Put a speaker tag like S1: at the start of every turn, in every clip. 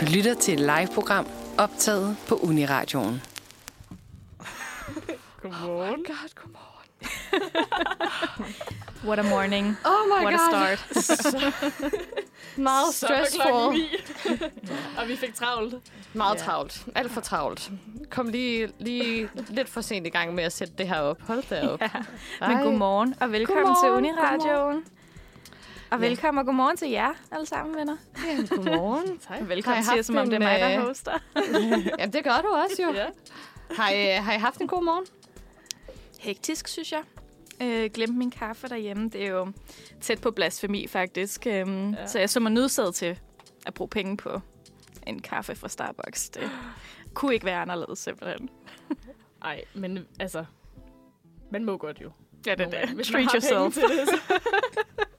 S1: Du lytter til et live-program optaget på Uniradioen.
S2: Godmorgen. Oh
S3: God, godmorgen. What a morning.
S2: Oh my
S3: What a start.
S2: Meget
S4: Så er der klokken
S2: stressful.
S4: ni. og vi fik travlt.
S2: Meget
S3: Ja.
S2: travlt. Alt for travlt. Kom lige, lige lidt for sent i gang med at sætte det her op. Hold da op. Ja.
S3: Men godmorgen og velkommen
S2: Godmorgen,
S3: til Uniradioen. Og velkommen og godmorgen til jer alle sammen, venner.
S2: Godmorgen. Tak. Har
S3: Velkommen
S2: I
S3: til,
S2: haft
S3: som om det er
S2: en,
S3: mig, der
S2: øh,
S3: hoster.
S2: Ja, det gør du også jo.
S4: Ja.
S2: Har I, har I haft en god morgen?
S3: Hektisk, synes jeg. Øh, glemte min kaffe derhjemme. Det er jo tæt på blasfemi, faktisk. Øhm,
S4: Ja.
S3: Så jeg så mig nødsaget til at bruge penge på en kaffe fra Starbucks. Det kunne ikke være anderledes, simpelthen.
S4: Ej, men altså... Man må godt jo.
S3: Ja, det
S4: Nogle
S3: er
S4: gange,
S3: det.
S4: hvis man
S3: Treat
S4: har penge
S3: yourself.
S4: til det, så-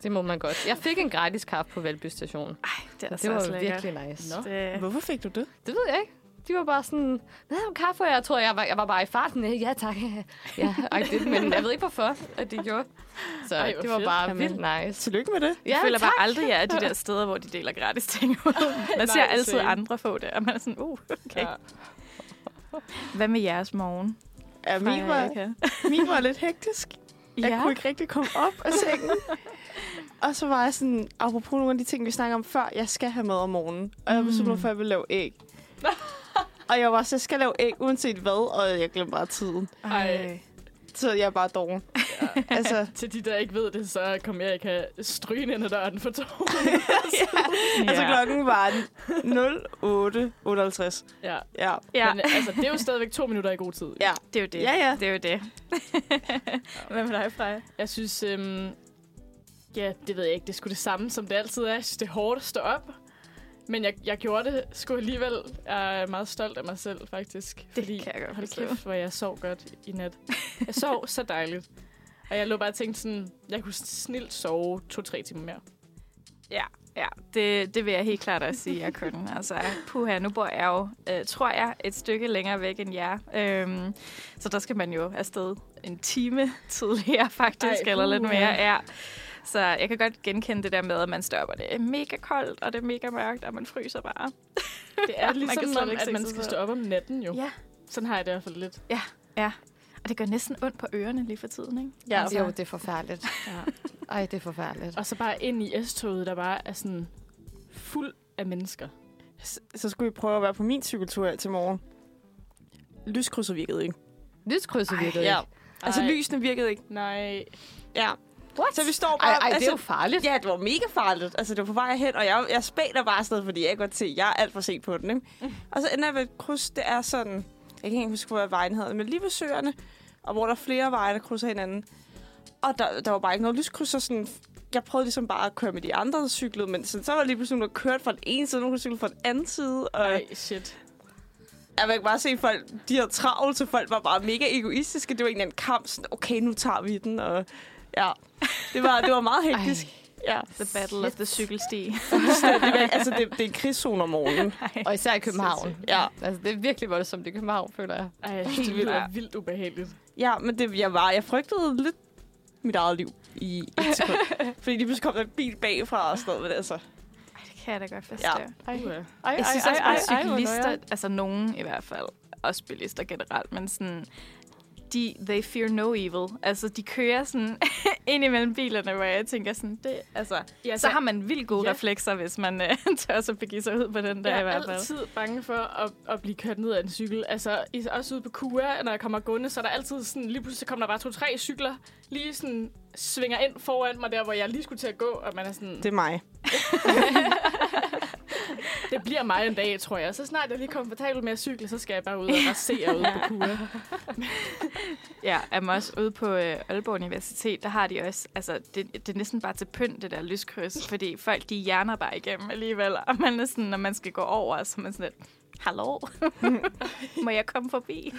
S2: Det må man godt. Jeg fik en gratis kaffe på Valby Station.
S3: Ej, det er
S2: Det
S3: Ah, så
S2: var
S3: også lækkert.
S2: virkelig nice.
S4: Nå.
S3: Det,
S5: Hvorfor fik du det?
S2: Det ved jeg ikke. De var bare sådan, hvad om kaffe? Og Jeg tror, jeg var, jeg var bare i farten. Øh, Ja, tak. Ja, agtigt, men jeg ved ikke, hvorfor at de gjorde. Så
S4: Ej,
S2: Ej,
S4: hvor
S2: det var
S4: fedt.
S2: bare
S4: Jamen.
S2: vildt nice.
S5: Tillykke med det.
S2: Ja,
S3: Jeg føler
S2: tak.
S3: bare aldrig, jeg er de der steder, hvor de deler gratis ting ud. Man ser
S4: Nej,
S3: altid
S4: same.
S3: andre få det, og man er sådan, uh, okay. Ja.
S4: Ja.
S3: Hvad med jeres morgen?
S5: Ja, min var, min var lidt hektisk. Jeg
S3: Ja.
S5: kunne ikke rigtig komme op af sengen. og så var jeg sådan, apropos nogle af de ting, vi snakker om før, jeg skal have mad om morgenen. Og jeg besluttede mig for, at jeg ville lave æg. og jeg var så, jeg skal lave æg uanset hvad, og jeg glemte bare tiden.
S4: Ej.
S5: Så jeg er bare doven. altså,
S4: Til de, der ikke ved det, så kom jeg ikke have strygen ind ad døren for to.
S3: Ja.
S5: altså klokken var 08.58.
S4: ja.
S5: Ja.
S3: Ja,
S4: Men altså, det er jo stadigvæk to minutter i god tid.
S5: Ja.
S3: det er jo det.
S5: Ja, ja.
S3: Det er jo det. Hvad med dig, Freja?
S4: Jeg synes, øhm, ja, det ved jeg ikke, det er sgu det samme, som det altid er. Jeg synes, det er hårdt at stå op. Men jeg, jeg gjorde det sgu alligevel. Jeg er meget stolt af mig selv, faktisk.
S3: Det kan jeg godt
S4: hold
S3: forstå.
S4: kæft, hvor jeg sov godt i nat. Jeg sov så dejligt. Og jeg lå bare og tænkte sådan, jeg kunne snilt sove to-tre timer mere.
S3: Ja, ja. Det, det vil jeg helt klart også sige, jeg kunne. Altså, puha, nu bor jeg jo, øh, tror jeg, et stykke længere væk end jer. Øhm, så der skal man jo afsted en time tidligere, faktisk, Ej,
S4: Ej,
S3: eller lidt
S4: puha.
S3: mere. Ja. Så jeg kan godt genkende det der med, at man stopper det er mega koldt, og det er mega mørkt, og man fryser bare.
S4: Det er
S3: Man
S4: ligesom,
S3: kan
S4: man
S3: slet
S4: om,
S3: ikke
S4: at
S3: se
S4: man
S3: sig
S4: skal
S3: selv.
S4: stå op om natten jo.
S3: Ja.
S4: Sådan har jeg det i hvert fald lidt.
S3: Og det gør næsten ondt på ørerne lige for tiden, ikke?
S2: Ja,
S3: Altså-
S2: jo, det er forfærdeligt.
S4: Ja.
S2: Ej, det er forfærdeligt.
S4: Og så bare ind i S-toget, der bare er sådan fuld af mennesker.
S5: Så, så skulle vi prøve at være på min cykeltur her til morgen. Lyskrydset virkede ikke.
S2: Lyskrydset virkede
S5: Ja.
S2: ikke.
S5: Altså,
S4: Ej.
S5: lysene virkede ikke.
S4: Nej.
S5: Ja. What? Så vi står bare...
S2: Ej, ej, det er
S5: altså,
S2: jo farligt.
S5: Ja, det var mega farligt. Altså, det var på vej hen, og jeg, jeg spæder bare afsted, fordi jeg kan godt se, at jeg er alt for sent på den, ikke? Og så ender jeg ved et kryds, det er sådan... Jeg kan ikke engang huske, hvor vejen hedder, men lige ved søerne, og hvor der er flere veje, der krydser hinanden. Og der, der var bare ikke noget lyskryds, så sådan... Jeg prøvede ligesom bare at køre med de andre, der cyklede, men sådan, så var der lige pludselig nogen, der kørte fra den ene side, og nogen, der cyklede fra den anden side. Og
S4: Ej, shit.
S5: jeg kan bare se folk, de havde travlt, så folk var bare mega egoistiske. Det var en eller anden kamp, sådan, okay, nu tager vi den, og ja. Det var, det var meget hektisk. Ja.
S3: The battle of the cykelsti.
S5: Det var, altså, det, det er en krigszone om morgenen.
S2: Og især i København.
S5: Ja,
S2: Altså, det er virkelig voldsomt i København, føler jeg.
S4: Ej, jeg synes, det lyder vildt ubehageligt.
S5: ja men det, jeg, var, jeg frygtede lidt mit eget liv i et sekund. Fordi lige pludselig kom der en bil bagfra og sådan noget. Men altså,
S3: Ej, det kan jeg da godt forstå.
S5: Ja.
S4: Ej, ej,
S3: Jeg synes også bare, at cyklister,
S4: hvor
S3: altså nogen i hvert fald, også bilister generelt, men sådan, de, they fear no evil. Altså, de kører sådan ind imellem bilerne, hvor jeg tænker sådan, det, altså,
S4: nøjeren. Ja,
S3: så har man vildt gode
S4: Ja.
S3: reflekser, hvis man øh, tør så begive sig ud på den der
S4: jeg
S3: i hvert
S4: er
S3: fald.
S4: altid bange for at, at blive kørt ned af en cykel. Altså, is- også ude på Kura, når jeg kommer gående, så er der altid sådan, lige pludselig så kommer der bare to-tre cykler, lige sådan svinger ind foran mig der, hvor jeg lige skulle til at gå, og man er sådan,
S5: det
S4: det,
S5: er mig.
S4: det bliver mig en dag, tror jeg. Så snart jeg lige er komfortabel med at cykle, så skal jeg bare ud og rasere ude på Kura.
S3: Ja, at man også ude på øh, Aalborg Universitet, der har de også, altså, det, det er næsten bare til pynt, det der lyskryds, fordi folk, de hjerner bare igennem alligevel, og man er sådan, når man skal gå over, så er man sådan lidt, hallo, må jeg komme forbi?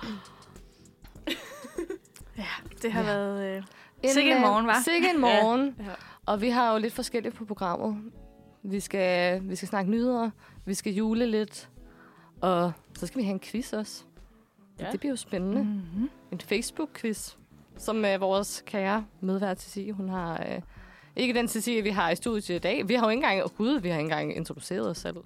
S3: ja, det har ja. været... Øh, Sikke en
S2: øh,
S3: morgen, hva'?
S2: Sikke en morgen.
S4: Ja.
S2: Ja. Og vi har jo lidt forskelligt på programmet. Vi skal, vi skal snakke nyheder, vi skal jule lidt, og så skal vi have en quiz også.
S4: Ja.
S2: Ja. Det bliver jo spændende. Mm-hmm.
S3: Mhm.
S2: En Facebook-quiz, som øh, vores kære medvært til sige, hun har øh, Ikke den Cecilie, vi har i studiet i dag. Vi har jo ikke engang, oh, gud, vi har ikke engang introduceret os selv.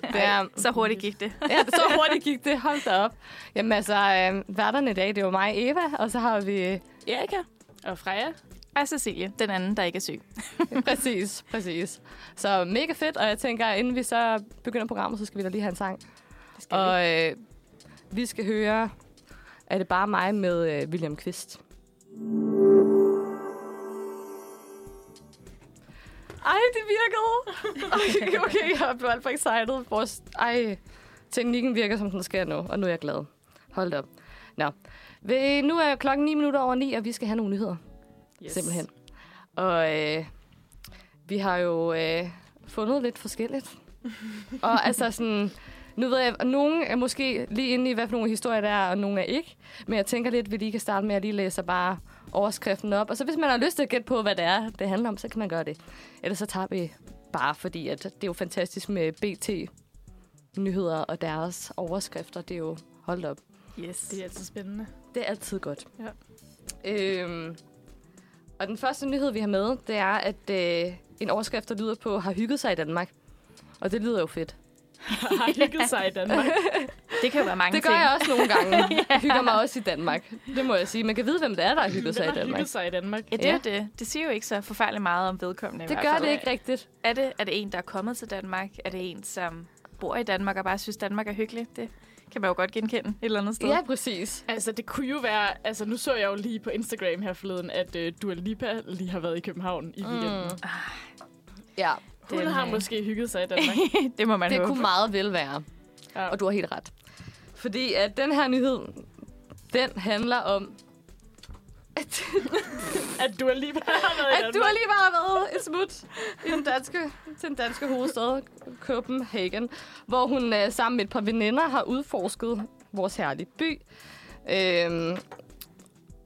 S2: det er,
S3: Så hurtigt gik det.
S2: ja, så hurtigt gik det. Hold da op. Jamen altså, øh, værterne i dag, det var mig, Eva, og så har vi... øh,
S5: Erika.
S4: Og Freja,
S3: Og Cecilie, den anden, der ikke er syg.
S2: Præcis, præcis. Så mega fedt, og jeg tænker, inden vi så begynder programmet, så skal vi da lige have en sang. Og øh, vi skal høre, er det bare mig med øh, William Kvist. Ej, det virkede! Okay, okay jeg blev alt for excited. Vores, ej, teknikken virker, som den skal nu, og nu er jeg glad. Hold da op. Nå, Ved- nu er klokken 9 minutter over 9, og vi skal have nogle nyheder. Yes. Simpelthen. Og øh, vi har jo øh, fundet lidt forskelligt. og altså sådan, nu ved jeg, at nogle er måske lige inde i, hvad for nogle historier der er, og nogle er ikke. Men jeg tænker lidt, at vi lige kan starte med, at lige læser bare overskriften op. Og så hvis man har lyst til at gætte på, hvad det er, det handler om, så kan man gøre det. Ellers så tager vi bare, fordi at det er jo fantastisk med BT-nyheder og deres overskrifter. Det er jo, hold da op,
S3: Yes.
S4: det er altid spændende.
S2: det er altid godt.
S4: Ja.
S2: Øhm, og den første nyhed, vi har med, det er, at øh, en overskrift, der lyder på, har hygget sig i Danmark. Og det lyder jo fedt.
S4: Har hygget sig i Danmark.
S3: Det kan jo være mange
S2: Det gør
S3: ting.
S2: jeg også nogle gange. Jeg hygger mig også i Danmark. Det må jeg sige. Man kan vide, hvem det er, der har hygget sig i
S4: Hvem har
S2: Danmark.
S4: hygget sig i Danmark?
S3: Ja, det, er jo det. det siger jo ikke så forfærdeligt meget om vedkommende. i
S2: Det
S3: hvert
S2: gør
S3: fald.
S2: det ikke rigtigt.
S3: Er det, er det en, der er kommet til Danmark? Er det en, som bor i Danmark og bare synes, Danmark er hyggeligt? Det kan man jo godt genkende et eller andet sted.
S2: Ja, præcis.
S4: Altså, det kunne jo være... Altså, nu så jeg jo lige på Instagram her forleden, at uh, Dua Lipa lige har været i København i weekenden. Mm.
S2: Ja,
S4: Hun
S3: Den,
S4: har
S3: øh,
S4: måske hygget sig i Danmark.
S3: det må man
S2: det
S3: håbe.
S2: kunne meget vel være.
S4: Ja.
S2: Og du har helt ret. Fordi at den her nyhed, den handler om, at
S4: At Dua Lipa har været i
S2: at du
S4: Danmark.
S2: har lige bare været et smut i den danske, til den danske hovedstad, Copenhagen, hvor hun øh, sammen med et par veninder har udforsket vores herlige by. Øhm,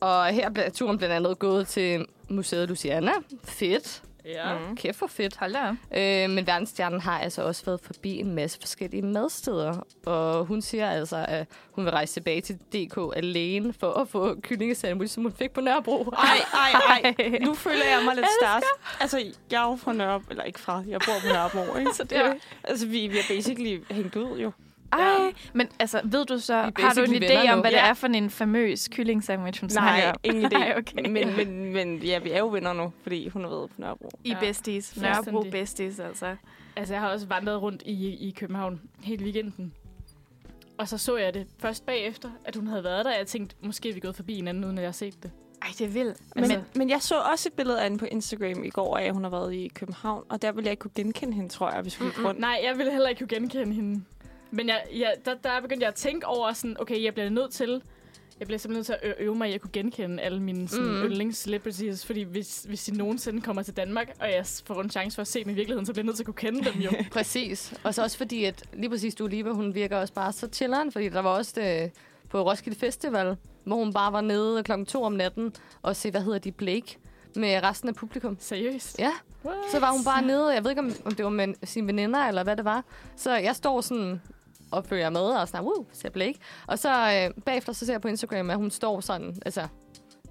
S2: og her er turen blandt andet gået til Museet Luciana. Fedt.
S4: Ja. Mm.
S2: Kæft for fedt.
S3: Hold da op.
S2: Øh, men verdensstjernen har altså også været forbi en masse forskellige madsteder. Og hun siger altså, at hun vil rejse tilbage til DK alene for at få kyllingesandwich, som hun fik på Nørrebro.
S5: Ej, ej, ej. Nu føler jeg mig lidt stars. Altså, jeg er jo fra Nørrebro, eller ikke fra, jeg bor på Nørrebro, ikke? Så det er, jo- altså, vi, vi er basically hængt ud, jo.
S3: Ej, men altså, ved du så,
S2: er
S3: har du en
S2: basically
S3: idé
S2: venner
S3: om,
S2: nu.
S3: hvad det
S5: Ja.
S3: er for en famøs kylling sandwich, hun snakker
S5: Nej,
S3: om?
S5: ingen idé.
S3: Nej, okay.
S5: men, men, men ja, vi er jo venner nu, fordi hun har været på Nørrebro.
S3: I
S4: Ja.
S3: besties.
S4: Fuldstændig.
S3: Nørrebro besties, altså.
S4: Altså, jeg har også vandret rundt i, i København hele weekenden. Og så så jeg det først bagefter, at hun havde været der. Jeg tænkte, måske er vi gået forbi hinanden, uden at jeg har set det.
S3: Ej, det er vildt.
S5: Men,
S3: Altså,
S5: men, men jeg så også et billede af hende på Instagram i går, af at hun har været i København, og der ville jeg ikke kunne genkende hende, tror jeg, hvis vi gik rundt.
S4: Nej, jeg ville heller ikke kunne genkende hende. Men jeg, jeg, der, der begyndte jeg at tænke over, sådan, okay, jeg bliver nødt til... Jeg bliver simpelthen nødt til at ø- øve mig i at kunne genkende alle mine sådan,
S2: Mm.
S4: mm. yndlings-celebrities, fordi hvis, hvis de nogensinde kommer til Danmark, og jeg s- får en chance for at se dem i virkeligheden, så bliver jeg nødt til at kunne kende dem jo.
S2: Præcis. Og så også fordi, at lige præcis du Liba, hun virker også bare så chilleren, fordi der var også det, på Roskilde Festival, hvor hun bare var nede klokken to om natten og se, hvad hedder de, Blake, med resten af publikum.
S4: Seriøst.
S2: Ja,
S4: What?
S2: så var hun bare nede, jeg ved ikke, om- om det var med sine veninder eller hvad det var. Så jeg står sådan og følger med og sådan, wow, ser Blake. Og så øh, bagefter, så ser jeg på Instagram, at hun står sådan, altså,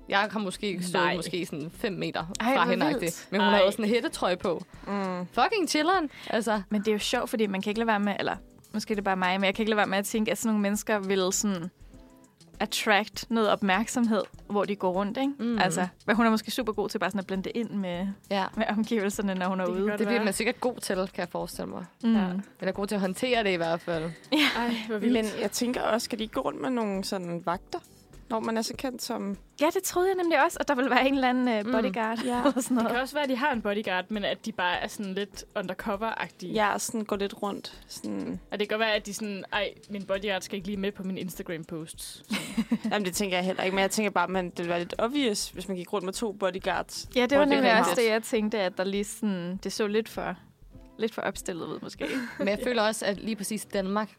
S2: jeg har måske stået
S4: Nej.
S2: måske sådan 5 meter
S3: Ej,
S2: fra
S3: hvor
S2: hende,
S3: vildt.
S2: men hun havde
S4: Ej.
S2: også sådan en hættetrøje på. Mm. Fucking chilleren, altså.
S3: Men det er jo sjovt, fordi man kan ikke lade være med, eller måske er det bare mig, men jeg kan ikke lade være med at tænke, at sådan nogle mennesker vil sådan attract noget opmærksomhed, hvor de går rundt, ikke? Mm. Altså, men hun er måske super god til bare sådan at blende det ind med,
S2: Ja.
S3: med omgivelserne, når hun er
S4: Det kan
S3: ude.
S4: godt
S2: Det bliver
S4: være.
S2: man sikkert god til, kan jeg forestille mig.
S3: Mm.
S4: Ja.
S2: Eller god til at håndtere det i hvert fald.
S4: Ej, hvor vildt.
S5: Men jeg tænker også, skal de ikke gå rundt med nogle sådan vagter, når man er så kendt som...
S3: Ja, det troede jeg nemlig også, at der ville være en eller anden øh, bodyguard mm.
S5: Ja.
S3: eller sådan
S4: Det
S3: noget.
S4: kan også være, at de har en bodyguard, men at de bare er sådan lidt undercover-agtige.
S5: Ja, sådan går lidt rundt. Sådan.
S4: Og det kan godt være, at de sådan, ej, min bodyguard skal ikke lige med på mine Instagram-posts.
S5: Jamen, det tænker jeg heller ikke, men jeg tænker bare, at man, det ville være lidt obvious, hvis man gik rundt med to bodyguards.
S3: Ja, det var
S5: rundt i
S3: nemlig også
S5: København.
S3: det, jeg tænkte, at der lige sådan, det så lidt for, lidt for opstillet ud, måske.
S2: Men jeg føler også, at lige præcis Danmark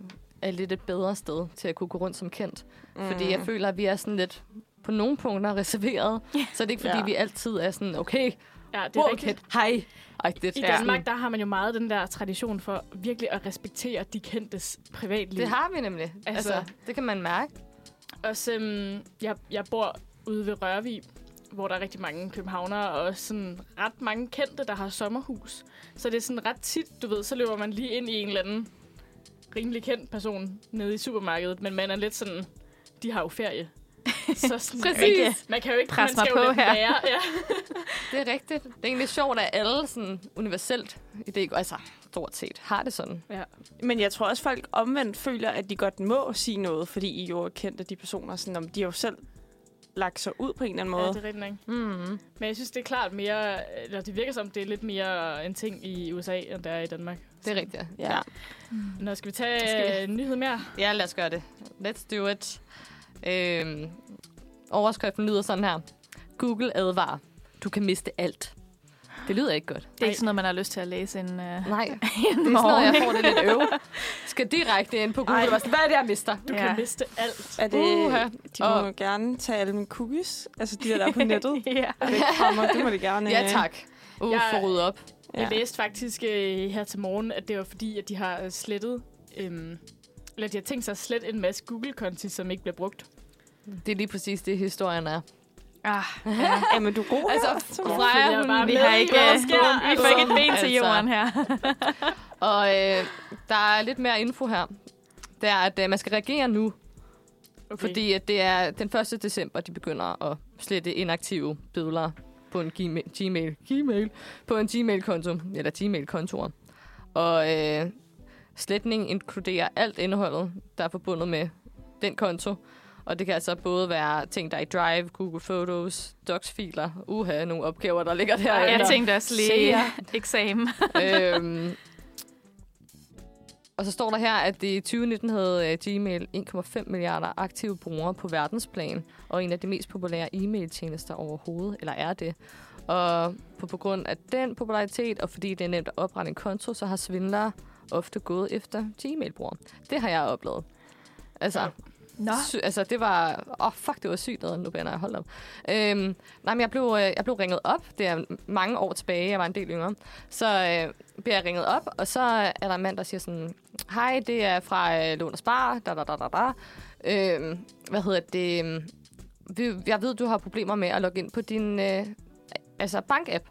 S2: er lidt et bedre sted til at kunne gå rundt som kendt. Mm. Fordi jeg føler, at vi er sådan lidt på nogle punkter reserveret. Så det er ikke, fordi
S5: Ja.
S2: ja. vi altid er sådan, okay,
S4: Ja, det er
S2: wow,
S4: rigtigt.
S2: kendt, hej. Ej, det,
S4: I
S2: er sådan-
S4: Danmark, der har man jo meget den der tradition for virkelig at respektere de kendtes privatliv.
S2: Det har vi nemlig. Altså,
S4: Altså-
S2: altså det kan man mærke.
S4: Også, øhm, jeg, jeg bor ude ved Rørvig, hvor der er rigtig mange københavnere, og sådan ret mange kendte, der har sommerhus. Så det er sådan ret tit, du ved, så løber man lige ind i en eller anden rimelig kendt person nede i supermarkedet, men man er lidt sådan, de har jo ferie. Så sådan,
S2: Præcis.
S4: Man kan jo ikke
S3: Pres
S4: man
S3: mig
S4: skal
S3: på
S4: jo lade den
S3: her.
S4: Være, ja.
S2: Det er rigtigt. Det er egentlig sjovt, at alle sådan universelt i det, altså stort set, har det sådan.
S5: Men jeg tror også, folk omvendt føler, at de godt må sige noget, fordi I jo er kendt af de personer. Sådan, om de har jo selv lagt sig ud på en eller anden
S4: ja,
S5: måde.
S4: det er rigtigt, ikke?
S2: Mm.
S4: Men jeg synes, det er klart mere, eller det virker som, det er lidt mere en ting i USA, end der er i Danmark.
S2: Det er rigtigt.
S5: Ja.
S4: Nå, skal vi tage
S2: Skal vi-
S4: skal vi... en nyhed mere?
S2: Ja, lad os gøre det. Let's do it. Øhm, overskriften lyder sådan her. Google advarer. Du kan miste alt. Det lyder ikke godt.
S3: Det er ikke sådan noget, man har lyst til at læse en,
S2: Nej,
S3: øh,
S2: det
S3: en
S2: er sådan noget,
S3: morgen.
S2: jeg får det lidt øv. Skal direkte ind på Google.
S5: Ej.
S2: og være sådan, Hvad er det, jeg mister?
S4: Du ja.
S3: Ja.
S4: kan miste alt.
S5: Er det,
S2: Uha.
S5: de må
S2: Og-
S5: jo gerne tage alle mine cookies, altså de der, der er på nettet.
S3: ja.
S5: Væk fra mig, det må de gerne.
S2: Ja, tak. Uh,
S4: Jeg-
S2: for rydde op.
S4: Ja. Jeg læste faktisk øh, her til morgen, at det var fordi, at de har øh, slettet... Øhm, eller de har tænkt sig at slette en masse Google-konti, som ikke bliver brugt.
S2: Det er lige præcis det, historien er.
S3: Ah,
S5: Ja, men øh. du er god
S2: Altså,
S5: her, Thomas.
S2: Freja,
S4: følger bare
S2: hun,
S3: vi
S4: med
S3: har
S4: i,
S3: ikke,
S4: hvad der
S3: øh,
S4: sker.
S3: vi får ikke et ben
S2: Altså.
S3: til jorden her.
S2: Og øh, der er lidt mere info her. Det er, at øh, man skal reagere nu, okay. fordi at det er den 1. december, de begynder at slette inaktive billeder på en Gmail, Gmail, Gmail, på en Gmail-konto, eller Gmail-kontor. Og øh, sletning inkluderer alt indholdet, der er forbundet med den konto. Og det kan altså både være ting, der er i Drive, Google Photos, Docs-filer, uha, nogle opgaver, der ligger der.
S3: Jeg tænkte også lige
S2: Seer.
S3: eksamen.
S2: øhm, og så står der her, at det i 2019 havde øh, Gmail 1,5 milliarder aktive brugere på verdensplan, og en af de mest populære e-mail-tjenester overhovedet, eller er det. Og på, på grund af den popularitet, og fordi det er nemt at oprette en konto, så har svindlere ofte gået efter Gmail-brugere. Det har jeg oplevet. Altså,
S3: Nå.
S2: Sy- altså, det var... Åh, oh, fuck, det var sygt, noget, nu bander jeg holdt op. Øhm, nej, men jeg blev, øh, jeg blev ringet op. Det er mange år tilbage, jeg var en del yngre. Så øh, bliver jeg ringet op, og så er der en mand, der siger sådan... Hej, det er fra øh, Lån og Spar, da, da, da, da, da. Øhm, hvad hedder det? øhm, vi- Jeg ved, du har problemer med at logge ind på din øh, altså bank-app.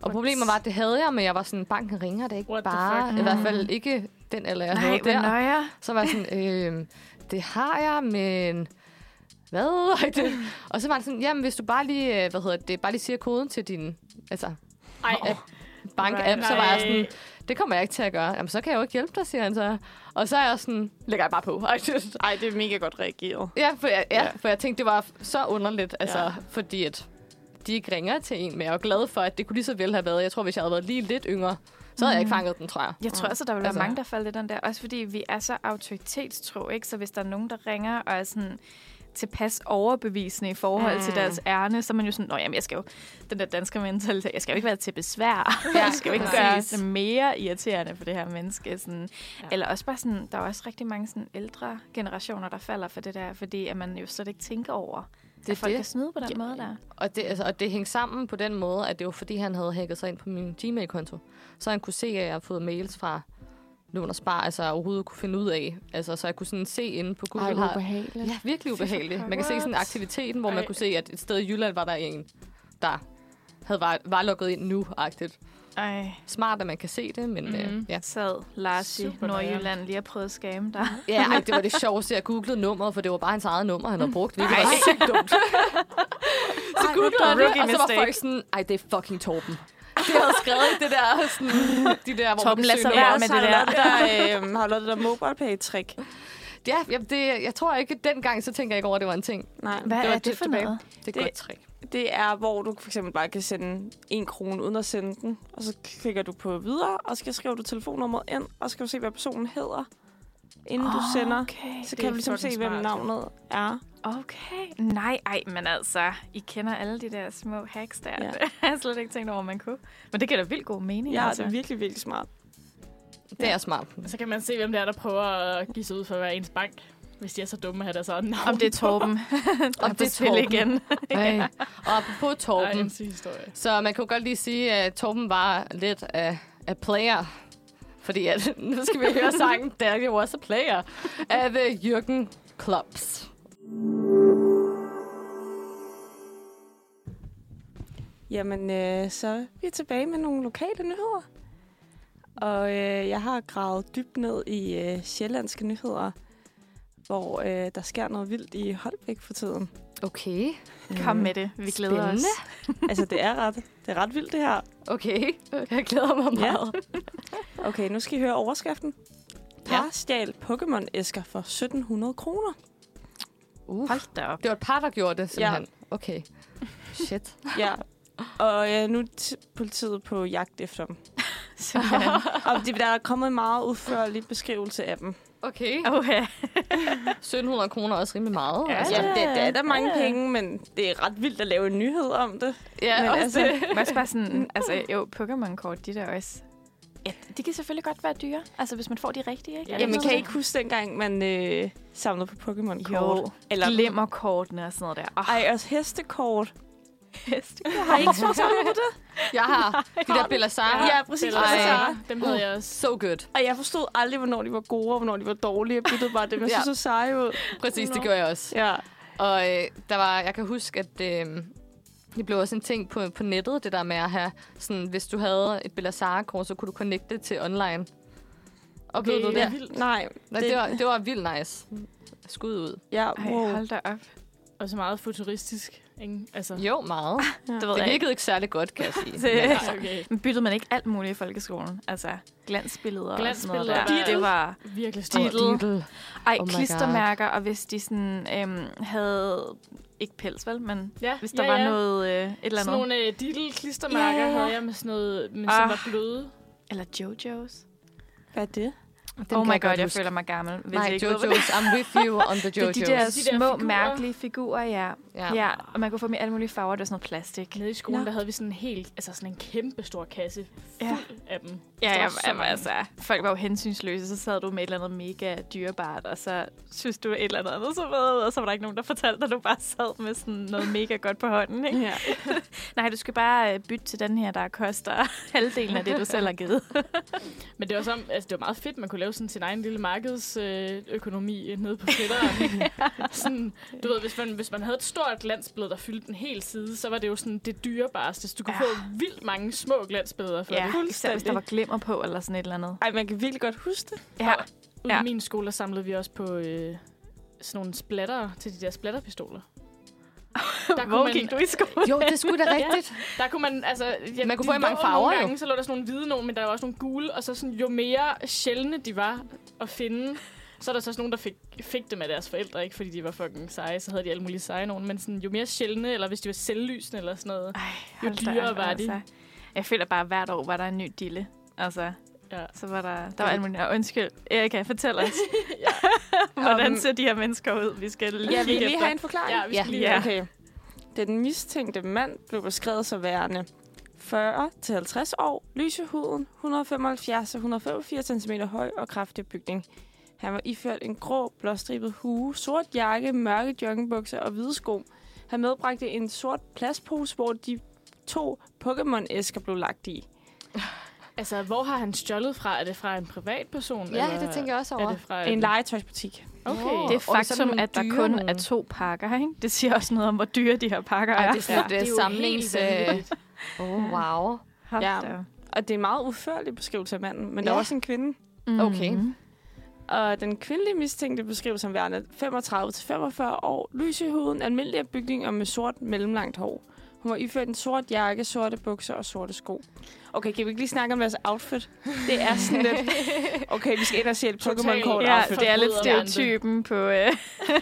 S2: Og problemet var, at det havde jeg, men jeg var sådan, banken ringer det ikke
S4: What the
S2: bare.
S4: fuck?
S2: I hvert fald ikke den alder, jeg havde der.
S3: nøjer.
S2: Så var jeg sådan, øh, det har jeg, men hvad? Og det- Og så var det sådan, jamen hvis du bare lige, øh, hvad hedder det, bare lige siger koden til din altså,
S4: Ej,
S2: Åh, bank-app,
S4: nej.
S2: så var jeg sådan, det kommer jeg ikke til at gøre. Jamen så kan jeg jo ikke hjælpe dig, siger han så. Og så er jeg sådan, lægger jeg bare på. Ej, det-
S5: Ej, det er mega godt reageret.
S2: ja, for jeg, ja,
S5: Ja.
S2: for jeg tænkte, det var så underligt, altså,
S5: Ja.
S2: fordi at de ikke ringer til en, men jeg er jo glad for, at det kunne lige så vel have været. Jeg tror, hvis jeg havde været lige lidt yngre, så havde jeg ikke
S5: Mhm.
S2: fanget den, tror jeg.
S3: Jeg tror også, at der vil være
S2: Altså-
S3: mange, der falder lidt den der. Også fordi vi er så autoritetstro, ikke? Så hvis der er nogen, der ringer og er sådan tilpas overbevisende i forhold mm. til deres ærne, så er man jo sådan, Nå, jamen, jeg skal jo, den der danske mentalitet, jeg skal jo ikke være til besvær. Ja, jeg skal jo ikke gøre
S2: præcis.
S3: det mere irriterende for det her menneske. Sådan. Ja. Eller også bare sådan, der er også rigtig mange sådan ældre generationer, der falder for det der, fordi at man jo slet ikke tænker over, det
S2: er
S3: at folk
S2: det.
S3: kan snyde på den ja. måde der.
S2: Og det, altså, og det hængte sammen på den måde, at det var fordi, han havde hacket sig ind på min Gmail-konto. Så han kunne se, at jeg havde fået mails fra Lån og Spar, altså overhovedet kunne finde ud af. Altså, så jeg kunne sådan se inde på Google. har-
S1: ubehageligt.
S2: Ja, virkelig ubehageligt. Man kan se sådan aktiviteten, hvor man
S4: Ej.
S2: kunne se, at et sted i Jylland var der en, der havde var, var lukket ind nu-agtigt.
S3: Ej,
S2: Smart, at man kan se det, men mm. øh,
S4: Mhm.
S2: ja.
S3: sad Lars i
S4: Super nøjeren.
S3: Nordjylland lige og prøvede at skamme dig.
S2: Ja, ej, det var det sjoveste. Jeg googlede nummeret, for det var bare hans eget nummer, han havde brugt, hvilket var sygt dumt. så googlede jeg det,
S3: Rookie
S2: og så var
S3: mistake.
S2: folk sådan, ej, det er fucking Torben. Det havde skrevet i det der, sådan, de der, hvor
S3: Torben,
S2: man
S3: lad
S2: kan
S3: så
S2: søge
S3: være
S2: nummer.
S3: med
S5: har
S3: det
S5: du
S3: der.
S5: lavet der, øh, har du lavet det der mobile pay trick?
S2: Ja, jamen, det, jeg tror ikke, at dengang, så tænker jeg ikke over, at det var en ting.
S3: Hvad
S5: Nej.
S2: Det
S3: det
S2: var
S3: er det
S2: tit
S3: for
S2: tilbage.
S3: noget?
S2: Det er et
S5: Det-
S2: godt trick.
S5: Det er, hvor du for eksempel bare kan sende en krone uden at sende den, og så klikker du på videre, og så skriver du telefonnummeret ind, og så skal du se, hvad personen hedder, inden oh, du sender.
S3: Okay.
S5: Så
S4: det
S5: kan
S4: er
S5: du ligesom se,
S4: fucking
S5: hvem
S4: smart, jo.
S5: navnet er.
S3: okay. Nej, ej, men altså, I kender alle de der små hacks der.
S5: Ja.
S3: Ja. Det har jeg slet ikke tænkt over, man kunne. Men det giver da vildt god mening,
S5: Ja,
S3: altså.
S5: det er virkelig, virkelig smart.
S2: Det er smart.
S4: så kan man se, hvem det er, der prøver at give sig ud for at være ens bank. Hvis de er så dumme at have deres eget navn.
S3: Om det er Torben.
S2: Om det er Torben.
S3: igen.
S2: Ej. Og på
S4: Ej,
S2: Torben,
S4: en syg historie.
S2: Så man kunne godt lige sige, at Torben var lidt af, af player. Fordi at, nu skal vi høre sangen Daddy Was a Player af uh, Jürgen Klops.
S5: Jamen, øh, så er vi tilbage med nogle lokale nyheder. Og øh, jeg har gravet dybt ned i øh, sjællandske nyheder, hvor øh, der sker noget vildt i Holbæk for tiden.
S2: Okay.
S3: Kom med det. Vi glæder
S2: Spændende.
S3: os.
S5: altså, det er ret, det er ret vildt, det her.
S2: Okay. Jeg glæder mig
S5: Ja.
S2: meget.
S5: Okay, nu skal I høre overskriften. Par stjal Pokémon-æsker for 1700 kroner.
S2: Uh.
S3: Hold da op.
S2: Det var et par, der gjorde det, simpelthen. Ja. Okay. Shit.
S5: Ja, og øh, nu er t- politiet på jagt efter dem. og det, der er kommet en meget udførlig beskrivelse af dem.
S2: Okay.
S3: Oh, ja.
S2: 1700 kroner er også rimelig meget. altså.
S3: Ja.
S5: Ja, Altså, det, det er da mange penge, men det er ret vildt at lave en nyhed om det.
S2: ja
S5: men
S2: også
S5: altså,
S2: det.
S3: Men også bare sådan, altså jo, Pokémon-kort, de der også. Ja, de kan selvfølgelig godt være dyre. Altså, hvis man får de rigtige, ikke? Altså,
S4: Ja.
S5: Jamen, kan I ikke huske dengang, man øh, samlede på Pokémon-kort?
S3: Jo,
S5: Eller,
S3: glimmerkortene og sådan noget der. Åh,
S5: Ej, også hestekort.
S3: hestekort.
S5: Har I ikke så på det?
S2: Jeg har de der Bellassara.
S5: Ja, præcis.
S2: Ej.
S5: Ej.
S4: Dem havde jeg også.
S2: So good.
S5: Og jeg forstod aldrig, hvornår de var gode, og hvornår de var dårlige. Jeg byttede bare dem. Jeg
S2: Ja.
S5: synes, så seje ud.
S2: Præcis, det gjorde jeg også.
S5: Ja.
S2: Og øh, der var, jeg kan huske, at øh, det blev også en ting på, på nettet, det der med at have, sådan, hvis du havde et Bellassara-kort, så kunne du connecte til online. Oplevede okay, du det?
S4: er
S2: Ja.
S4: vildt.
S5: Nej,
S2: Nej, det, var, det var vildt nice. Skud ud.
S5: Ja,
S3: Ej,
S5: wow.
S3: hold da op.
S4: Og så meget futuristisk, ikke? Altså,
S2: Jo, meget.
S3: Det ved
S2: Det
S3: jeg ikke.
S2: virkede ikke særlig godt, kan jeg sige.
S3: Det-
S2: Men-
S4: okay.
S3: Men byttede man ikke alt muligt i folkeskolen? Altså, glansbilleder,
S4: Glansbilleder,
S3: og sådan noget der.
S4: Diddle.
S3: Det var,
S4: Virkelig
S2: Og
S4: stort.
S3: Diddle.
S2: Doodle.
S3: ej,
S2: Oh
S3: oh
S2: my
S3: klistermærker, og hvis de sådan øhm, havde, ikke pels, vel, men
S4: Ja,
S3: hvis der
S4: ja,
S3: var
S4: ja.
S3: noget, øh, et eller andet.
S4: Sådan nogle øh,
S3: Ja,
S4: diddle-klistermærker ja,
S3: ja,
S4: ja.
S3: ja.
S4: havde jeg med sådan noget, men som
S3: Ah.
S4: var bløde.
S3: Eller Jojo's.
S5: Hvad er det?
S2: Den
S3: oh
S2: kan
S3: my god,
S2: godt
S3: jeg
S2: huske.
S3: føler mig gammel. Hvis
S2: Nej,
S3: jeg ikke ved, hvad det
S2: Jojo's. I'm with you on the Jojo's.
S3: er. Det er de der
S4: De der
S3: små,
S4: figurer.
S3: mærkelige figurer, ja.
S2: ja.
S3: ja. Ja, og man kunne få dem i alle mulige farver. Det var sådan noget plastik.
S4: Nede i skolen,
S5: Nå.
S4: der havde vi sådan en helt, altså sådan en kæmpe stor kasse fuld
S3: Ja.
S4: af dem.
S3: Ja,
S4: Der var
S3: ja
S4: så
S3: jamen,
S4: mange.
S3: altså, folk var jo hensynsløse, så sad du med et eller andet mega dyrebart, og så synes du et eller andet andet så ved, og så var der ikke nogen, der fortalte, at du bare sad med sådan noget mega godt på hånden, ikke?
S5: Ja.
S3: Nej, du skal bare øh, bytte til den her, der koster halvdelen af det, du selv har givet.
S4: Men det var, som, altså, det var meget fedt, man kunne lave sådan sin egen lille markedsøkonomi øh, nede på fætteren. sådan, du ved, hvis man, hvis man havde et stort glansbillede, der fyldte en hel side, så var det jo sådan det dyrebareste. Så Du kunne
S3: Ja.
S4: ja. få vildt mange små glansbilleder for ja. det.
S3: især hvis der var glimmer på, eller sådan et eller andet.
S5: Ej, man kan virkelig godt huske det.
S3: Ja,
S4: Ude
S3: Ja.
S4: i min skole, der samlede vi også på øh, sådan nogle splatter til de der splatterpistoler. Der
S3: hvor gik du i skole?
S2: Jo, det er sgu da rigtigt.
S4: Der kunne man, altså... Ja,
S2: Man kunne
S4: de
S2: få i mange
S4: lå
S2: farver,
S4: Nogle
S2: jo.
S4: gange, så lå der sådan nogle hvide nogen, men der var også nogle gule, og så sådan, jo mere sjældne de var at finde, så er der så også nogen, der fik, fik dem af deres forældre, ikke fordi de var fucking seje, så havde de alle mulige seje nogen, men sådan, jo mere sjældne, eller hvis de var selvlysende eller sådan noget.
S3: Ej,
S4: Jo
S3: hold da
S4: dyrere
S3: op, altså.
S4: var de.
S3: Jeg føler bare, at hvert år var der en ny dille. Altså,
S4: Ja.
S3: så var der... Der var alt muligt. Og Undskyld, Erika, fortæl os.
S5: Om-
S3: Hvordan ser de her mennesker ud? Vi skal lige
S5: Ja, vi
S3: kigge
S5: lige
S3: efter.
S5: have en forklaring.
S4: Ja, vi skal
S2: Ja.
S4: lige...
S3: Ja.
S5: Okay. Den mistænkte mand blev beskrevet som værende 40-50 år, lys i huden, 175-185 cm høj og kraftig bygning. Han var iført en grå, blåstribet hue, sort jakke, mørke joggingbukser og hvide sko. Han medbragte en sort plastpose, hvor de to Pokémon-æsker blev lagt i.
S4: Altså, hvor har han stjålet fra? Er det fra en privatperson?
S2: Ja, det tænker jeg også
S4: Er
S2: over.
S4: det fra
S5: En legetøjsbutik.
S4: Okay.
S3: Det
S2: Og så er der
S3: faktum,
S2: nogle
S3: at der
S2: dyre
S3: kun
S2: nogle.
S3: er to pakker, ikke? det siger også noget om, hvor dyre de her pakker
S2: Ej,
S3: er.
S2: det er sådan ja.
S4: Det er
S2: et
S4: jo
S2: samlings...
S4: helt
S2: øh,
S4: vanvittigt.
S2: Oh, wow.
S3: Hold
S5: Ja.
S3: da op.
S5: Og det er en meget udførlig beskrivelse af manden, men der er
S2: Ja.
S5: også en kvinde.
S2: Okay.
S3: Mhm.
S5: Og den kvindelige mistænkte beskrives som værende 35-45 år, lys i huden, almindelig af bygning og med sort mellemlangt hår. Hun var iført en sort jakke, sorte bukser og sorte sko. Okay, kan vi ikke lige snakke om deres outfit? Det er sådan lidt... Okay, vi skal ind og se et Pokémon-kort
S4: Total.
S3: Ja,
S5: outfit.
S3: det er lidt
S4: Forbryderværnet.
S3: stereotypen på, øh,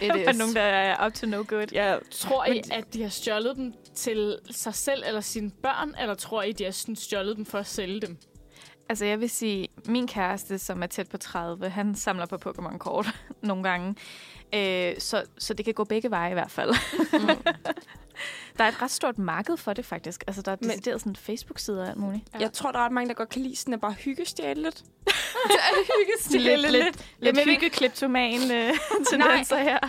S2: It
S3: på
S2: is.
S3: nogen, der er up to no good.
S5: Ja,
S4: Tror I, at de har stjålet dem til sig selv eller sine børn, eller tror I, de har sådan stjålet dem for at sælge dem?
S3: Altså, jeg vil sige, min kæreste, som er tæt på 30, han samler på Pokémon-kort nogle gange. Øh, så, så det kan gå begge veje i hvert fald. der er et ret stort marked for det, faktisk. Altså, der er
S5: Men-
S3: decideret sådan Facebook-sider og alt muligt.
S5: jeg tror, der er ret mange, der godt kan lide sådan at bare hygge stjæle lidt.
S3: Lidt, lidt, lidt, lidt
S5: Jamen,
S3: hygge-kleptoman øh, tendenser her.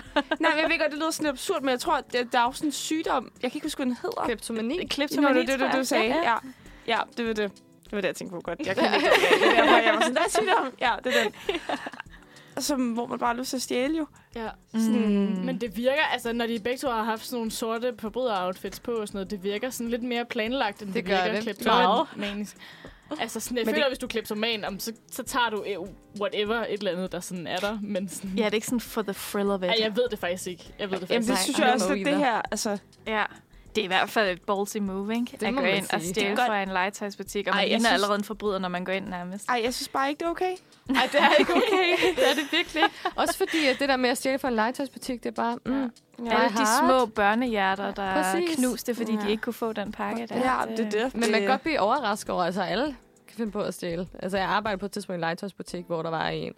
S5: Nej, men jeg ved godt, det lyder sådan lidt absurd, men jeg tror, at der der er jo sådan en sygdom. Jeg kan ikke huske, hvad den hedder.
S2: Kleptomani.
S5: Nå,
S3: Kleptomani,
S5: det var det, du, du sagde. Ja, ja. ja, det var det. Det var det, jeg tænkte på godt. Jeg kan ikke det. Det var derfor, jeg var sådan, der er sygdom. Ja, det er den. som, hvor man bare har lyst til at stjæle jo.
S4: Ja.
S5: Sådan,
S2: Mm.
S4: Men det virker, altså når de begge to har haft sådan nogle sorte forbryder-outfits på og sådan noget, det virker sådan lidt mere planlagt, end det,
S2: Det
S4: det
S2: gør
S4: virker
S2: det.
S4: kleptoman- manisk. Altså sådan, jeg
S1: Men
S4: men
S1: det-
S4: føler, det... hvis du er kleptoman, om, så, så tager du eh, whatever et eller andet, der sådan er der, men sådan...
S3: Ja, det er ikke sådan for the thrill of it.
S4: Ej, jeg ved det faktisk ikke. Jeg ved det faktisk
S5: Jamen, det
S3: Nej,
S5: synes
S3: I
S5: jeg
S3: don't
S5: også
S2: know
S5: lidt det
S2: either.
S5: her. Altså,
S3: Ja. Det er i hvert fald et ballsy move, ikke?
S2: Det
S3: at
S2: må
S3: gå
S2: man
S3: ind og
S2: sige.
S3: stjæle
S5: Det er
S3: fra en legetøjsbutik, og man
S5: Ej,
S3: Ej,
S5: jeg
S3: ligner
S5: synes-
S3: allerede en forbryder, når man går ind nærmest.
S5: ej, jeg synes bare ikke, det er okay.
S2: Ej, det er ikke okay. det er det virkelig. Også fordi, at det der med at stjæle fra en legetøjsbutik, det er bare... Mm, ja.
S5: Ja.
S3: Alle de
S2: hard.
S3: små børnehjerter, der
S2: Præcis.
S3: er knuste, fordi
S5: Ja.
S3: de ikke kunne få den pakke øh, der.
S5: Ja, det er det.
S2: Men man kan godt blive overrasket over, altså alle kan finde på at stjæle. Altså jeg arbejdede på et tidspunkt i en legetøjsbutik, hvor der var en,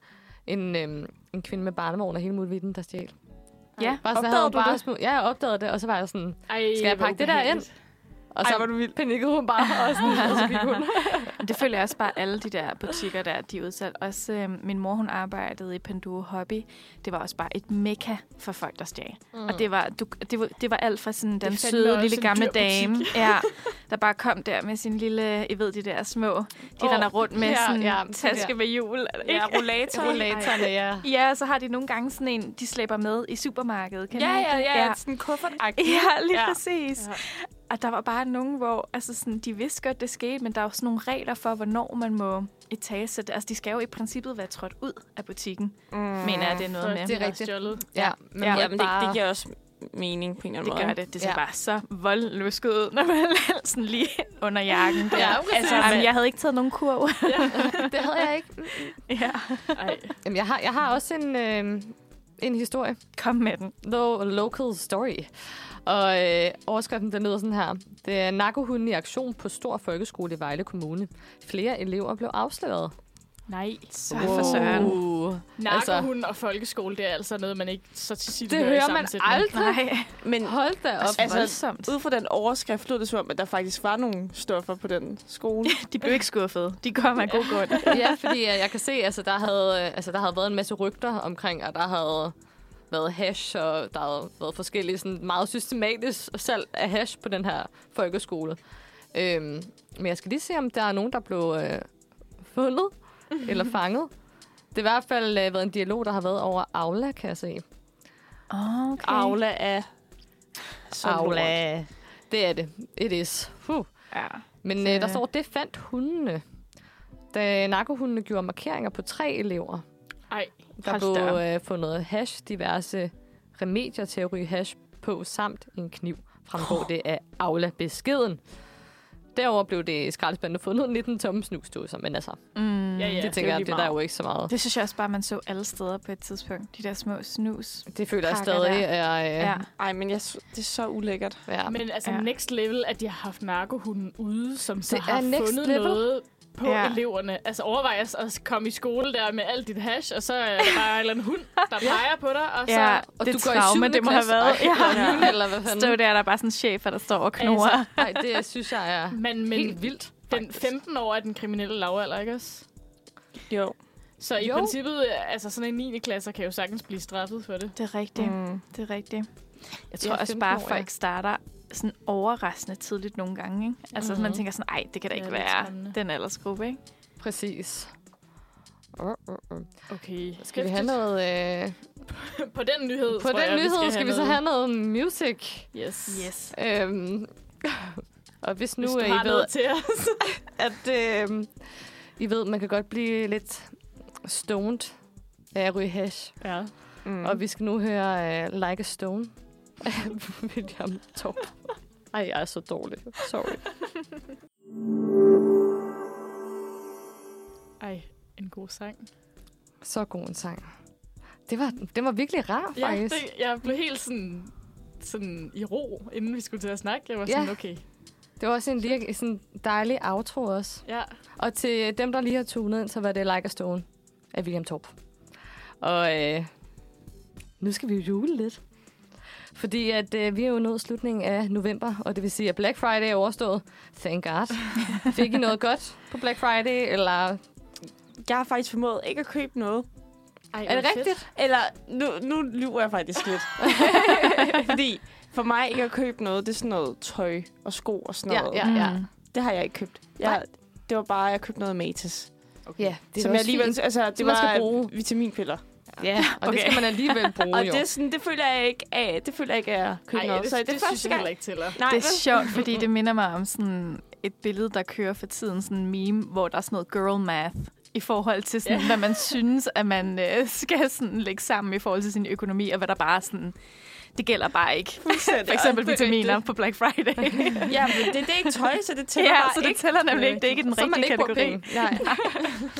S2: en, øhm, en kvinde med barnevogn og hele muligheden, der stjæl.
S3: Ja.
S2: Bare sådan,
S5: Opdagede
S2: havde hun
S5: du
S2: bare
S5: det?
S2: Små, ja, jeg opdagede det, og så var jeg sådan,
S4: Ej,
S2: skal jeg
S4: hvor
S2: pakke det der ind?
S4: ubehageligt.
S2: Og
S5: Ej,
S2: så
S5: hvor er du vild.
S2: panikkede hun bare, og, sådan, og så gik hun.
S3: Men det føler jeg også bare, alle de der butikker der, de er udsat. Også øh, min mor, hun arbejdede i Panduro Hobby. Det var også bare et mekka for folk, der stjal. Mm. Og det var, du, det, var, det var alt fra sådan den
S4: fandme
S3: søde
S4: også
S3: lille
S4: en
S3: gamle
S4: dyr butik.
S3: dame, ja, der bare kom der med sin lille, I ved, de der små, de
S4: Åh,
S3: oh, render rundt med
S2: ja,
S3: ja, sådan
S2: ja,
S3: ja,
S2: det
S3: taske
S2: der.
S3: med hjul. eller-
S5: Ja,
S3: ikke?
S5: rollator.
S2: Rollatorerne, ja.
S3: Ja, og så har de nogle gange sådan en, de slæber med i supermarkedet. Kan
S5: Ja,
S3: I ikke
S5: ja,
S3: det?
S5: ja, ja. Sådan en kuffert
S3: Ja, lige
S5: Ja.
S3: ja. præcis.
S4: Ja.
S3: Ja. Og der var bare nogen, hvor altså sådan, de vidste godt, det skete, men der er jo sådan nogle regler for, hvornår man må et talsæt. Altså, de skal jo i princippet være trådt ud af butikken, mm. mener jeg, det er noget med.
S4: Så
S2: Det
S3: Det,
S2: er
S4: er
S2: rigtigt.
S4: Stjålet.
S2: Ja, men
S3: Ja,
S2: ja,
S5: Jamen, det,
S2: bare,
S5: det giver også mening på en eller anden
S3: det
S5: måde.
S3: gør det. Det ser
S2: Ja.
S3: ja. bare så voldlusket ud, når man lader sådan lige under jakken. Der.
S2: Ja,
S3: altså,
S2: præcis.
S3: jamen, jeg havde ikke taget nogen kurv.
S2: det havde jeg ikke.
S3: ja.
S4: Ej,
S2: Jamen, jeg har, jeg har også en, øh, en historie.
S3: Kom med den.
S2: Lo- local story. Og øh, overskriften, den lyder sådan her. Det er narkohunden i aktion på Stor Folkeskole i Vejle Kommune. Flere elever blev afsløret.
S4: nej.
S3: Så for søren.
S2: Uh,
S4: Narkohunden og folkeskole, det er altså noget, man ikke så tit
S2: det
S4: hører i
S2: hører man
S4: sammensætning.
S2: aldrig.
S3: Nej,
S5: Men
S2: Hold da op.
S5: Altså,
S3: altså, voldsomt.
S5: ud fra den overskrift lød det som om, at der faktisk var nogle stoffer på den skole.
S3: De blev ikke skuffet. De kom af god grund.
S2: ja, fordi øh, jeg kan se, altså der havde, øh, altså, der havde været en masse rygter omkring, og der havde været hash, og der havde været forskellige sådan meget systematisk salg af hash på den her folkeskole. Øhm, men jeg skal lige se, om der er nogen, der blev øh, fundet eller fanget. Det har i hvert fald øh, været en dialog, der har været over Aula, kan jeg se.
S3: Okay.
S5: Aula af... som lort.
S2: Det er det. It is. Huh.
S3: Ja.
S2: Men
S3: Så-
S2: øh, der står, det fandt hundene, da narkohundene gjorde markeringer på tre elever.
S4: Ej,
S2: Der
S3: Hold
S2: blev
S3: da op.
S2: øh, fundet hash, diverse remedier til at ryge hash på, samt en kniv. Fremgår det af Aula beskeden. Derover blev det i skraldespanden fundet 19 tomme snusdåser, men altså, ja,
S3: Mm.
S4: ja, ja.
S2: det tænker
S4: er jo
S2: jeg, det
S4: lige
S2: der er
S4: meget.
S2: jo ikke så meget.
S3: Det synes jeg også bare, man så alle steder på et tidspunkt. De der små snus.
S2: Det, det føler jeg
S3: Pakker
S2: stadig
S3: der.
S2: er... Øh,
S3: Ja.
S2: ja.
S5: Ej, men jeg, sy- det er så ulækkert.
S2: Ja.
S4: Men altså
S3: Ja.
S4: ja. next level, at de har haft narkohunden ude, som så
S2: Det er
S4: har
S2: next
S4: fundet
S2: level.
S4: noget på
S3: Ja.
S4: ja. eleverne. Altså overvej at- at komme i skole der med alt dit hash, og så er der bare en eller anden hund, der peger på dig, og så...
S3: Ja,
S2: og
S3: det
S2: du går i
S3: traume,
S2: syvende
S3: det må have
S2: klasse.
S3: været.
S2: Ej,
S3: Ja.
S2: eller niende, eller hvad
S3: Stå
S2: fanden.
S3: der, der er bare sådan en chef, der står og knurrer. Altså.
S2: Nej, det synes jeg er
S4: Men, men
S2: helt vildt.
S4: den
S2: faktisk.
S4: 15 år er den kriminelle lavalder, ikke også?
S5: Jo.
S4: Så i
S2: Jo.
S4: princippet, altså sådan en 9. klasser kan jo sagtens blive straffet for det.
S3: Det er rigtigt. Mm. Det er rigtigt. Jeg tror
S2: Ja,
S3: ja, også
S2: 15
S3: bare,
S2: år,
S3: at
S2: ja.
S3: folk starter sådan overraskende tidligt nogle gange. Ikke? Altså, mm-hmm. man tænker sådan, ej, det kan da
S4: Ja,
S3: ikke
S4: det er
S3: være
S4: skræmmende.
S3: den aldersgruppe, ikke?
S2: Præcis. Uh, uh, uh.
S4: Okay.
S2: Skal vi have noget... Øh,
S4: På den nyhed,
S2: på
S4: tror
S2: den
S4: jeg,
S2: nyhed skal,
S4: vi
S2: vi så have noget music.
S4: Yes. yes.
S2: Øhm, og hvis nu hvis
S4: Hvis du
S2: I
S4: har
S2: ved,
S4: noget til os.
S2: at øhm, I ved, man kan godt blive lidt stoned af at ryge hash.
S4: ja.
S5: Mm.
S2: Mm. Og vi skal nu høre uh, Like a Stone af William Torp. Ej, jeg er så dårlig. Sorry.
S4: Ej, en god sang.
S2: Så god en sang. Det var, den var virkelig rar,
S4: Ja,
S2: faktisk.
S4: det, jeg blev helt sådan, sådan i ro, inden vi skulle til at snakke. Jeg var
S2: Ja.
S4: ja. sådan, okay.
S2: Det, det var også en virkelig sådan dejlig outro også.
S4: Ja.
S2: Og til dem, der lige har tunet ind, så var det Like a Stone af William Torp. Og øh, nu skal vi jo jule lidt. Fordi at, øh, vi er jo nået slutningen af november, og det vil sige, at Black Friday er overstået. Thank God. Fik I noget godt på Black Friday? Eller
S5: Jeg har faktisk formået ikke at købe noget.
S4: Ej,
S2: er det rigtigt?
S5: Eller, nu, nu lyver jeg faktisk lidt. Fordi for mig ikke at købe noget, det er sådan noget tøj og sko og sådan noget.
S2: Ja, ja.
S3: Mm.
S5: Det har jeg ikke købt.
S2: Nej.
S5: Jeg, det var bare, at jeg købte noget Matas.
S2: Ja,
S5: som jeg alligevel, altså, det
S2: man skal
S5: var øh,
S2: bruge.
S5: vitaminpiller.
S2: Ja, og okay. det
S3: okay.
S2: skal man alligevel bruge
S3: Og
S2: Oh, jo.
S3: det, er sådan, det føler jeg ikke af. Det føler jeg ikke af
S4: Ej,
S3: køkkenet.
S4: det,
S3: så
S4: det,
S3: det, er
S4: det synes
S3: første
S4: jeg
S3: gang.
S4: heller ikke tæller.
S5: Nej,
S3: Det er sjovt, fordi det minder mig om sådan et billede, der kører for tiden, sådan en meme, hvor der er sådan noget girl math i forhold til, sådan, hvad man synes, at man øh, skal sådan lægge sammen i forhold til sin økonomi, og hvad der bare er sådan, det gælder bare ikke. For eksempel
S4: Det er
S3: vitaminer
S4: rigtigt.
S3: på Black Friday.
S5: ja, men det, det er ikke tøj, så det tæller
S3: ja,
S5: bare
S3: så det
S5: ikke.
S3: tæller nemlig ikke. Det er ikke den
S2: så er man
S3: rigtige
S2: ikke brugt
S3: kategori.
S2: penge. Nej.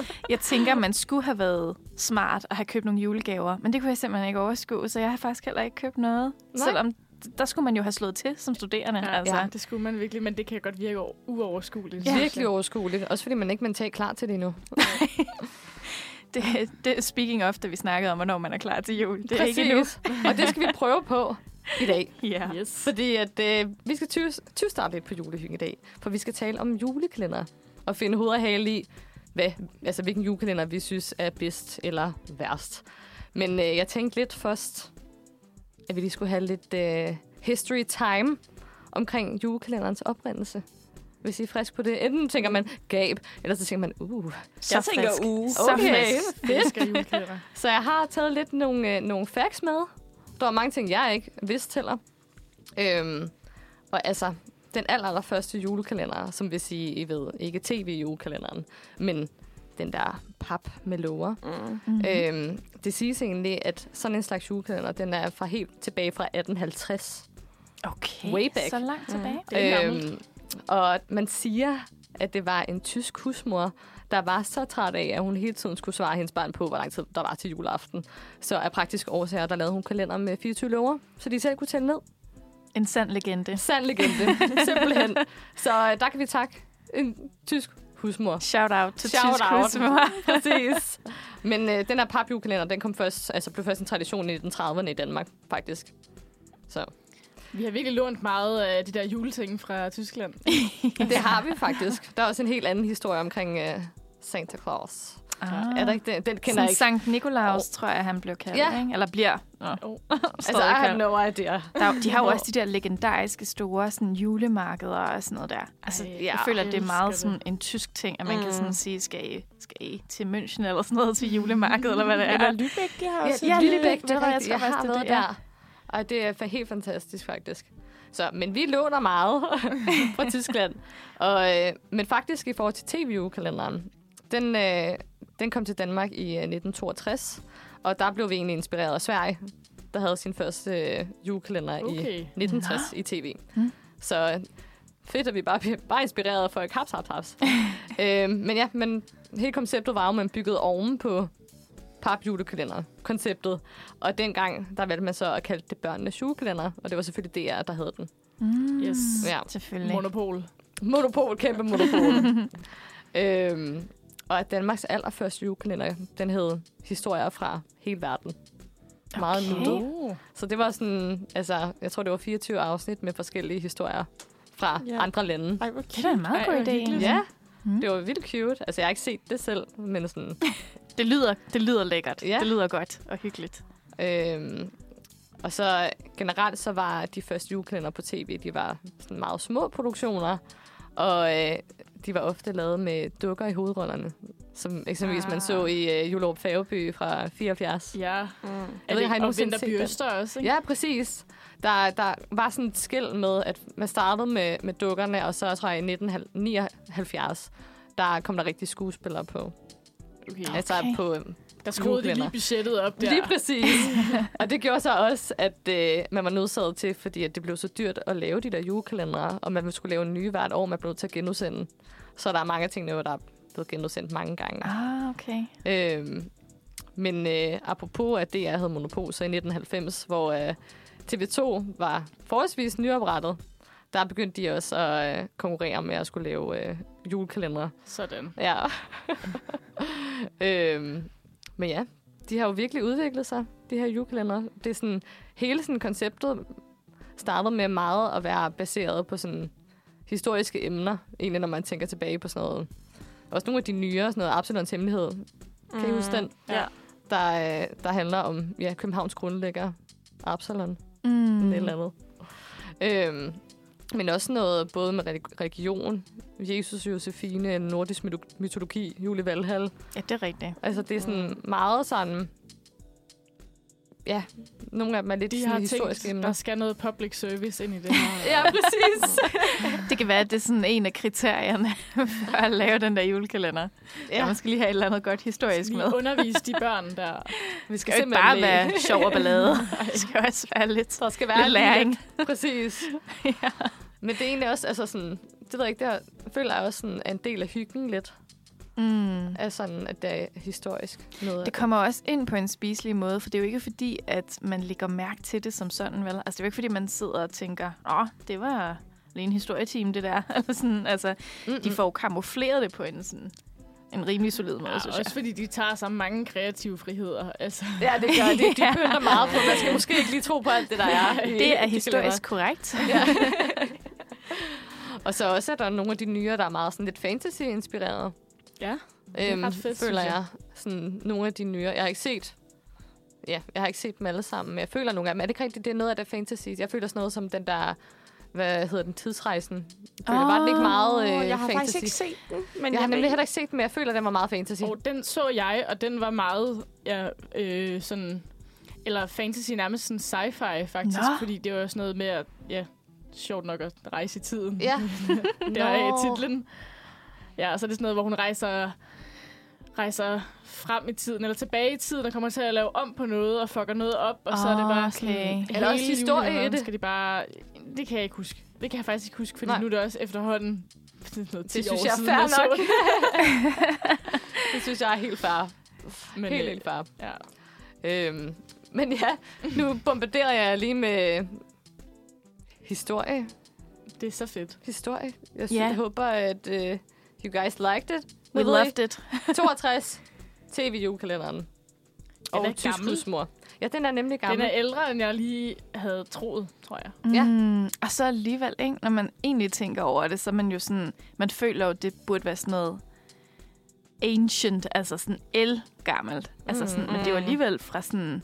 S3: Jeg tænker, man skulle have været smart og have købt nogle julegaver, men det kunne jeg simpelthen ikke overskue, så jeg har faktisk heller ikke købt noget.
S2: Nej.
S3: Selvom der skulle man jo have slået til som studerende.
S4: Ja,
S3: altså.
S4: Det skulle man virkelig, men det kan godt virke over- uoverskueligt.
S2: Ja. Virkelig overskueligt. Også fordi man ikke er mentalt klar til det endnu.
S3: Det, det, speaking of, da vi snakkede om, hvornår man er klar til jul. Det er ikke endnu.
S2: Præcis. og det skal vi prøve på i dag.
S3: Ja.
S4: Yes.
S2: Fordi at, øh, vi skal tyv- tyvstarte lidt på julehygge i dag. For vi skal tale om julekalender. Og finde hoved og hale i, hvad, altså, hvilken julekalender vi synes er bedst eller værst. Men øh, jeg tænkte lidt først, at vi lige skulle have lidt øh, history time omkring julekalenderens oprindelse. Hvis I er frisk på det. Enten tænker man gab, eller så tænker man, uh,
S5: Jeg tænker "Uh,
S3: frisk.
S5: uge.
S3: Så
S2: okay,
S3: frisk.
S4: Jeg
S2: fedt.
S4: elsker julekalender.
S2: Så jeg har taget lidt nogle, øh, nogle facts med. Der var mange ting, jeg ikke vidste heller. Øhm, og altså, den aller, aller første julekalender, som hvis I, I ved, ikke tv-julekalenderen, men den der pap med lover.
S5: Mm.
S3: Mm. Øh,
S2: Mm-hmm. Øhm, det siges egentlig, at sådan en slags julekalender, den er fra helt tilbage fra 1850.
S3: okay,
S2: way back.
S3: så langt tilbage.
S4: Det er gammelt.
S2: Øhm, og man siger, at det var en tysk husmor, der var så træt af, at hun hele tiden skulle svare hendes barn på, hvor lang tid der var til juleaften. Så af praktiske årsager, der lavede hun kalender med 24 lover, så de selv kunne tælle ned.
S3: Øhm. En sand legende.
S2: Sand legende, simpelthen. Så øh, der kan vi takke en tysk husmor.
S3: Shout out til
S2: Shout
S3: Tysk
S2: out.
S3: Husmor.
S2: Præcis. Men øh, den her papjulekalender, den kom først, altså blev først en tradition i 1930'erne i Danmark, faktisk. Så
S4: Vi har virkelig lånt meget af de der juleting fra Tyskland.
S2: det har vi faktisk. Der er også en helt anden historie omkring øh, Santa Claus.
S3: Ah.
S2: Er der ikke den? Den kender
S3: Sådan
S2: jeg ikke.
S3: Sankt Nikolaus, tror jeg, han blev kaldt.
S2: Ja.
S3: Ikke? Eller bliver. Nå.
S4: Oh.
S3: Stadig kaldt.
S2: no idea.
S3: Der, er jo- de har jo også de der legendariske store sådan, julemarkeder og sådan noget der. Altså,
S4: Ej,
S3: Ej,
S4: jeg
S3: jeg føler, at det er
S4: elsker
S3: meget
S4: det.
S3: sådan, en tysk ting, at man mm.
S5: Mm.
S3: kan sådan sige, skal I, skal I til München eller sådan noget til julemarkedet, eller hvad det
S5: Eller
S3: er.
S5: Lübeck, de har
S2: Ja,
S5: også.
S2: ja Lillebæk, det
S3: ved
S2: er
S3: jeg, jeg
S2: rigtigt.
S3: tror
S2: Jeg har
S3: faktisk, det er
S2: været
S3: det, ja.
S2: der. Og det er fa- helt fantastisk, faktisk. Så, men vi låner meget fra Tyskland. Og, øh, men faktisk i forhold til tv-kalenderen, den, øh, den kom til Danmark i øh, 1962. Og der blev vi egentlig inspireret af Sverige, der havde sin første øh, julekalender i
S4: Okay.
S2: 1960 i tv.
S3: Mm.
S2: Så øh, fedt, at vi bare bliver bare inspireret af folk. Haps, haps, haps. øhm, men ja, men hele konceptet var jo, at man byggede oven på papjulekalender, konceptet. Og dengang, der valgte man så at kalde det børnenes julekalender, og det var selvfølgelig DR, der hed den.
S3: Mm.
S4: Yes.
S2: Ja.
S3: Selvfølgelig.
S4: Monopol.
S2: Monopol, kæmpe monopol. øhm, og at Danmarks allerførste julekalender, den hed Historier fra hele verden. Meget
S3: Okay.
S2: nuttet. Så det var sådan, altså, jeg tror, det var 24 afsnit med forskellige historier fra
S5: Ja.
S2: ja. andre lande.
S5: Ej, hvor
S3: Det er da en meget
S4: Ej,
S3: god
S4: hvor
S3: idé.
S4: hyggeligt.
S3: egentlig.
S2: Ja,
S3: Mm.
S2: det var vildt cute. Altså, jeg har ikke set det selv, men sådan...
S3: Det lyder, det lyder lækkert.
S2: Ja.
S3: Det lyder godt og hyggeligt.
S2: Øhm, og så generelt så var de første julekalender på tv, de var sådan meget små produktioner, og øh, de var ofte lavet med dukker i hovedrollerne, som eksempelvis ah. man så i øh, Julerup Fageby fra 74. Ja.
S4: Ja.
S5: Mm.
S4: Er
S2: ved
S4: det,
S2: ikke, har I
S4: og
S2: nogensinde set den?
S4: vinterbjørster også, ikke?
S2: Ja, præcis. Der, der var sådan et skæld med, at man startede med, med dukkerne, og så tror jeg i 1979, der kom der rigtig skuespillere på. Okay.
S4: Okay.
S2: Altså
S3: Okay.
S2: på øhm,
S4: Der skruede de lige
S2: julekalender.
S4: budgettet op der.
S2: Lige præcis. og det gjorde så også, at øh, man var nødsaget til, fordi at det blev så dyrt at lave de der julekalendere, og man skulle lave en ny hvert år, man blev nødt til at genudsende. Så der er mange ting, der er blevet genudsendt mange gange.
S3: Ah, okay.
S2: Øhm, men øh, apropos, at DR havde monopol, så i 1990, hvor øh, TV2 var forholdsvis nyoprettet, der begyndte de også at øh, konkurrere med at skulle lave øh, julekalendere.
S4: Sådan.
S2: Ja. øhm, men ja, de har jo virkelig udviklet sig, de her julekalender. Det er sådan, hele sådan konceptet startede med meget at være baseret på sådan historiske emner, egentlig når man tænker tilbage på sådan noget. Også nogle af de nyere, sådan noget Absalons Hemmelighed. Kan I huske den?
S5: Mm. Ja.
S2: Der, øh, der handler om ja, Københavns grundlægger, Absalon mm.
S3: Mm.
S2: eller andet. Øhm, men også noget både med relig- religion, Jesus, Josefine, nordisk myto- mytologi, Julie Valhall.
S3: Ja, det er rigtigt.
S2: Altså det er sådan meget sådan ja, nogle af dem er lidt
S4: De
S2: sådan
S4: har
S2: historiske
S4: tænkt, der
S2: emner.
S4: skal noget public service ind i det her.
S3: Ja, præcis. det kan være, at det er sådan en af kriterierne for at lave den der julekalender. Ja. Man skal lige have et eller andet godt historisk med.
S4: Lige undervise de børn der.
S2: Vi
S3: Det skal jo ikke bare være sjov og ballade. Det skal også være lidt,
S2: Der skal være
S3: lidt læring.
S2: Præcis. ja. Men det er egentlig også, altså sådan, det ved jeg ikke, det er, føler jeg også sådan, er en del af hyggen lidt,
S3: Mm.
S2: af sådan, at det er historisk noget.
S3: Det kommer også ind på en spiselig måde, for det er jo ikke fordi, at man lægger mærke til det som sådan, vel? Altså, det er jo ikke fordi, man sidder og tænker, åh, det var lige en historietime, det der. Eller sådan, altså,
S2: Mm-mm.
S3: de får jo kamufleret det på en, sådan, en rimelig solid måde, ja, synes
S4: Ja,
S3: jeg.
S4: også fordi de tager så mange kreative friheder. Altså,
S2: Ja, det gør det. De pynter meget på. Man skal måske ikke lige tro på alt det, der er. i
S3: Det er
S2: de
S3: historisk korrekt.
S2: kalendere. Og så også er der nogle af de nyere, der er meget sådan lidt fantasy-inspireret.
S4: ja.
S2: Det
S4: er ret fedt,
S2: føler
S4: synes jeg.
S2: jeg. Sådan nogle af de nyere. Jeg har ikke set Ja, jeg har ikke set dem alle sammen, men jeg føler nogle af dem. Er det ikke rigtigt, det er noget af det fantasy? Jeg føler sådan noget som den der, hvad hedder den, tidsrejsen. Jeg føler, var den ikke meget øh,
S5: jeg har
S2: fantasy?
S5: faktisk ikke set den, men
S2: Jeg har
S5: jeg,
S2: nemlig heller ikke set den, men jeg føler, den var meget fantasy.
S4: Og den så jeg, og den var meget ja, øh, sådan... Eller fantasy nærmest sådan sci-fi, faktisk.
S3: Nå.
S4: Nå. Fordi det var jo sådan noget med at... Ja, sjovt nok at rejse i tiden.
S2: Ja.
S4: Der er titlen. Ja, og så er det sådan noget, hvor hun rejser rejser frem i tiden, eller tilbage i tiden, og kommer til at lave om på noget, og fucker noget op, og så er det bare sådan...
S3: Okay.
S2: Er der også
S4: hele
S2: historie i
S4: julekalenderen
S2: det?
S4: Skal de bare... Det kan jeg ikke huske. Det kan jeg faktisk ikke huske, fordi
S2: Nej.
S4: Nej. nu er det også efterhånden... Det, er noget 10
S2: Det synes
S4: år
S2: jeg er
S4: siden,
S2: fair
S4: så
S2: nok.
S4: det.
S2: det synes jeg er helt fair.
S4: Men,
S2: helt,
S4: øh,
S2: helt fair.
S4: Ja.
S2: Øhm, men ja, nu bombarderer jeg lige med historie.
S4: Det er så fedt.
S2: Historie. Jeg, synes,
S3: Ja.
S2: jeg håber, at uh, you guys liked it.
S3: We
S2: Ved I?
S3: loved it.
S2: 62. TV-julekalenderen.
S4: er
S2: Og
S4: gammel.
S2: Tyskhudsmor. Ja, den er nemlig
S4: Den
S2: gammel.
S4: er ældre, end jeg lige havde troet, tror jeg.
S2: Ja.
S3: Mm, og så alligevel, ikke? når man egentlig tænker over det, så er man jo sådan, man føler jo, det burde være sådan noget ancient, altså sådan el-gammelt. Altså sådan, Men det er jo alligevel fra sådan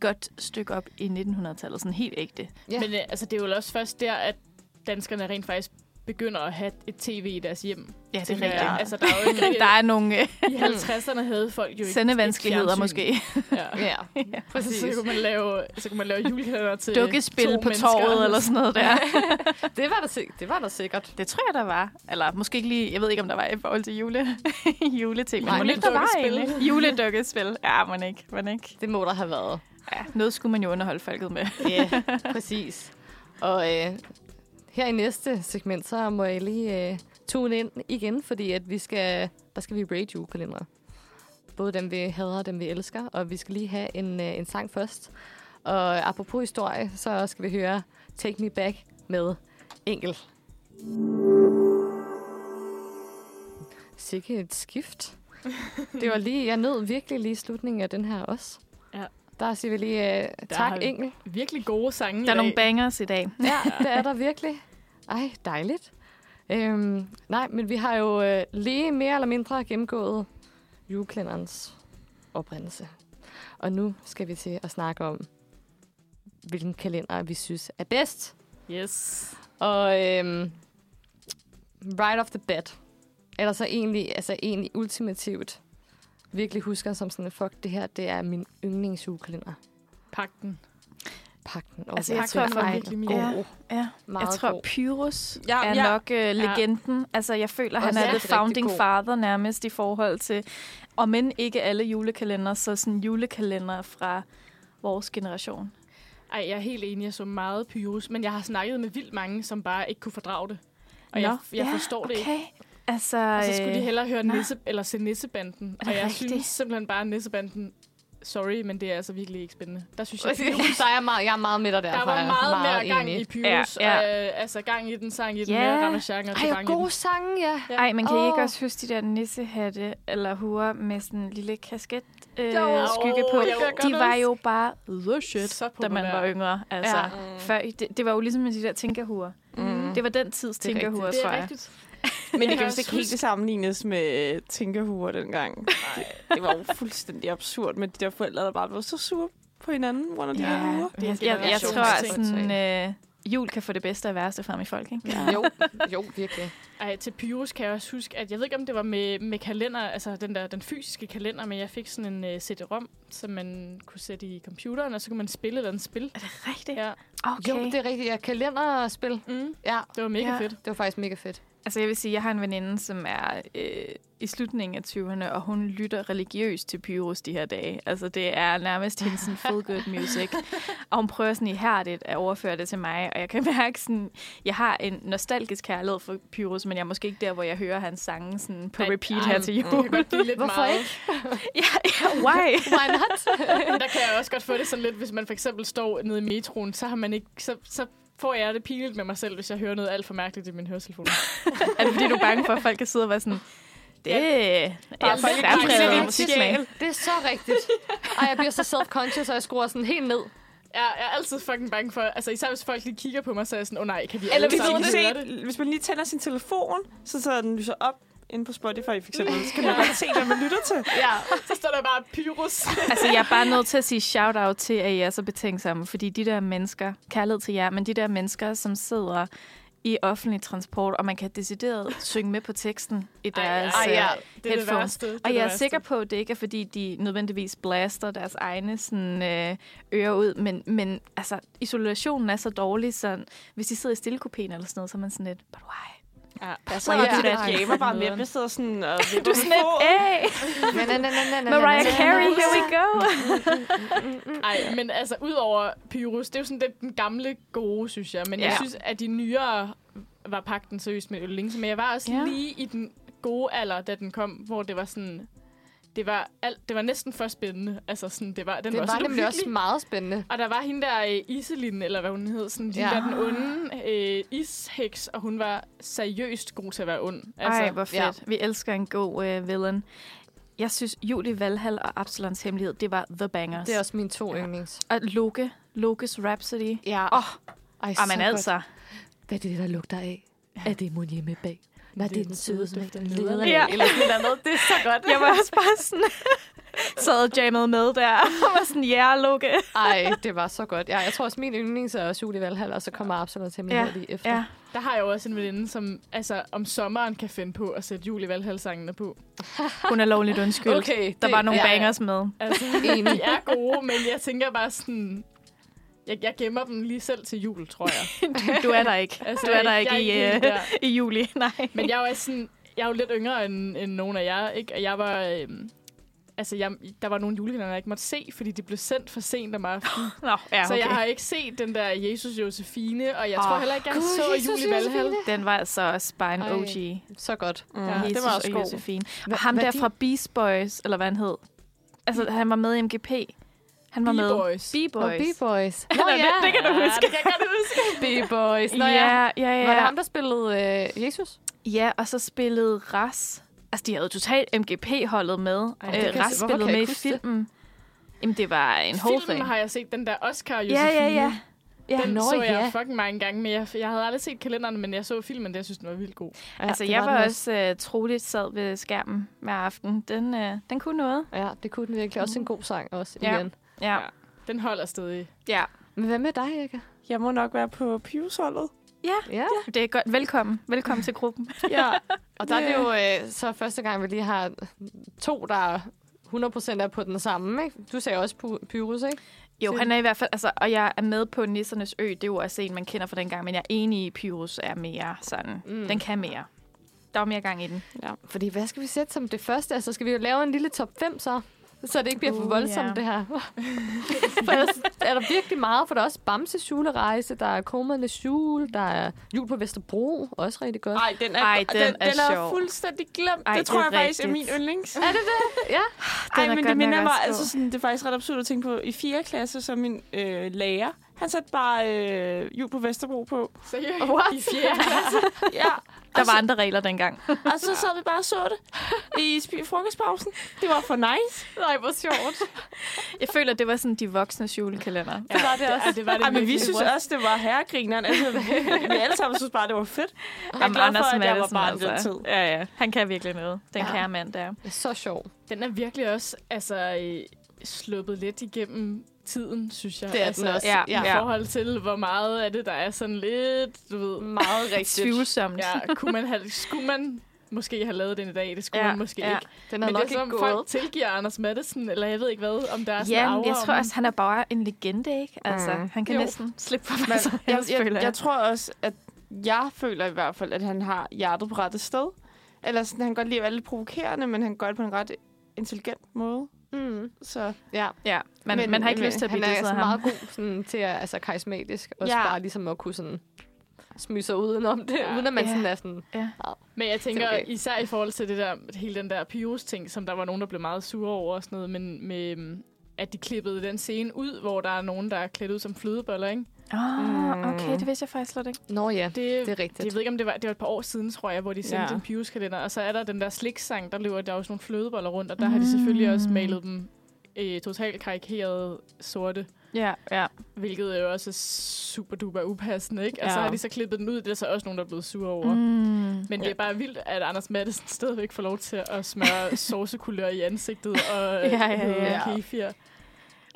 S3: godt stykke op i 1900-tallet, sådan helt ægte.
S2: Ja.
S4: Ja. Men øh, altså, det er jo også først der, at danskerne rent faktisk begynder at have et tv i deres hjem.
S3: Ja, det er
S4: tænker jeg.
S3: rigtigt. Ja, altså,
S4: Altså, der er jo ikke...
S3: der er nogle øh,
S4: I 50'erne havde folk jo ikke
S3: sendevanskeligheder
S4: et
S3: måske.
S4: fjernsyn. Ja.
S2: Ja, præcis.
S4: Så kunne man lave, så kunne man lave julekalender til
S3: Dukkespil
S4: to
S3: på
S4: mennesker.
S3: torvet eller sådan noget der.
S2: Det var der, sik- det var der sikkert.
S3: Det tror jeg, der var. Eller måske ikke lige, jeg ved ikke, om der var i forhold til jule, juleting. Men
S2: Nej,
S3: må ikke, der var
S4: juledukkespil.
S3: egentlig. Juledukkespil. Ja, må ikke, må ikke.
S2: Det må der have været.
S3: Ja, noget skulle man jo underholde folket med.
S2: Ja, præcis. Og øh, her i næste segment, så må jeg lige øh, tune ind igen, fordi at vi skal, der skal vi rate julekalendere. Både dem, vi hader og dem, vi elsker. Og vi skal lige have en, øh, en sang først. Og apropos historie, så skal vi høre Take Me Back med Engel. Sikke et skift. Det var lige, jeg nød virkelig lige slutningen af den her også.
S4: Ja.
S2: Der siger vi lige øh, tak,
S4: har vi-
S2: Engel.
S4: Virkelig gode sange i
S3: Der er
S4: dag.
S3: nogle bangers i dag.
S2: Ja, det er der virkelig. Ej, dejligt. Øhm, nej, men vi har jo øh, lige mere eller mindre gennemgået julekalenderens oprindelse. Og nu skal vi til at snakke om, hvilken kalender vi synes er bedst.
S4: Yes.
S2: Og øhm, right off the bat, eller så egentlig, altså egentlig ultimativt, virkelig husker som sådan, fuck, det her, det er min yndlingsjulekalender.
S4: Pakten.
S2: Pakten.
S3: Altså, jeg tror, den var
S4: virkelig min.
S2: god.
S3: Ja.
S2: Meget
S3: Jeg tror,
S2: god.
S3: Pyrus
S5: Ja,
S3: ja, er
S5: ja.
S3: ja. nok øh, legenden. Ja. Altså, jeg føler, han
S2: Også
S3: er the
S2: rigtig, rigtig
S3: founding
S2: god.
S3: father nærmest i forhold til... Og men ikke alle julekalender, så sådan julekalender fra vores generation.
S4: Ej, jeg er helt enig, jeg så meget Pyrus, men jeg har snakket med vildt mange, som bare ikke kunne fordrage det. Og jeg,
S3: Nå,
S4: jeg
S3: ja,
S4: forstår det ikke.
S3: okay. Altså,
S4: Og så skulle de hellere høre
S3: nå.
S4: nisse, eller se Nissebanden.
S3: det
S4: Og jeg
S3: rigtigt?
S4: synes simpelthen bare, at Nissebanden... Sorry, men det er altså virkelig ikke spændende. Der synes jeg,
S2: Så er jeg, meget, jeg er meget med dig der.
S4: Der var meget mere gang i Pyrus.
S3: Ja,
S4: Ja, ja. Øh, altså gang i den, sang i den,
S3: Ja.
S4: yeah. mere Ramachan og
S2: Ej,
S4: Tobang
S2: og
S4: i
S2: gode
S4: den.
S2: sange, ja.
S4: Ja.
S3: Ej, men kan I ikke
S2: Åh.
S3: også huske de der nissehatte eller huer med sådan en lille kasket øh,
S4: Jo.
S3: skygge på?
S4: Jo, det kan jeg
S3: de
S4: godt
S3: var
S4: huske.
S3: jo bare the shit,
S4: Så
S3: da man
S4: populære.
S3: var yngre. Altså,
S2: Ja.
S3: ja. før, i- det, det var jo ligesom med de der tænkerhuer. Mm. Det var den tids
S2: er
S3: tænkerhuer,
S4: Det
S3: tror
S4: er
S3: jeg.
S4: rigtigt.
S5: men det
S4: Jeg
S5: kan
S4: kan
S5: vist ikke
S4: også
S5: helt
S4: huske-
S5: sammenlignes med øh, tænkehuer dengang. Nej, det var jo fuldstændig absurd med de der forældre, der bare blev så sure på hinanden under de
S3: Ja,
S5: her uger.
S4: er
S3: jeg,
S4: en
S3: jeg, jeg
S4: generationsting.
S3: tror sådan, øh, jul kan få det bedste og værste frem i folk, ikke?
S2: Ja. Jo, jo, virkelig.
S4: Ej, til Pyrus kan jeg også huske, at jeg ved ikke, om det var med, med kalender, altså den, der, den fysiske kalender, men jeg fik sådan en uh, CD-ROM, som man kunne sætte i computeren, og så kunne man spille et eller andet spil.
S3: Er det rigtigt?
S4: Ja.
S3: Okay.
S2: Jo, det er rigtigt. Ja, kalenderspil.
S4: Mm.
S2: Ja,
S4: Det var mega
S3: Ja.
S4: ja. fedt.
S2: det var faktisk mega fedt.
S3: Altså jeg vil sige, jeg har en veninde, som er øh, i slutningen af 20'erne, og hun lytter religiøst til Pyrus de her dage. Altså det er nærmest hendes sådan feel good music. og hun prøver sådan ihærdigt at overføre det til mig, og jeg kan mærke sådan, jeg har en nostalgisk kærlighed for Pyrus, men jeg er måske ikke der, hvor jeg hører hans sange sådan på
S4: Ej,
S3: repeat
S4: ej,
S3: her til
S4: Det kan
S3: jul.
S4: godt blive lidt
S2: Hvorfor
S4: meget.
S2: ikke?
S3: ja, ja, why?
S2: Why not?
S4: Men der kan jeg også godt få det sådan lidt, hvis man for eksempel står nede i metroen, så har man ikke... Så, så får jeg det pilet med mig selv, hvis jeg hører noget alt for mærkeligt i min høretelefon.
S3: er det fordi, du er bange for, at folk kan sidde og være sådan, det er
S4: Bare folk ikke kigger
S3: særpræget
S4: ind i
S3: over
S4: din
S3: musiksmag."
S2: Det er så rigtigt. Ej, jeg bliver så self-conscious, og jeg skruer sådan helt ned.
S4: Jeg, jeg er altid fucking bange for... Altså især hvis folk lige kigger på mig, så er jeg sådan, åh oh, nej, kan vi
S5: Eller
S4: alle
S5: hvis,
S4: sammen
S5: man
S4: høre det?
S5: se, hvis man lige tænder sin telefon, så så den lyser op inde på Spotify for eksempel. Så kan man godt se, hvad man lytter til.
S4: Ja, så står der bare Pyrus.
S3: Altså, jeg er bare nødt til at sige shout-out til, at I er så betænksomme, fordi de der mennesker, kærlighed til jer, men de der mennesker, som sidder i offentlig transport, og man kan decideret synge med på teksten i deres... øh,
S4: det er det
S3: headphones.
S4: værste. Det er
S3: Og
S4: det
S3: jeg er
S4: værste.
S3: sikker på, at det ikke er, fordi de nødvendigvis blaster deres egne sådan, øh, ører ud, men, men altså, isolationen er så dårlig, så hvis de sidder i stillekupéen eller sådan noget, så er man sådan lidt, but why?
S5: Ja.
S3: Der
S5: Så er
S2: Ja.
S5: de der
S2: Ej,
S5: jammer bare med. Jeg sidder sådan og vipper
S3: Du er
S5: med
S3: sådan lidt, hey,
S5: foden.
S2: Men, na, na, na, na, na,
S3: Mariah
S2: na, na, na.
S3: Carey, here we go.
S4: Ej, men altså, udover Pyrus, det er jo sådan lidt den gamle gode, synes jeg. Men ja.
S3: Ja.
S4: jeg synes, at de nyere var pakten seriøst med Øl Linse. Men jeg var også
S3: Ja.
S4: ja. lige i den gode alder, da den kom, hvor det var sådan... Det var, alt, det var næsten for spændende. Altså, sådan, det var, den
S2: Det
S4: var,
S2: var
S4: sådan
S2: nemlig også
S4: uhyggelig.
S2: meget spændende.
S4: Og der var hende der øh, Iselin, eller hvad hun hed, sådan, ja.
S2: Ja.
S4: der den onde øh, isheks, og hun var seriøst god til at være ond.
S3: Altså, Ej, hvor fedt.
S2: ja.
S3: Ja. Vi elsker en god øh, villain. Jeg synes, Julie Valhall og Absalons Hemmelighed, det var The Bangers.
S2: Det er også mine to yndlings.
S3: Og Loke, Lokes Rhapsody.
S2: Ja.
S3: Åh,
S2: Ej,
S3: Og man altså.
S2: Hvad er det, der lugter af? Er det mon hjemme bag? Nej, det er den søde, som den leder af.
S3: Ja.
S2: Eller sådan noget. Det er så godt.
S3: Jeg var også bare sådan... sad og jammede med der. Og var sådan, ja, yeah, Loke.
S2: Ej, det var så godt. Ja, jeg tror også, min yndlings er Julie Valhall, og så kommer Absalon til mig ja. lige efter.
S3: ja.
S4: Der har jeg jo også en veninde, som altså, om sommeren kan finde på at sætte jul i valghalsangene på.
S3: Hun er lovligt undskyld.
S2: Okay,
S3: der
S2: det-
S3: var nogle
S2: ja, ja.
S3: bangers med.
S4: Altså,
S2: Enig.
S4: de er gode, men jeg tænker bare sådan... Jeg, jeg gemmer dem lige selv til jul, tror jeg.
S3: Du er der ikke.
S4: Altså,
S3: Du er der
S4: jeg-
S3: ikke
S4: jeg er
S3: i,
S4: ikke helt
S3: øh, i juli. Nej.
S4: Men jeg er jo også sådan... Jeg er jo lidt yngre end, end nogen af jer, ikke? Og jeg var... Øhm, altså, jeg, der var nogle julekalender, jeg ikke måtte se, fordi de blev sendt for sent om aftenen.
S3: Nå, ja,
S4: Så jeg
S3: Ah, okay. Ah.
S4: har ikke set den der Jesus Josefine, og jeg
S3: Åh,
S4: tror heller ikke, jeg
S2: Gud,
S4: så
S2: Jesus
S4: Jul i Valhall.
S3: Den var altså også bare en
S2: Ej.
S3: OG.
S2: Så godt.
S5: Mm.
S4: Ja.
S5: Det
S3: Jesus
S5: var også
S3: og
S5: god.
S3: Josefine.
S2: Hva-
S3: Og ham
S2: hvad
S3: der
S2: din-
S3: fra Beast Boys, eller hvad han hed. Altså, han var med i MGP. Han var med.
S4: B-Boys.
S2: Nå,
S3: B-Boys.
S2: B-Boys. Nå, ja.
S3: det kan du huske.
S4: Jeg kan det huske.
S2: B-Boys. Nå, ja.
S3: Ja, ja,
S2: Var det
S3: ja.
S2: ham, der spillede øh, Jesus?
S3: Ja, og så spillede Ras. Altså, de havde jo totalt MGP-holdet med.
S2: Ej, det kan jeg
S3: Øh,
S2: se-
S3: Ras
S2: hvorfor kan
S3: spillede
S2: jeg
S3: med i
S2: ikke huske det?
S3: filmen. Jamen, det var en whole
S4: Filmen
S3: thing.
S4: har jeg set, den der Oscar Josefine.
S3: Ja, ja, ja. ja.
S4: Den
S2: Nå,
S4: så jeg
S2: ja.
S4: fucking mange gange, men jeg, jeg havde aldrig set kalenderen, men jeg så filmen, det jeg synes, den var vildt god.
S2: Ja,
S3: Altså,
S2: det
S3: jeg
S2: den
S3: var også uh, troligt sad ved skærmen hver aften. Den, uh, den kunne noget.
S2: Ja, det kunne den virkelig. Også en god sang også
S3: Ja.
S2: igen.
S3: Ja.
S4: Ja. Den holder stadig.
S3: ja.
S2: Men hvad med dig, Erika?
S5: Jeg må nok være på pivsholdet.
S2: Ja.
S3: Det er godt. Velkommen. Velkommen til gruppen.
S5: Ja.
S2: Og der er det jo øh, så første gang, vi lige har to, der 100% er på den samme, ikke? Du sagde også Pu- Pyrus, ikke?
S3: Jo, han er i hvert fald, altså, og jeg er med på Nissernes Ø. Det er jo også en, man kender fra dengang, men jeg er enig i, Pyrus er mere sådan. Mm. Den kan mere. Der var mere gang i den.
S2: Fordi hvad skal vi sætte som det første? Altså, skal vi jo lave en lille top 5 så? Så det ikke bliver for
S3: Uh,
S2: voldsomt,
S3: ja.
S2: det her. for ellers er der virkelig meget, for der er også Bamses julerejse, der er Komernes jul, der er jul på Vesterbro, også rigtig godt.
S5: Ej, den er,
S3: Ej,
S5: den,
S3: den
S5: den,
S3: er
S5: den er
S3: sjov.
S5: fuldstændig glemt.
S3: Ej,
S5: Ej,
S3: det
S5: det tror
S3: er
S5: jeg faktisk er min
S3: rigtigt.
S5: yndlings.
S2: Er det det? Ja.
S3: Den er
S5: Ej, men
S3: godt
S5: det
S3: nok
S5: minder mig,
S3: også god.
S5: altså sådan, det er faktisk ret absurd at tænke på. I 4. klasse, så min øh, lærer, han satte bare øh, jul på Vesterbro på.
S4: Seriøst?
S2: What?
S4: I fjerde klasse?
S5: Ja,
S3: Der var andre regler dengang.
S5: og så sad vi bare og så det i spi- frokostpausen. Det var for nice.
S2: Nej, hvor sjovt.
S3: Jeg føler, det var sådan de voksnes julekalender.
S5: Det var det også.
S4: Ja, det var det
S5: Ej, men vi
S4: virkelig.
S5: synes også, det var herregrineren. Altså, vi- vi alle sammen synes bare, det var fedt. Jeg er
S3: Jamen,
S5: glad
S3: Anders
S5: for, at jeg var
S3: Matthesen,
S5: barn den
S3: altså.
S5: tid.
S3: Ja, ja. Han kan virkelig noget, den
S2: Ja.
S3: kære mand der.
S2: Så sjovt.
S4: Den er virkelig også altså, øh, sluppet lidt igennem tiden, synes jeg.
S2: Det er den også.
S4: Ja,
S3: Ja,
S4: ja. I
S3: ja.
S4: forhold til, hvor meget af det, der er sådan lidt, du ved.
S2: Meget rigtigt.
S3: Tvivlsomt.
S4: Ja, kunne man have, skulle man måske have lavet den i dag? Det skulle ja, man måske ja. ikke.
S2: Den er
S4: Men
S2: nok
S4: det er som,
S2: ikke
S4: om, folk tilgiver Anders Madsen, eller jeg ved ikke hvad, om der er sådan en
S3: Ja,
S4: aura
S3: men jeg
S4: om
S3: tror
S4: ham.
S3: også, han er bare en legende, ikke? Altså,
S5: Mm.
S3: mm. han kan
S4: Jo.
S3: jo. næsten slippe for
S5: Men
S3: mig, som
S5: Altså, jeg,
S3: helst,
S5: jeg,
S3: føler
S5: jeg,
S3: jeg.
S5: jeg tror også, at jeg føler i hvert fald, at han har hjertet på rette sted. Eller sådan, han kan godt lide at være lidt provokerende, men han kan gøre det på en ret intelligent måde.
S2: Mm.
S5: Så
S2: Ja.
S3: Ja, man,
S5: Men-
S3: men, man har ikke
S5: men
S3: lyst til at
S2: Han
S3: blive
S2: er
S3: disset af
S2: altså
S3: ham.
S2: meget god sådan, til at altså, karismatisk, og ja.
S5: Ja.
S2: bare ligesom at kunne sådan, smyge sig udenom det,
S4: Ja.
S2: ja. uden at man
S3: Ja.
S2: sådan er sådan...
S4: Men jeg tænker
S2: okay.
S4: okay. især i forhold til det der, hele den der Pyrus-ting, som der var nogen, der blev meget sure over og sådan noget, men med, øhm, at de klippede den scene ud, hvor der er nogen, der er klædt ud som flødeboller, ikke?
S3: Åh,
S5: Mm.
S3: Ah, okay, det vidste jeg faktisk slet ikke.
S2: Nå ja, det,
S4: Det,
S2: det
S4: det
S2: er rigtigt.
S4: jeg ved ikke, om det var, det var et par år siden, tror jeg, hvor de sendte
S5: Ja.
S4: ja. en Pyrus-kalender, og så er der den der sliksang, der løber der er jo sådan nogle flødeboller rundt, og der mm. har de selvfølgelig også malet dem øh, totalt karikerede sorte,
S3: Ja, ja.
S4: hvilket jo også er super duper upassende, ikke? Og så
S5: Ja.
S4: har de så klippet den ud, det er så også nogen, der er blevet sure over.
S3: Mm.
S4: Men det er bare vildt, at Anders Madsen stadigvæk får lov til at smøre sovsekulør i ansigtet og øh,
S3: Ja, ja,
S4: hedder
S3: ja.
S4: kefir.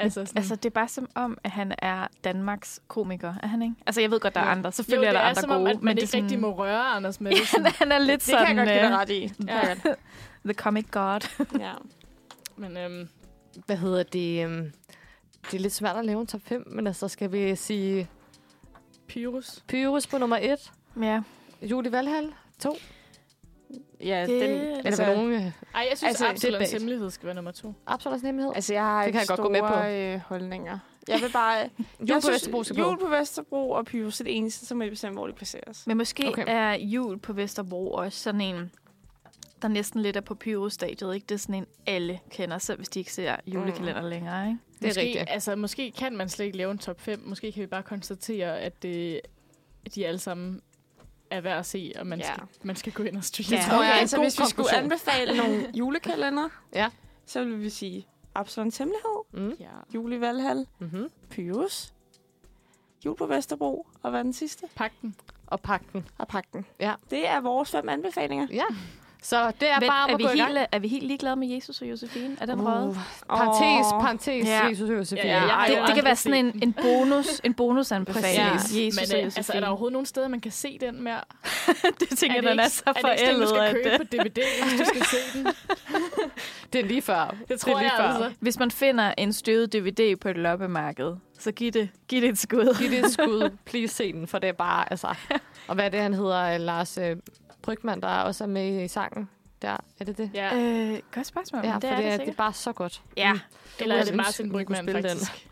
S4: Altså, sådan,
S3: Altså, det er bare som om, at han er Danmarks komiker, er han ikke? Altså, jeg ved godt, der er
S4: Jo.
S3: andre.
S4: jo,
S3: Selvfølgelig
S4: det
S3: er der
S4: er
S3: andre
S4: som
S3: gode.
S4: om, at man
S3: det er
S4: ikke sådan... rigtig må røre Anders
S3: Ja,
S4: Madsen.
S3: han- han er lidt
S5: det kan
S3: sådan
S5: jeg godt give dig
S3: øh,
S5: ret i.
S4: ja,
S3: the comic god.
S5: Ja.
S4: men øhm,
S2: Hvad hedder det? øhm, Det er lidt svært at lave en top 5, men altså skal vi sige
S4: Pyrus.
S2: Pyrus på nummer 1,
S3: Ja.
S2: Julie Valhall 2.
S5: Ja,
S3: Det-
S5: den,
S3: Eller
S2: Eller
S5: altså,
S2: hvad nogen øh,
S4: Ej, jeg synes,
S5: Altså,
S4: altså,
S5: det er
S4: Absalons
S2: bag-
S4: hemmelighed skal være nummer to.
S2: Absalons Nemhed?
S5: altså, jeg har
S2: Det
S5: ikke
S2: kan jeg godt gå med på.
S5: store øh, holdninger. Jeg vil bare...
S2: Jul
S5: jeg
S2: på Vesterbro skal på.
S5: Jul på Vesterbro og Pyrus er det eneste, som må bestemme, hvor de placeres.
S3: Men måske
S2: Okay.
S3: okay. er jul på Vesterbro også sådan en, der næsten lidt er på pyrostadiet, ikke? Det er sådan en, alle kender, selv hvis de ikke ser julekalender mm. længere, ikke?
S2: Det er
S4: måske,
S2: rigtigt.
S4: Altså, måske kan man slet ikke lave en top 5. Måske kan vi bare konstatere, at det, at de alle sammen er værd at se, og man,
S5: Ja.
S4: ja. skal, man skal gå ind og streame.
S3: Ja.
S4: Ja.
S3: tror
S5: Okay,
S2: jeg er en
S5: altså,
S2: god
S5: hvis vi skulle
S2: konklusion.
S5: anbefale nogle julekalender,
S2: Ja.
S5: så ville vi sige Absalons Hemmelighed,
S2: Mm.
S4: ja.
S5: Jul i Valhall,
S2: Mm-hmm.
S5: Pyrus, Jul på Vesterbro, og hvad er den sidste?
S4: Pakten.
S2: Og pakken.
S5: Og Pakten.
S2: Ja.
S5: Det er vores fem anbefalinger.
S2: Ja. Så det er
S3: Men
S2: bare om
S3: er,
S2: at
S3: vi
S2: gå i gang.
S3: helt, er vi helt ligeglade med Jesus og Josefine? Er den uh, røget?
S2: Parentes,
S5: Åh.
S2: parentes,
S3: Ja.
S2: Jesus og Josefine.
S4: Ja, ja, ja.
S2: Ej,
S4: Ej,
S3: Det,
S4: jo
S3: det kan
S4: aldrig
S3: være sådan en, en bonus, en bonusanbefaling.
S2: Præcis.
S3: Ja. Jesus
S4: Men,
S3: og
S4: øh,
S3: Josefine.
S4: altså, er der overhovedet nogen steder, man kan se den mere?
S3: det tænker,
S4: det
S3: den
S4: ikke,
S3: er så
S4: Er det ikke sådan, du
S3: forældet,
S4: skal købe
S3: at... øh,
S4: på DVD, hvis du skal se den?
S2: Det er lige før.
S4: Det tror
S2: er lige
S4: jeg
S2: før.
S4: altså.
S3: Hvis man finder en støvet DVD på et loppemarked, så giv det, giv det et skud.
S2: Giv det et skud. Please se den, for det er bare, altså... Og hvad er det, han hedder? øh, Lars øh, Brygman, der også er med i sangen. Der, er det det?
S4: Ja.
S3: Øh, godt spørgsmål,
S2: Ja,
S3: men
S2: for
S3: det er det
S2: det er
S3: sikkert.
S2: bare så godt.
S3: Ja.
S4: Eller er det
S2: ønske,
S4: Martin
S2: vi kunne
S4: Brygmann,
S2: spille den.
S4: faktisk?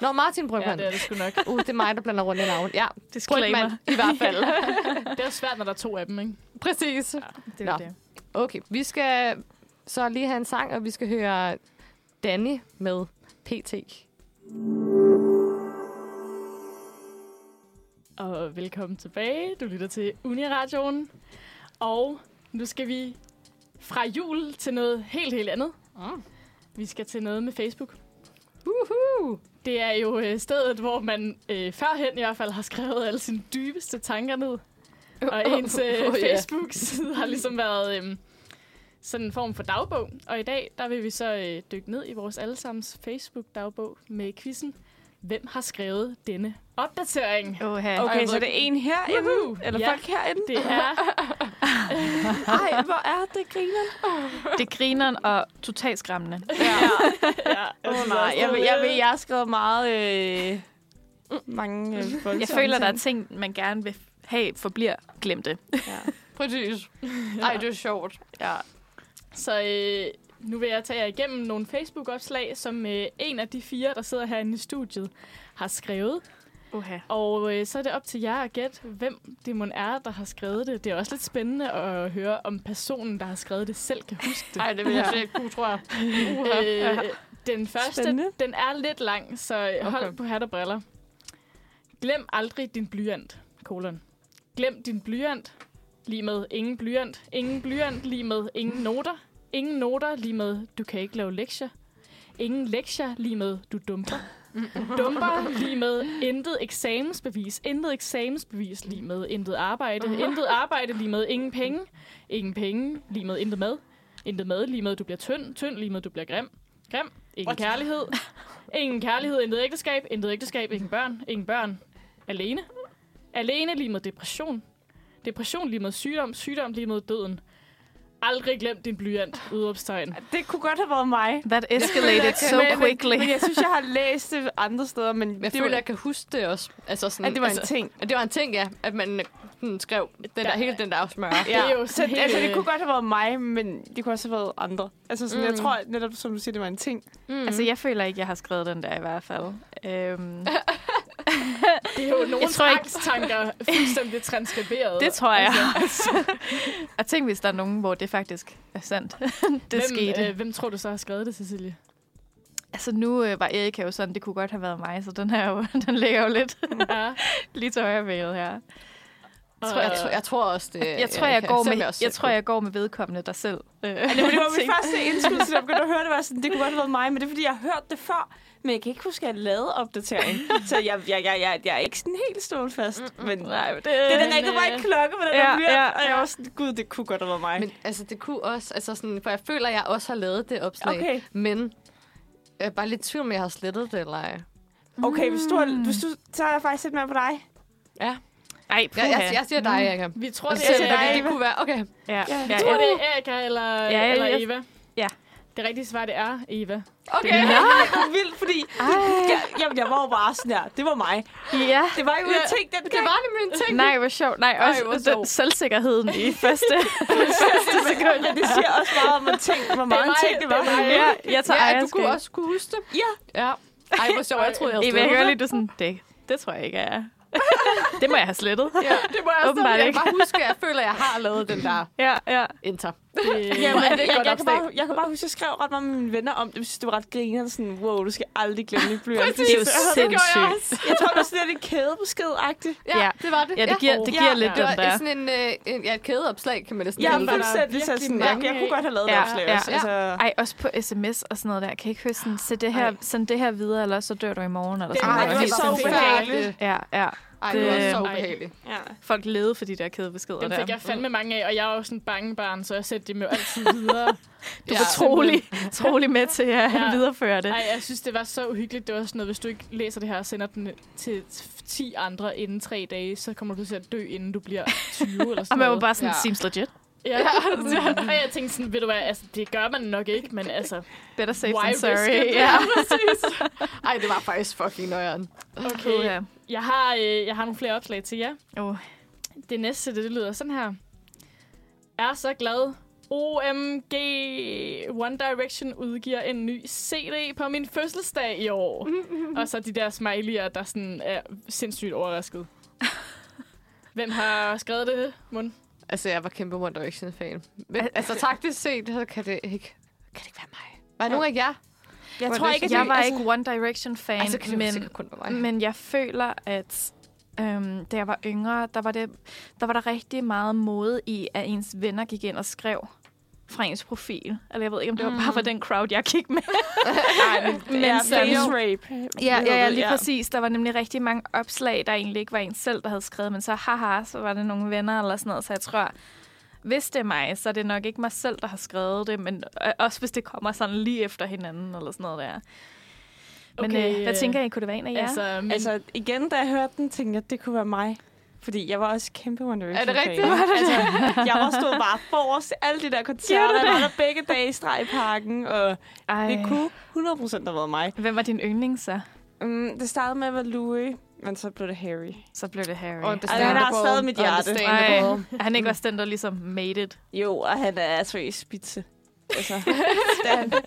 S2: Nå, Martin
S4: Ja,
S2: Brygman.
S4: det er det sgu nok.
S2: Uh, det er mig, der blander rundt i navn. Ja,
S3: Disclaimer.
S2: Brygman i hvert fald.
S4: Det er jo svært, når der er to af dem, ikke?
S2: Præcis.
S3: Det er
S2: Nå.
S3: det.
S2: Okay, vi skal så lige have en sang, og vi skal høre Danny med PT.
S4: Og velkommen tilbage. Du lytter til Uniradioen. Og nu skal vi fra jul til noget helt, helt andet.
S2: Mm.
S4: Vi skal til noget med Facebook.
S2: Uhu!
S4: Det er jo øh, stedet, hvor man øh, førhen i hvert fald har skrevet alle sine dybeste tanker ned. Og ens øh,
S2: Åh, ja.
S4: Facebook-side har ligesom været øh, sådan en form for dagbog. Og i dag, der vil vi så øh, dykke ned i vores allesammens Facebook-dagbog med quizzen. Hvem har skrevet denne opdatering?
S3: Åh, her.
S5: Okay,
S4: jeg
S5: så
S4: ved
S5: det er en herinde,
S4: Woohoo!
S5: eller
S4: Ja.
S5: folk herinde.
S4: Det er
S5: Ej, hvor er det griner.
S3: Det griner og totalt skræmmende.
S4: Ja,
S5: Åh oh, nej, jeg, jeg, jeg, ved, jeg har skrevet meget... Øh, mange øh,
S3: Jeg føler, der er ting, man gerne vil have forbliver glemte.
S5: Ja.
S2: Præcis. Ej, det er sjovt.
S5: ja.
S4: Så øh, nu vil jeg tage jer igennem nogle Facebook-opslag, som øh, en af de fire, der sidder herinde i studiet, har skrevet.
S3: Oha.
S4: Og øh, så er det op til jer at gætte, hvem det mon er, der har skrevet det. Det er også lidt spændende at høre, om personen, der har skrevet det, selv kan huske det.
S2: Ej, det vil jeg slet ikke kunne, tror jeg.
S4: Øh, den første,
S5: Spændende.
S4: den er lidt lang, så okay. hold på hat og briller. Glem aldrig din blyant, kolon. Glem din blyant, lige med ingen blyant. Ingen blyant, lige med ingen noter. Ingen noter, lige med du kan ikke lave lektier. Ingen lektier, lige med du dumper. dumper, lige med intet eksamensbevis. Intet eksamensbevis, lige med intet arbejde. Intet arbejde, lige med ingen penge. Ingen penge, lige med intet mad. Intet mad, lige med du bliver tynd. Tynd, lige med du bliver grim. Grim. Ingen
S5: What?
S4: kærlighed. Ingen kærlighed, intet ægteskab. Intet ægteskab, ingen børn. Ingen børn. Alene. Alene lige med depression. Depression lige med sygdom. Sygdom lige med døden. Aldrig glem din blyant. Udopstegn.
S5: Det kunne godt have været mig.
S3: That escalated so
S5: men,
S3: quickly.
S5: Men, men jeg synes, jeg har læst det andre steder, men
S2: Men jeg
S5: det,
S2: føler,
S5: var,
S2: jeg kan huske det også. Altså sådan,
S5: at det var en
S2: altså,
S5: ting.
S2: At det var en ting, ja. At man øh, sådan, skrev den der, hele den der smør.
S4: Ja. Det er jo
S5: Så,
S4: sådan helt...
S5: altså, det
S4: øh,
S5: kunne godt have været mig, men det kunne også have været andre. Altså, sådan, mm. jeg
S2: Mm.
S5: tror netop, som du siger, det var en ting.
S2: Mm.
S3: Altså, jeg føler ikke, jeg har skrevet den der i hvert fald. Øhm,
S4: Det er jo nogle
S3: tror ikke-
S4: tvangstanker fuldstændig transkriberet.
S3: det tror jeg. Altså. og tænk, hvis der er nogen, hvor det faktisk er sandt. det
S4: hvem,
S3: skete.
S4: Øh, hvem tror du så har skrevet det, Cecilie?
S3: Altså, nu øh, var Erika jo sådan, det kunne godt have været mig, så den her jo, den ligger jo lidt
S4: Ja.
S3: lige til højre benet her.
S4: Og,
S2: tror, jeg, tror- jeg tror også, det
S3: Jeg tror, jeg,
S2: Øh, kan-
S3: går
S2: selvom
S3: med,
S2: også
S3: jeg
S2: selv
S3: tror, jeg går med vedkommende der selv. øh,
S5: Det var, det var mit første indskud, så jeg begyndte at høre det, var sådan, det kunne godt have været mig, men det er, fordi jeg har hørt det før. Men jeg kan ikke huske, at jeg lavede opdatering. så jeg, jeg, jeg, jeg, jeg er ikke sådan helt stålfast. Mm, mm, men nej, det, det, det ringede bare en klokke med den
S3: ja,
S5: ja, der blyant,
S3: ja,
S5: og jeg var sådan, gud, det kunne godt have været mig.
S2: Men altså, det kunne også, altså sådan, for jeg føler, at jeg også har lavet det opslag.
S5: Okay.
S2: Men jeg er bare lidt i tvivl, om jeg har slettet det eller ej.
S5: Okay, hvis du, har, hvis du, så er jeg faktisk lidt mere på dig.
S2: Ja.
S3: Ej,
S2: Jeg, jeg, jeg siger dig, Erika.
S4: Vi tror,
S2: Og
S4: det
S2: så
S4: er
S2: selv,
S5: dig,
S2: det, det
S5: Eva.
S2: kunne være, okay.
S3: Ja, ja,
S4: Jeg tror, det er Erika eller,
S3: Ja,
S4: eller
S3: jeg-
S4: Eva.
S3: ja.
S4: Det rigtige svar, det er Eva.
S2: Okay.
S5: Det er vildt, fordi jeg, jamen, jeg var jo bare sådan her. Det var mig.
S3: ja.
S5: Det var jo en ting, den
S2: Det
S5: gang.
S2: var nemlig en ting.
S3: Nej, hvor sjovt. Nej,
S2: Ej,
S3: også
S2: hvor
S3: Ej, den
S2: sjovt.
S3: selvsikkerheden i første.
S5: Men det siger også meget om, at ting, hvor mange
S4: mig,
S5: ting det var.
S3: ja, jeg tager
S2: ja, at du
S3: ejerskab.
S2: kunne også kunne huske det.
S5: Ja.
S2: ja. Ej, hvor sjovt. Jeg troede, jeg havde
S3: Eva, jeg
S2: slettet
S3: kan godt lide, du er sådan, det, det tror jeg ikke, jeg er. det må jeg have slettet.
S2: Ja, det må jeg
S3: Åbenbart
S2: Åbenbart ikke. Jeg
S3: ikke.
S2: kan bare huske, at jeg føler, at jeg har lavet den der
S3: Ja, ja.
S2: enter.
S5: Ja,
S2: Hvor
S5: men
S2: er det
S5: jeg,
S2: et godt
S5: jeg, jeg, kan
S2: opslag.
S5: bare, jeg kan bare huske, at jeg skrev ret meget med mine venner om det. Jeg synes, det var ret grinerende. Sådan, wow, du skal aldrig glemme din blyant.
S3: Det er jo
S2: jeg
S3: sindssygt.
S5: Jeg tror, det var sådan lidt en kædebesked-agtigt.
S2: Ja,
S3: Ja.
S2: det var det.
S3: Ja, det giver, det giver
S5: Ja.
S3: lidt
S2: det
S3: den
S2: var
S3: der.
S2: sådan en, øh, en, ja, et kædeopslag, kan man næsten
S5: Jeg
S2: kalde
S5: er
S2: det.
S5: fuldstændig så
S4: virkelig
S5: sådan, jeg,
S4: mange
S5: jeg kunne
S4: af.
S5: godt have lavet ja,
S3: Ja,
S5: et opslag.
S3: ja.
S5: Ja, ja. Altså,
S3: Ej, også på sms og sådan noget der. Kan I ikke høre sådan, send det her, send det her videre, eller så dør du i morgen, eller
S4: Det
S3: sådan
S5: Ej,
S3: noget.
S5: det var så ubehageligt.
S3: Ja, ja.
S2: Ej, det var
S3: Det-
S2: så ubehageligt.
S5: ja.
S3: Folk levede for de der kædebeskeder
S4: Dem
S3: der.
S4: fik jeg fandme mange af, og jeg er jo sådan en bangebarn, så jeg sendte dem jo altid videre.
S3: Du var trolig, trolig med til at
S4: Ja.
S3: videreføre det.
S4: Ej, jeg synes, det var så uhyggeligt. Det var sådan noget, hvis du ikke læser det her og sender den til 10 andre inden tre dage, så kommer du til at dø, inden du bliver 20 eller
S3: Og man
S4: sådan
S3: var
S4: noget.
S3: bare sådan,
S2: Ja.
S3: seems legit.
S4: Ja, ja. og jeg tænkte sådan, ved du hvad, altså, det gør man nok ikke, men altså,
S3: Better safe
S4: Why
S3: than
S4: risk
S3: sorry.
S4: it?
S3: Ja.
S2: Ej, det var faktisk fucking nøjeren.
S4: okay. Jeg har, øh, jeg har nogle flere opslag til jer.
S3: Oh.
S4: Det næste, det, det lyder sådan her. Er så glad. OMG One Direction udgiver en ny CD på min fødselsdag i år. Og så de der smiley'er, der sådan er sindssygt overrasket. Hvem har skrevet det, Mund?
S2: Altså, jeg var kæmpe One Direction-fan. Men altså, taktisk set, så kan det ikke, kan det ikke være mig. Var ja. nogen af jer?
S5: Jeg
S2: Hvor
S5: tror
S2: det
S5: ikke, at
S3: Jeg
S5: det-
S3: var
S5: altså-
S3: ikke One Direction-fan,
S2: Altså, kan det men,
S3: men,
S2: sikkert kun være mig.
S3: men jeg føler, at øhm, da jeg var yngre, der var, det, der var der rigtig meget mode i, at ens venner gik ind og skrev fra ens profil. Eller jeg ved ikke, om det var bare for den crowd, jeg gik med.
S5: Ej, men,
S3: Men
S5: ja,
S3: sådan-
S5: face rape.
S3: Ja, ja, ja, lige
S5: Ja.
S3: præcis. Der var nemlig rigtig mange opslag, der egentlig ikke var en selv, der havde skrevet, men så haha, så var det nogle venner eller sådan noget. Så jeg tror, hvis det er mig, så er det nok ikke mig selv, der har skrevet det, men øh, også hvis det kommer sådan lige efter hinanden eller sådan noget der. Men
S4: Okay,
S3: okay, øh, hvad
S4: øh,
S3: tænker I, kunne det være en af jer? Altså,
S4: Altså, men, altså,
S5: Altså, igen, da jeg hørte den, tænkte jeg, det kunne være mig. Fordi jeg var også kæmpe One Direction
S2: Er det rigtigt?
S5: Altså, jeg var stået bare forrest til alle de der koncerter. Jeg var der begge dage i stregparken, og
S3: Ej,
S5: det kunne 100% have været mig.
S3: hvem var din yndling så?
S5: Mm, det startede med at være Louis, men så blev det Harry.
S3: Så blev det Harry.
S2: Og det
S5: Ej, han har
S2: Understandable.
S5: stadig mit hjerte.
S3: Ej,
S2: Understandable.
S3: er han ikke også den, der ligesom made it?
S5: Jo, og han er seriøst spidse. Altså, det er han. Det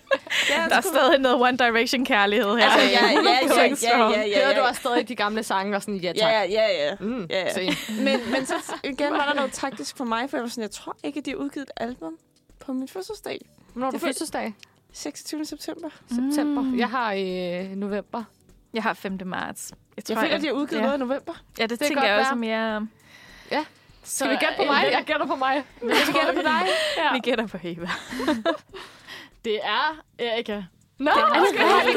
S5: er han
S3: Der er
S5: sgu.
S3: stadig noget One Direction-kærlighed her.
S5: Altså, ja, ja, ja, ja, ja, ja,
S2: Hører du
S5: ja,
S2: også stadig de gamle sange og sådan, ja tak.
S5: ja, ja, ja, ja.
S2: Mm,
S5: Ja, ja.
S2: se.
S5: Men, men så igen var der noget taktisk for mig, for jeg var sådan, jeg tror ikke, at de har udgivet et album på min fødselsdag.
S2: Hvornår er du
S5: Det Mm. er
S2: fødselsdag?
S5: 26. september.
S2: September. Jeg har i øh, november.
S3: Jeg har 5. marts.
S5: Jeg
S3: tror,
S5: føler, at de har udgivet
S3: ja.
S5: noget i november.
S3: Ja, det, det
S2: kan
S3: tænker
S2: godt
S3: jeg også
S2: være.
S3: mere...
S4: så,
S2: Skal vi gætte på mig?
S4: øh,
S2: Jeg gætter på mig.
S4: Jeg gætter på dig.
S3: Ja. Vi gætter på Eva.
S4: Det er Erika.
S2: Nå,
S5: Har de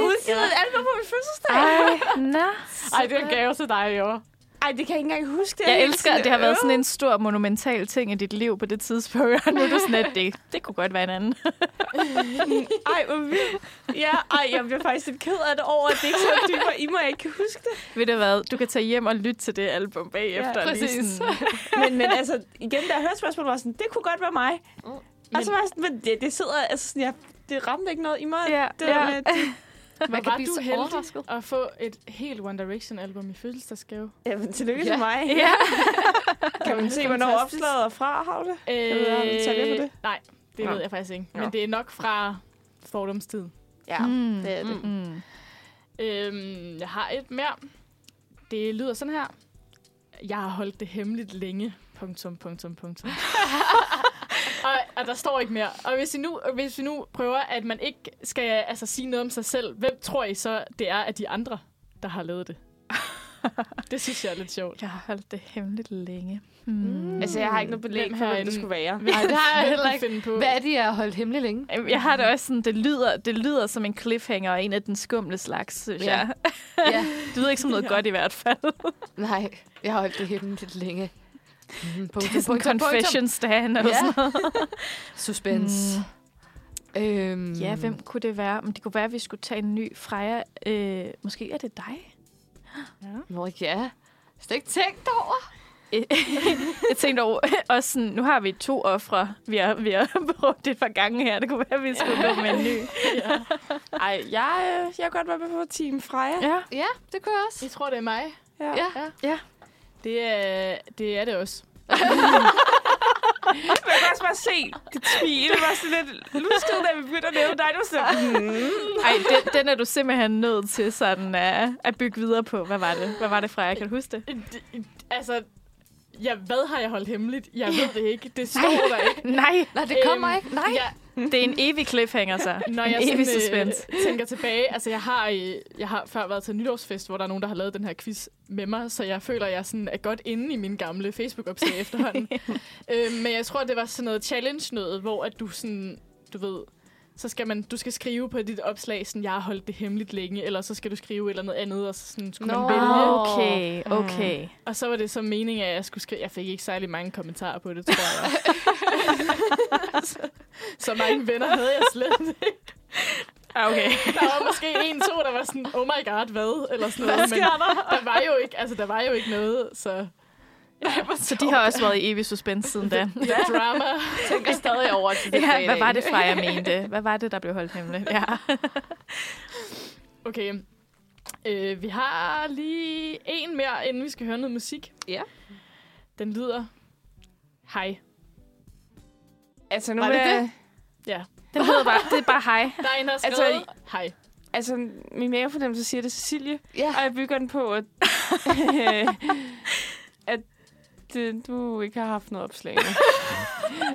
S5: udgivet et album på min fødselsdag?
S3: Ej, nå.
S2: Ej, det er en gave til dig, jo.
S5: Ej, det kan jeg ikke engang huske. Det er
S3: Jeg
S5: helt
S3: elsker, at det har været sådan en stor, monumental ting i dit liv på det tidspunkt, og nu er du sådan, at det, det kunne godt være en anden.
S5: Ej, hvor vildt. Ja, ej, jeg bliver faktisk lidt ked af det over, at det ikke så dybere i mig, jeg ikke kan huske det.
S3: Ved du hvad, du kan tage hjem og lytte til det album bagefter.
S2: Ja,
S3: og lige
S2: præcis.
S3: sådan-
S5: Men, men altså, igen, da jeg hørte spørgsmålet, var jeg sådan, det kunne godt være mig. Mm. Og så var jeg sådan, men det, det sidder, altså sådan, jeg, det ramte ikke noget i mig.
S3: Ja,
S5: det,
S3: ja.
S5: Med, det,
S4: Hvor
S2: Man kan
S4: var
S2: blive
S4: du
S2: så
S4: heldig
S2: overrasket.
S4: at få et helt One Direction-album i fødselsdagsgave?
S5: jamen, tillykke ja.
S2: Ja.
S5: til mig.
S3: Ja.
S5: Kan man se, hvornår opslaget er fra, Havle? ved, om du tager det på
S4: Øh,
S5: det?
S4: Nej, det
S5: Nå.
S4: ved jeg faktisk ikke.
S5: Nå.
S4: Men det er nok fra fordomstid.
S5: Ja,
S3: Mm,
S5: det er det.
S3: mm.
S4: Øhm, jeg har et mere. Det lyder sådan her. Jeg har holdt det hemmeligt længe. Punktum, punktum, punktum. og, og der står ikke mere. Og hvis vi, nu, og hvis vi nu prøver, at man ikke skal altså, sige noget om sig selv, hvem tror I så, det er af de andre, der har lavet det? det synes jeg er lidt sjovt.
S3: Jeg har holdt det hemmeligt længe. Mm.
S5: Altså, jeg har ikke noget belæg
S4: Hvem
S5: for, hvem
S4: herinde?
S5: det skulle være.
S2: Nej, det har jeg heller
S4: Hvem
S2: ikke.
S4: finde på?
S2: Hvad er det, jeg har holdt hemmelig længe?
S3: Øhm, Jeg har det også sådan, det lyder, det lyder som en cliffhanger og en af den skumle slags, synes
S2: Ja.
S3: jeg.
S2: Ja.
S3: Det lyder ikke som noget godt i hvert fald.
S2: Nej, jeg har holdt det hemmeligt længe. Mm, punktum,
S3: Det er sådan en confession stand eller
S2: Ja.
S3: sådan noget.
S2: Suspense. Mm. Øhm,
S3: Ja, hvem kunne det være? Men det kunne være, at vi skulle tage en ny Freja. Øh, måske er det dig?
S2: Nå ja, slet ikke tænkt over.
S3: Jeg tænkte over, også sådan, nu har vi to ofre, vi har, vi har brugt et par gange her. Det kunne være, at vi skulle gå med en ny.
S5: Ej, jeg, øh, jeg kan godt være med på Team Freja.
S3: Ja.
S2: Ja, det kunne jeg også.
S4: I tror, det er mig?
S5: Ja.
S2: Ja.
S4: Det er det, er det også.
S5: Men jeg kan også bare se det tvil. Det var sådan lidt lusket, da vi begyndte at nævne dig. Det var sådan,
S3: Ej, den, den er du simpelthen nødt til sådan, uh, at bygge videre på. Hvad var det? Hvad var det, Freja? Kan du huske det?
S4: Det- Altså, jeg, hvad har jeg holdt hemmeligt? Jeg ved det ikke. Det står der ikke.
S3: Nej,
S2: Nej, det kommer
S4: Øhm,
S2: ikke. Nej.
S4: Jeg,
S3: det er en evig cliffhanger, så.
S4: når
S3: en
S4: jeg
S3: evig
S4: sådan,
S3: suspense.
S4: øh, tænker tilbage, altså jeg har, øh, jeg har før været til nytårsfest, hvor der er nogen, der har lavet den her quiz med mig, så jeg føler, at jeg sådan er godt inde i mine gamle Facebook-opslag efterhånden. øhm, men jeg tror, det var sådan noget challenge-noget, hvor at du sådan, du ved, så skal man, du skal skrive på dit opslag, sådan, jeg har holdt det hemmeligt længe, eller så skal du skrive et eller noget andet, og så sådan, skulle
S2: Nå.
S4: man vælge.
S3: Okay, okay.
S2: Mm.
S4: Og så var det så meningen, at jeg skulle skrive... Jeg fik ikke særlig mange kommentarer på det, tror jeg. Så- så mange venner havde jeg slet ikke.
S3: Ah, Okay.
S4: Der var måske en, to, der var sådan, oh my god, hvad? Eller sådan noget. Men der var jo ikke, altså, der var jo ikke noget, så
S3: Så de har også været i evig suspens siden da.
S4: the drama.
S2: tænker stadig over til
S3: Ja, hvad var det, Freja mente? Hvad var det, der blev holdt hemmeligt? Ja.
S4: Okay. Øh, vi har lige en mere, inden vi skal høre noget musik.
S2: Ja.
S4: Den lyder... Hej.
S5: altså, nu
S2: Var det
S5: vil jeg-
S2: det?
S3: Den hedder bare, det er bare hej.
S4: Der er en, der har
S5: Altså,
S4: skrevet... Hej.
S5: Altså, min mavefornemmelse siger, det er Cecilie.
S2: Ja.
S5: Og jeg bygger den på, at, øh, at det, du ikke har haft noget opslag nu.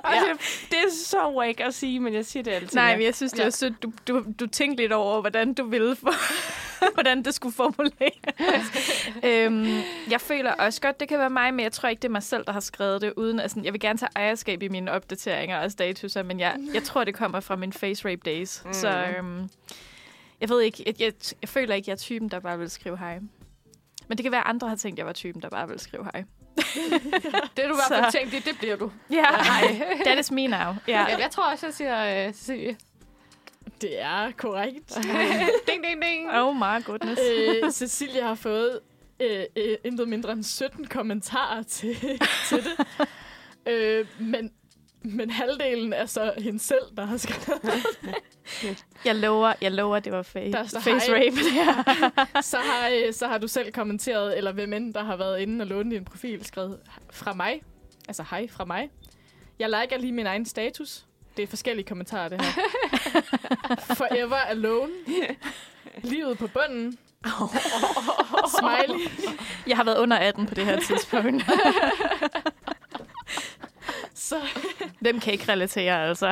S5: altså, det er så wake at sige, men jeg siger det altid.
S3: Nej,
S5: ja.
S3: men jeg synes, det var sødt. Du, du, du tænkte lidt over, hvordan du ville for, hvordan det skulle formuleres. øhm, jeg føler også godt, det kan være mig, men jeg tror ikke, det er mig selv, der har skrevet det. Uden, at sådan, jeg vil gerne tage ejerskab i mine opdateringer og statuser, men jeg, jeg tror, det kommer fra min face rape days. Mm. Så øhm, jeg ved ikke, jeg, jeg, jeg føler ikke, jeg er typen, der bare vil skrive hej. Men det kan være, at andre har tænkt, at jeg var typen, der bare vil skrive hej.
S2: Det du i hvert fald
S3: Så-
S2: tænkte, det bliver du.
S3: Ja, yeah. that is me now. Ja.
S2: Ja, jeg tror også, jeg siger øh, Cecilie.
S4: Det er korrekt.
S2: Ding, ding, ding.
S3: Oh my goodness.
S4: øh, Cecilia har fået øh, øh, intet mindre end 17 kommentarer til, til det. Øh, men, men halvdelen er så hende selv, der har skrevet.
S3: Jeg lover, jeg lover, det var fa-
S4: Der står
S3: face
S4: hej.
S3: rape. Det her.
S4: Så har, øh, så har du selv kommenteret, eller hvem end der har været inde og lånt din profil, skrevet fra mig. Altså hej fra mig. Jeg liker lige min egen status. Det er forskellige kommentarer, det her. Forever alone. Livet på bunden. Smiley.
S3: Jeg har været under 18 på det her tidspunkt.
S4: Så
S3: Dem kan ikke relatere, altså.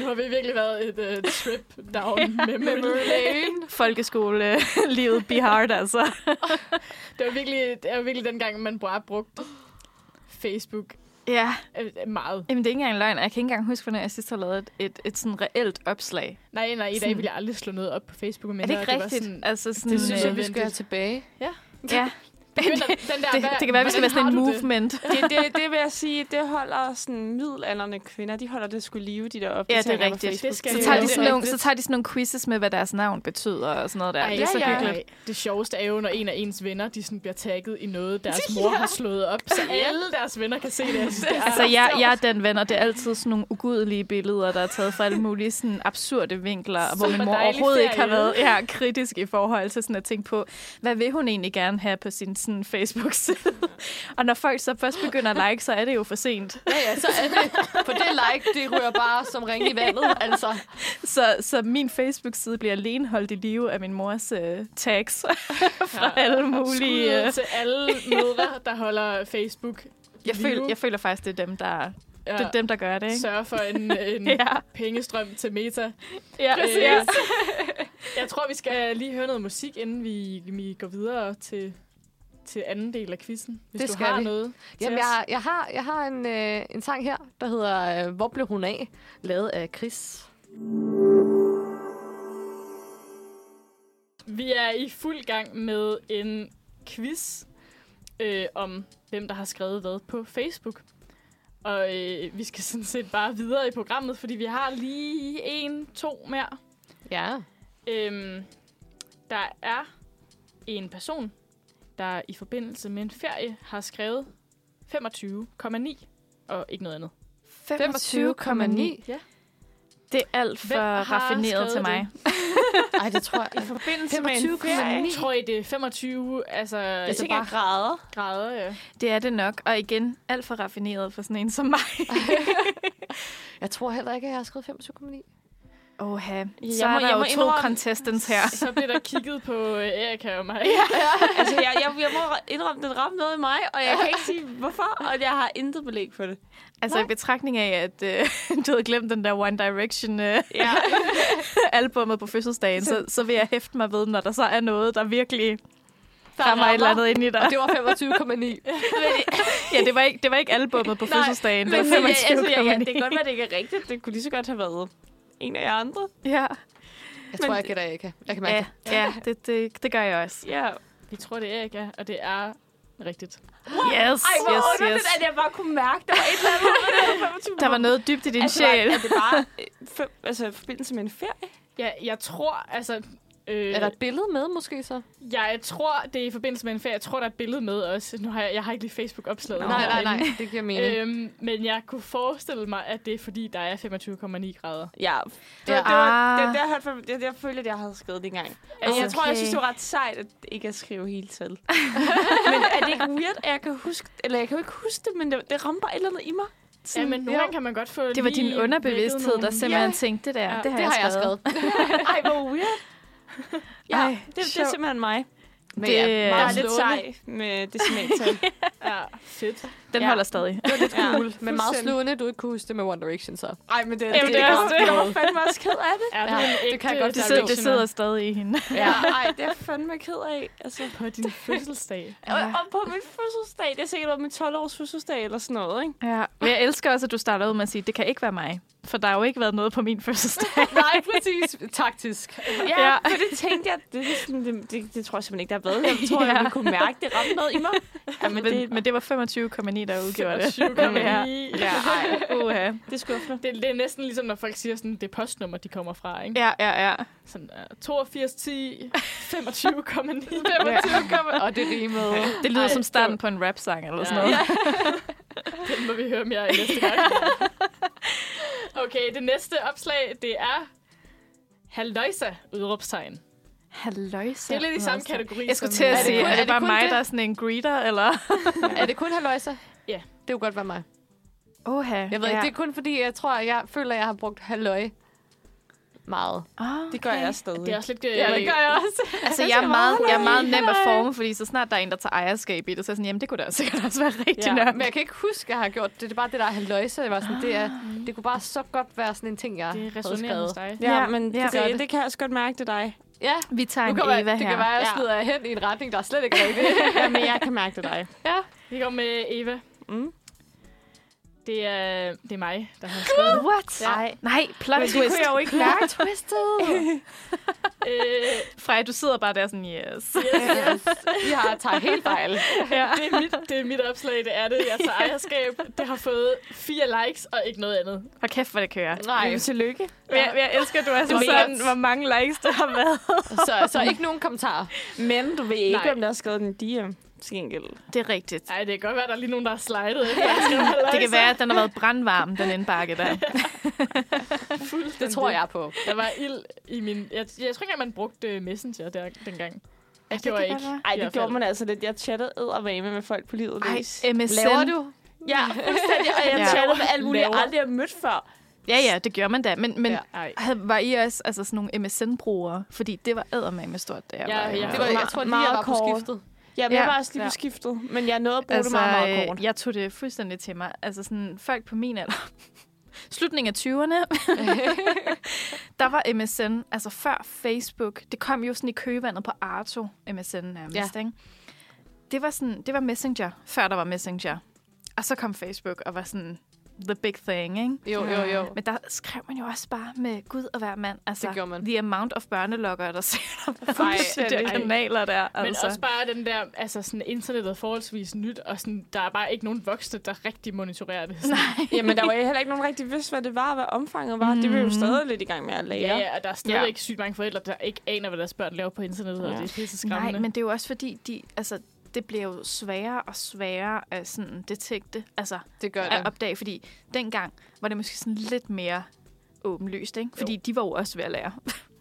S4: Nu har vi virkelig været et uh, trip down memory lane.
S3: Folkeskole-livet be hard, altså.
S4: Det var virkelig, det var virkelig dengang, man bare brugte Facebook
S3: Ja,
S4: øh, meget.
S3: Jamen, det er ikke engang løgn. og Jeg kan ikke engang huske, hvornår jeg sidst har lavet et, et, et sådan reelt opslag.
S4: Nej, nej, i dag
S3: Sådan.
S4: ville jeg aldrig slå noget op på Facebook. Men
S3: er det ikke rigtigt?
S4: Sådan,
S3: altså, sådan,
S4: det synes
S3: øh,
S4: jeg,
S2: vi skal have tilbage.
S4: Ja.
S3: Ja.
S4: Begynder den der,
S3: Det,
S4: hvad-
S3: det kan være, vi skal være
S4: hvordan
S3: sådan en
S4: har du
S3: movement.
S5: Det, det, det vil jeg sige, det holder sådan middelalderne kvinder, de holder det skulle live, de der opdateringer på
S3: rigtigt.
S5: Facebook.
S4: Det skal
S3: Så
S4: Det er
S3: tager,
S4: jo
S3: de sådan
S4: rigtigt.
S3: nogle, så tager de sådan nogle quizzes med, hvad deres navn betyder og sådan noget der.
S4: Ej,
S3: det er så
S4: ja, ja.
S3: hyggeligt.
S4: Ej, Det sjoveste er jo, når en af ens venner de sådan bliver tagget i noget, deres mor har slået op, så alle deres venner kan se det. Jeg synes, det er
S3: Altså, jeg, jeg er den ven, og det er altid sådan nogle ugudelige billeder, der er taget fra alle mulige sådan absurde vinkler, Super hvor min
S4: Super
S3: mor
S4: dejlig
S3: overhovedet ikke har
S4: ferie.
S3: været ja, kritisk i forhold til sådan at tænke på, hvad vil hun egentlig gerne have på sin sådan, Facebook-side? og når folk så først begynder at like, så er det jo for sent.
S2: Ja, ja, så er det. For det like, det rører bare som ring i vandet, altså.
S3: Så, så min Facebook-side bliver alene holdt i live af min mors øh, tags fra
S4: Ja.
S3: alle
S4: Skud
S3: mulige...
S4: ud
S3: Øh,
S4: til alle mødre, der holder Facebook.
S3: jeg, føl,
S4: live.
S3: jeg føler faktisk, det er dem, der,
S4: Ja,
S3: det er dem, der gør det, ikke?
S4: sørger for en, en
S3: Ja,
S4: pengestrøm til meta.
S3: ja,
S4: Øh,
S3: ja.
S4: Jeg tror, vi skal lige høre noget musik, inden vi, vi går videre til, til anden del af quizzen. Hvis
S2: Det
S4: du
S2: skal
S4: har
S2: vi.
S4: noget til
S2: Jamen,
S4: os.
S2: jeg, har- jeg har, jeg har en, øh, en sang her, der hedder øh, Hvor blev hun af? Lavet af Chris.
S4: Vi er i fuld gang med en quiz øh, om, hvem der har skrevet hvad på Facebook. Og øh, vi skal sådan set bare videre i programmet, fordi vi har lige en, to mere.
S2: Ja.
S4: Øhm, der er en person, der i forbindelse med en ferie har skrevet 25,9 og ikke noget andet.
S2: 25,9.
S4: Ja.
S3: Det er alt for
S4: Hvem har
S3: raffineret til
S4: skrevet
S3: mig.
S2: Ej, det tror jeg. I forbindelse med en
S4: Jeg
S2: 25,9.
S4: tror I, det er 25 altså,
S5: Jeg
S4: altså
S5: tænker
S4: bare
S5: bare... grader.
S4: grader? Ja.
S3: Det er det nok. Og igen, alt for raffineret for sådan en som mig.
S2: Jeg tror heller ikke, at jeg har skrevet 25,9.
S3: Oha. Så
S5: Jeg må-
S3: er der
S5: jeg
S3: jo
S5: må
S3: to
S5: indrømme-
S3: contestants her.
S4: Så bliver der kigget på øh, Erika og mig. Ja.
S5: altså, jeg, jeg, jeg må indrømme, den ramte noget i mig, og jeg kan ikke sige, hvorfor, og jeg har intet belæg for det.
S3: Altså i betragtning af, at øh, du havde glemt den der One Direction øh, ja. albummet på fødselsdagen, så, så vil jeg hæfte mig ved, når der så er noget, der virkelig rammer et eller andet ind i dig.
S2: Det var 25,9.
S3: Ja, det var ikke, det var ikke albummet på fødselsdagen.
S5: Men,
S3: det var
S5: jeg, altså, jeg, jeg, det
S3: 25,9.
S5: kan godt være, det ikke er rigtigt. Det kunne lige så godt have været en af jer andre.
S3: Ja,
S2: Jeg tror, jeg gætter Erika. Jeg kan mærke
S3: ja,
S2: det.
S3: ja det, det, det gør jeg også.
S5: Ja.
S4: Vi tror, det er Erika, og det er rigtigt.
S3: Yes,
S5: Ej, hvor yes,
S3: yes,
S5: underligt,
S3: yes.
S5: yes. at jeg bare kunne mærke, der var et eller andet.
S3: Der var noget dybt i din
S5: altså,
S3: sjæl.
S5: var- Er det bare øh, fem, altså, i forbindelse med en ferie?
S4: Ja, jeg tror, altså... Øh,
S2: Er der et billede med, måske så?
S4: Jeg tror, det er i forbindelse med en ferie. Jeg tror, der er et billede med os. Nu har jeg, jeg har ikke lige Facebook-opslaget.
S2: Nej, nej, nej. Det giver mening.
S4: Øhm, men jeg kunne forestille mig, at det er, fordi der er 25,9 grader.
S5: Ja. Det, ja. det, var, det, var, det, var, det, var, det, det, jeg følte, at jeg havde skrevet det engang. Ah. Altså, Jeg tror, jeg synes, det var ret sejt, at ikke at skrive hele tal. men er det ikke weird, at jeg kan huske, eller jeg kan jo ikke huske det, men det, det rammer et eller andet i mig.
S4: Ja, men nogle gange kan man godt få
S3: Det var
S4: lige
S3: din underbevidsthed,
S4: vækket
S3: der
S4: nogle-
S3: simpelthen tænkte det der.
S4: Ja,
S3: det, har
S2: det har jeg skrevet.
S5: Ej, hvor weird. Ja,
S3: Ej,
S5: Ej, det, det er
S3: sjovt.
S5: simpelthen mig.
S2: Men
S3: Det-
S2: ja,
S3: Ja,
S5: Jeg er
S2: meget
S5: lidt
S2: slående.
S5: sej med decimaltal.
S4: Ja, fedt.
S3: Den
S5: Ja.
S3: holder stadig.
S2: Det var lidt
S5: Ja.
S2: cool. Men meget
S5: Fuldstændig.
S2: slående, at du ikke kunne huske det med One Direction, så.
S5: Ej, men det,
S4: Jamen, det er også det.
S5: Jeg var fandme også ked af det.
S4: Er du
S2: Ja,
S4: en ægte
S2: det kan jeg godt
S3: Det
S2: Der
S3: sidder,
S2: er
S3: det sidder stadig i hende.
S5: Ja, ej, det er jeg fandme ked af. Altså,
S4: på din fødselsdag.
S5: og, og, på min fødselsdag, det er sikkert været min 12-års fødselsdag eller sådan noget, ikke?
S3: Ja. Men jeg elsker også, at du starter ud med at sige, det kan ikke være mig. For der har jo ikke været noget på min fødselsdag.
S2: Nej, præcis. Taktisk.
S5: Ja, ja. for det tænkte jeg, det, det, sådan- det, det, det tror jeg simpelthen ikke, der har været. Jeg tror, ja.
S3: Ja.
S5: jeg vi kunne mærke, det ramte noget i mig. Ja, men
S3: men, det,
S5: det,
S3: men det var 25,9, der udgjorde det.
S4: 25,9.
S5: ja, ej,
S3: Uha.
S5: det er skuffende.
S4: Det, det er næsten ligesom, når folk siger, sådan, det er postnummer, de kommer fra. Ikke?
S3: Ja, ja, ja.
S4: Sådan, uh, 82, 10, 25,9.
S2: Og det rimede.
S3: Det lyder
S4: Ej,
S3: som
S4: det
S3: starten
S4: var-
S3: på en rap-sang eller sådan
S4: Ja.
S3: noget.
S4: Den må vi høre mere i næste gang. Okay, det næste opslag, det er Halløjsa, udråbstegn. Det
S3: Halløjsa.
S4: er lidt i samme kategori.
S3: Jeg skulle
S4: som-
S3: til at
S2: det
S3: sige,
S2: kun-
S3: er
S2: er
S3: det
S2: det
S3: bare
S2: kun
S3: mig,
S2: det?
S3: der er sådan en greeter, eller?
S2: Er det kun haløjser?
S4: Ja.
S2: Det kunne godt være mig.
S3: Oha.
S2: Jeg ved ikke, det er kun fordi, jeg tror, at jeg føler, at jeg har brugt haløj meget.
S3: oh,
S5: Det gør jeg stadig.
S4: Det er også lidt... Øh,
S2: Ja, det gør jeg også.
S3: Altså, jeg er, meget, jeg er meget nem at forme, fordi så snart der er en, der tager ejerskab i det, så er jeg sådan, jamen, det kunne da også sikkert også være rigtigt ja,
S2: Ja,
S3: nok.
S2: men jeg kan ikke huske, at jeg har gjort det. Det er bare det der haløjse. Det, var sådan, det, er, det kunne bare så godt være sådan en ting, jeg
S4: Det
S2: havde
S4: resonerer hos
S2: skrevet.
S4: dig.
S5: Ja, men det,
S3: Ja.
S5: ja, det, det kan jeg også godt mærke, det er dig.
S2: Ja,
S3: Vi tager
S2: nu
S3: en
S2: kan jeg,
S3: Eva
S2: det
S3: her.
S2: kan være, at jeg
S5: Ja.
S2: slider hen i en retning, der slet ikke er rigtig.
S5: Jamen, jeg kan mærke det er dig.
S2: Ja.
S3: Mm.
S4: Vi går med Eva.
S5: Mm.
S4: Det er, det er mig, der har skrevet
S2: What?
S4: Ja.
S2: Ja. Nej, plot
S3: Men det
S2: twist.
S3: kunne jeg jo ikke
S2: Plot twistet.
S4: øh,
S3: Freja, du sidder bare der sådan, yes.
S2: yes. Jeg tager helt fejl.
S4: ja. det, er mit, det er mit opslag, det er det. Jeg tager ejerskab. Det har fået fire likes og ikke noget andet.
S3: Hvor kæft, hvor det kører.
S2: Nej,
S5: Tillykke.
S3: Men jeg, jeg elsker, at du er sådan,
S2: mener-
S3: sådan, hvor mange likes der har været.
S2: så, så ikke nogen kommentarer.
S5: Men du ved ikke,
S4: Nej.
S5: hvem der har skrevet den DM. Til gengæld.
S3: Det er rigtigt.
S4: Ej, det kan godt være, der er lige nogen, der har slidet. Efter, jeg skrev heller
S3: Det
S4: ikke
S3: kan
S4: så.
S3: være, at den har været brandvarm, den indbakke der.
S2: Det tror jeg på.
S4: Der var ild i min... Jeg, jeg tror ikke, at man brugte øh, Messenger der, dengang. Jeg gjorde
S3: kan
S4: jeg ikke.
S3: godt være.
S4: i
S5: Ej, det
S4: hvert
S5: gjorde
S4: fald.
S5: man altså lidt. Jeg chattede eddermame med folk på livet.
S3: Ej,
S5: løs.
S3: MSN.
S2: Laver du?
S5: Ja, fuldstændig. Og jeg
S3: Ja.
S5: chattede med alle mulige, jeg
S4: Laver.
S5: aldrig har mødt før.
S3: Ja, ja, det gjorde man da. Men, men
S4: Ja,
S3: ja.
S4: ej.
S3: var I også altså, sådan nogle MSN-brugere? Fordi det var eddermame stort, da jeg
S4: Ja,
S3: var
S4: ja.
S3: yngre.
S2: Det var, jeg
S5: Meget-
S2: tror lige,
S5: meget
S2: jeg var på
S5: kort.
S2: skiftet.
S5: Ja, men ja. jeg
S3: Ja.
S5: var også lige
S3: Ja.
S5: beskiftet. Men jeg nåede at bruge altså,
S3: altså,
S5: det meget, meget kort.
S3: øh, jeg tog det fuldstændig til mig. Altså sådan, folk på min alder, slutningen af 20'erne, der var MSN, altså før Facebook, det kom jo sådan i køvandet på Arto, MSN nærmest, ja. ikke? Det var, sådan, det var Messenger, før der var Messenger. Og så kom Facebook og var sådan the big thing, ikke?
S2: Jo, jo, jo.
S3: Men der skrev man jo også bare med Gud og hver mand. Altså,
S2: Det gjorde man.
S3: The amount of børnelokker, der ser på de der kanaler der.
S4: Men
S3: Altså.
S4: også bare den der, altså sådan internettet er forholdsvis nyt, og sådan, der er bare ikke nogen voksne, der rigtig monitorerer det. Sådan,
S5: Jamen, der var heller ikke nogen rigtig vidste, hvad det var, og hvad omfanget var. Mm. Det var jo stadig lidt i gang med at lære.
S4: ja, ja, og der er stadig
S3: Ja.
S4: ikke sygt mange forældre, der ikke aner, hvad deres børn laver på internettet, ja. og
S5: Ja.
S4: det er pisse
S3: Nej,
S4: skræmmende.
S3: men det er jo også fordi, de, altså, det bliver jo sværere og sværere at sådan detekte, altså
S2: Det gør
S3: at
S2: det.
S3: opdage, fordi dengang var det måske sådan lidt mere åbenlyst, ikke? Fordi jo. de var jo også ved at lære,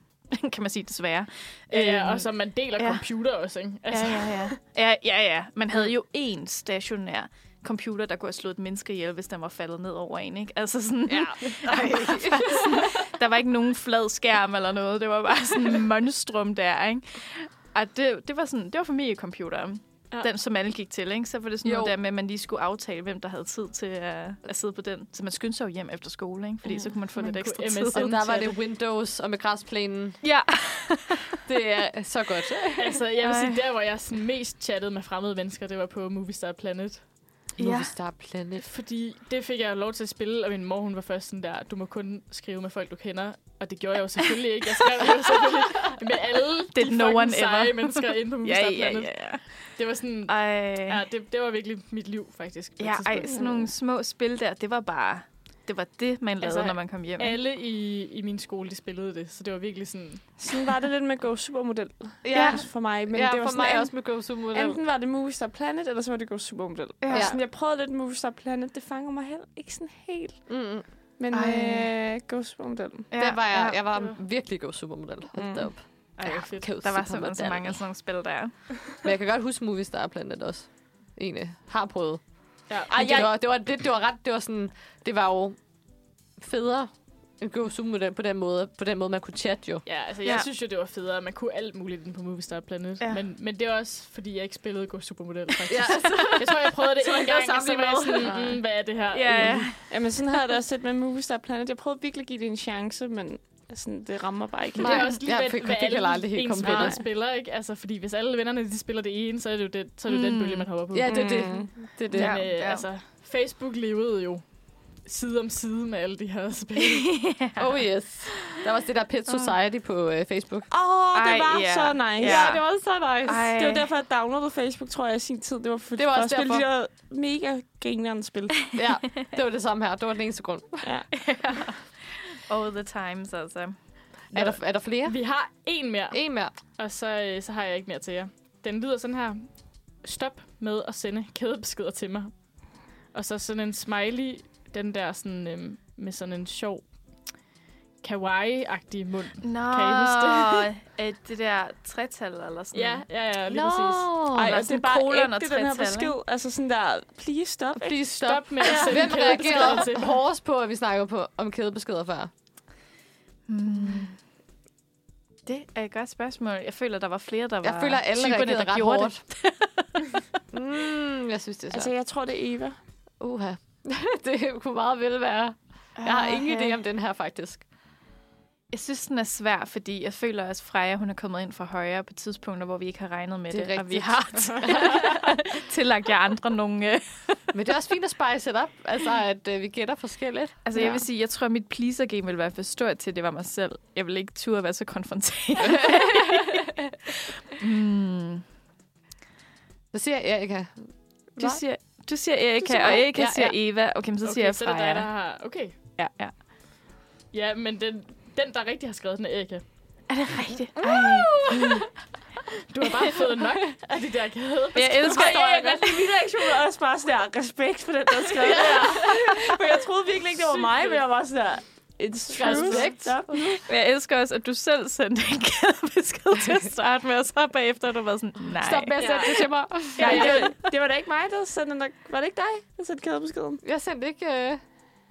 S3: kan man sige desværre.
S4: Ja, ja, Øh, og
S3: Øhm,
S4: så man deler ja.
S3: ja.
S4: computer også, ikke? Altså,
S3: Ja, ja, ja. ja, ja, ja. Man havde jo en stationær computer, der kunne have slået et menneske ihjel, hvis den var faldet ned over en, ikke? Altså sådan, ja. der var ikke nogen flad skærm eller noget. Det var bare sådan en monstrum der, ikke? Og det, det var sådan, det var familiecomputeren.
S4: Ja.
S3: Ja. Den, som alle gik til, ikke? Så var det sådan
S2: Jo.
S3: jo. noget der med, at man lige skulle aftale, hvem der havde tid til at, at sidde på den. Så man skyndte sig jo hjem efter skole, ikke? Fordi så kunne man få
S4: Man
S3: lidt ekstra
S4: kunne
S3: tid.
S4: MSN.
S2: Og der var det Windows og med græsplænen.
S3: Ja.
S2: Det er så godt.
S4: altså jeg vil
S3: Ej.
S4: sige, der hvor jeg sådan mest chattede med fremmede mennesker, det var på Movistar Planet.
S3: ja.
S2: Star Planet.
S4: Fordi det fik jeg lov til at spille, og min mor hun var først sådan der, du må kun skrive med folk, du kender. Og det gjorde jeg jo selvfølgelig ikke. Jeg skrev jo selvfølgelig med alle
S3: Did
S4: de
S3: no
S4: fucking
S3: one
S4: seje
S3: ever.
S4: mennesker inde på Movistar
S3: Ja,
S4: Planet.
S3: ja, ja, ja.
S4: Det var sådan,
S3: Ej.
S4: ja, det, det var virkelig mit liv faktisk. på et
S3: Ja, ej,
S4: tidspunkt.
S3: sådan nogle små spil der, det var bare, det var det, man lavede,
S4: Altså,
S3: altså, når man kom hjem. ikke?
S4: Alle i, i min skole, de spillede det, så det var virkelig sådan...
S5: Sådan var det lidt med Go Supermodel
S2: Ja,
S5: også for mig. Men
S2: ja
S5: det var
S2: for
S5: sådan,
S2: mig
S5: an-
S2: også med Go Supermodel.
S5: Enten var det Movistar Planet, eller så var det Go Supermodel.
S3: Ja.
S5: Og sådan, jeg prøvede lidt Movistar Planet. Det fanger mig heller ikke sådan helt.
S2: Mm-hmm.
S5: Men
S3: Ej.
S5: øh, Go Supermodel.
S3: Ja,
S2: det var jeg.
S3: ja.
S2: Jeg var virkelig god supermodel. Hold da
S5: Mm.
S2: op.
S4: Ej, hvor fedt.
S2: Go
S3: Der var
S2: Supermodel.
S3: simpelthen så mange af sådan nogle spil der.
S2: Men jeg kan godt huske Movistar Planet også. Egentlig. Har prøvet.
S4: Ja.
S2: Ej, jeg... det, var, det, var, det, det var ret, det var sådan, det var jo federe end Go Supermodel på den måde, på den måde man kunne chatte jo.
S4: Ja, altså jeg ja.
S3: Ja.
S4: synes jo, det var federe. Man kunne alt muligt inde på Movistar Planet. Ja.
S3: Ja.
S4: Men, men det er også, fordi jeg ikke spillede Go Supermodel, faktisk.
S2: Ja,
S4: Jeg tror, jeg prøvede det
S2: Så man
S4: en
S2: kan
S4: gang, og så var
S2: sammenligne
S4: jeg
S2: med.
S4: sådan, mm, hvad er det her?
S5: Jamen, sådan havde jeg det også set med Movistar Planet. Jeg prøvede virkelig at give det en chance, men sådan, det rammer bare ikke.
S4: Men det er
S2: Nej.
S4: også lige,
S2: Jeg
S4: hvad,
S2: fik-
S4: hvad
S2: fik heller aldrig helt
S4: ens
S2: komplet.
S4: venner
S2: Nej.
S4: spiller, ikke? Altså, fordi hvis alle vennerne, de spiller det ene, så er det jo, det, så er det jo den
S3: Mm.
S4: bølge, man hopper på.
S2: ja det er det. Det er det.
S4: Men,
S3: Ja.
S2: Ja.
S4: øh, altså, Facebook levede jo side om side med alle de her spil.
S2: Oh yes. Der var også det der Pet Society på øh, Facebook.
S5: Åh, oh, det
S3: Ej,
S5: var
S3: ja.
S5: så nice.
S3: Ja.
S2: var så nice.
S3: Ej.
S5: Det var derfor, jeg downloadede Facebook, tror jeg, i sin tid. Det var for,
S2: Det var
S5: for
S2: også
S5: at spille de der mega grinerende spil.
S2: Ja, det var det samme her. Det var den eneste grund.
S5: Ja.
S3: All the times, altså.
S2: Er der, er der flere?
S4: Vi har en mere,
S2: En mere.
S4: og så, øh, så har jeg ikke mere til jer. Den lyder sådan her. Stop med at sende kædebeskeder til mig. Og så sådan en smiley, den der sådan, øhm, med sådan en sjov kawaii-agtig mund.
S3: Nå,
S4: Kan I huske
S3: det? det der tretal eller sådan
S4: Ja, ja, ja, lige
S2: Nå.
S4: præcis.
S5: Ej,
S3: var
S5: og det er
S3: sådan
S5: bare
S3: kolon og
S5: ægte, den her
S3: tretal,
S5: besked. Altså sådan der, please stop. ikke?
S2: Please stop.
S4: Stop med at sende
S2: Hvem
S4: kædebeskeder til
S2: reagerede hårdest på, at vi snakkede på, om kædebeskeder før?
S3: Mm. Det er et godt spørgsmål. Jeg føler, der var flere, der var
S2: Jeg føler, at alle
S3: typerne,
S2: reagerede
S3: der
S2: ret
S3: gjorde
S2: hårdt. mm, jeg synes, det er
S5: Altså,
S2: svært.
S5: jeg tror, det er Eva.
S2: Uha. det kunne meget vel være.
S3: det.
S2: Jeg har ingen
S3: Okay.
S2: idé om den her, faktisk.
S3: Jeg synes, den er svær, fordi jeg føler også, Freja hun er kommet ind fra højre på tidspunkter, hvor vi ikke har regnet med
S2: Det er
S3: det, og vi
S2: rigtigt.
S3: har tillagt jer andre nogle øh,
S2: Men det er også fint at spice it up, altså at øh, vi gætter forskelligt.
S3: Altså, jeg vil sige, jeg tror, mit pleaser-game ville være for stort til, at det var mig selv. Jeg vil ikke turde være så konfronterende. mm.
S2: Så siger jeg Erika.
S3: Du siger, du siger Erika,
S2: siger
S3: og
S2: mig.
S3: Erika
S2: Ja,
S3: ja, siger
S2: ja.
S3: Eva. Okay, men så okay, siger
S4: Okay,
S3: jeg
S4: så er det dig, der
S3: Freja.
S4: har... Okay.
S3: Ja, ja.
S4: Ja, men den, den der rigtig har skrevet den, er Erika.
S3: Er det rigtigt? Ej.
S4: Du har bare fået nok af de der kæder.
S3: Jeg elsker Erika.
S5: Men min reaktion var også bare sådan der, respekt for den, der skrev det her. For jeg troede virkelig ikke, det var mig, men jeg var sådan der, it's true.
S4: Respekt.
S5: Stop nu.
S3: Men jeg elsker også, at du selv sendte en kædebesked til at starte med, og så bagefter, du var sådan, nej.
S2: Stop med at sætte det til mig.
S5: Nej, det, var, det var da ikke mig, der sendte den. der- Var det ikke dig, der sendte kædebeskeden?
S2: Jeg sendte ikke... Øh...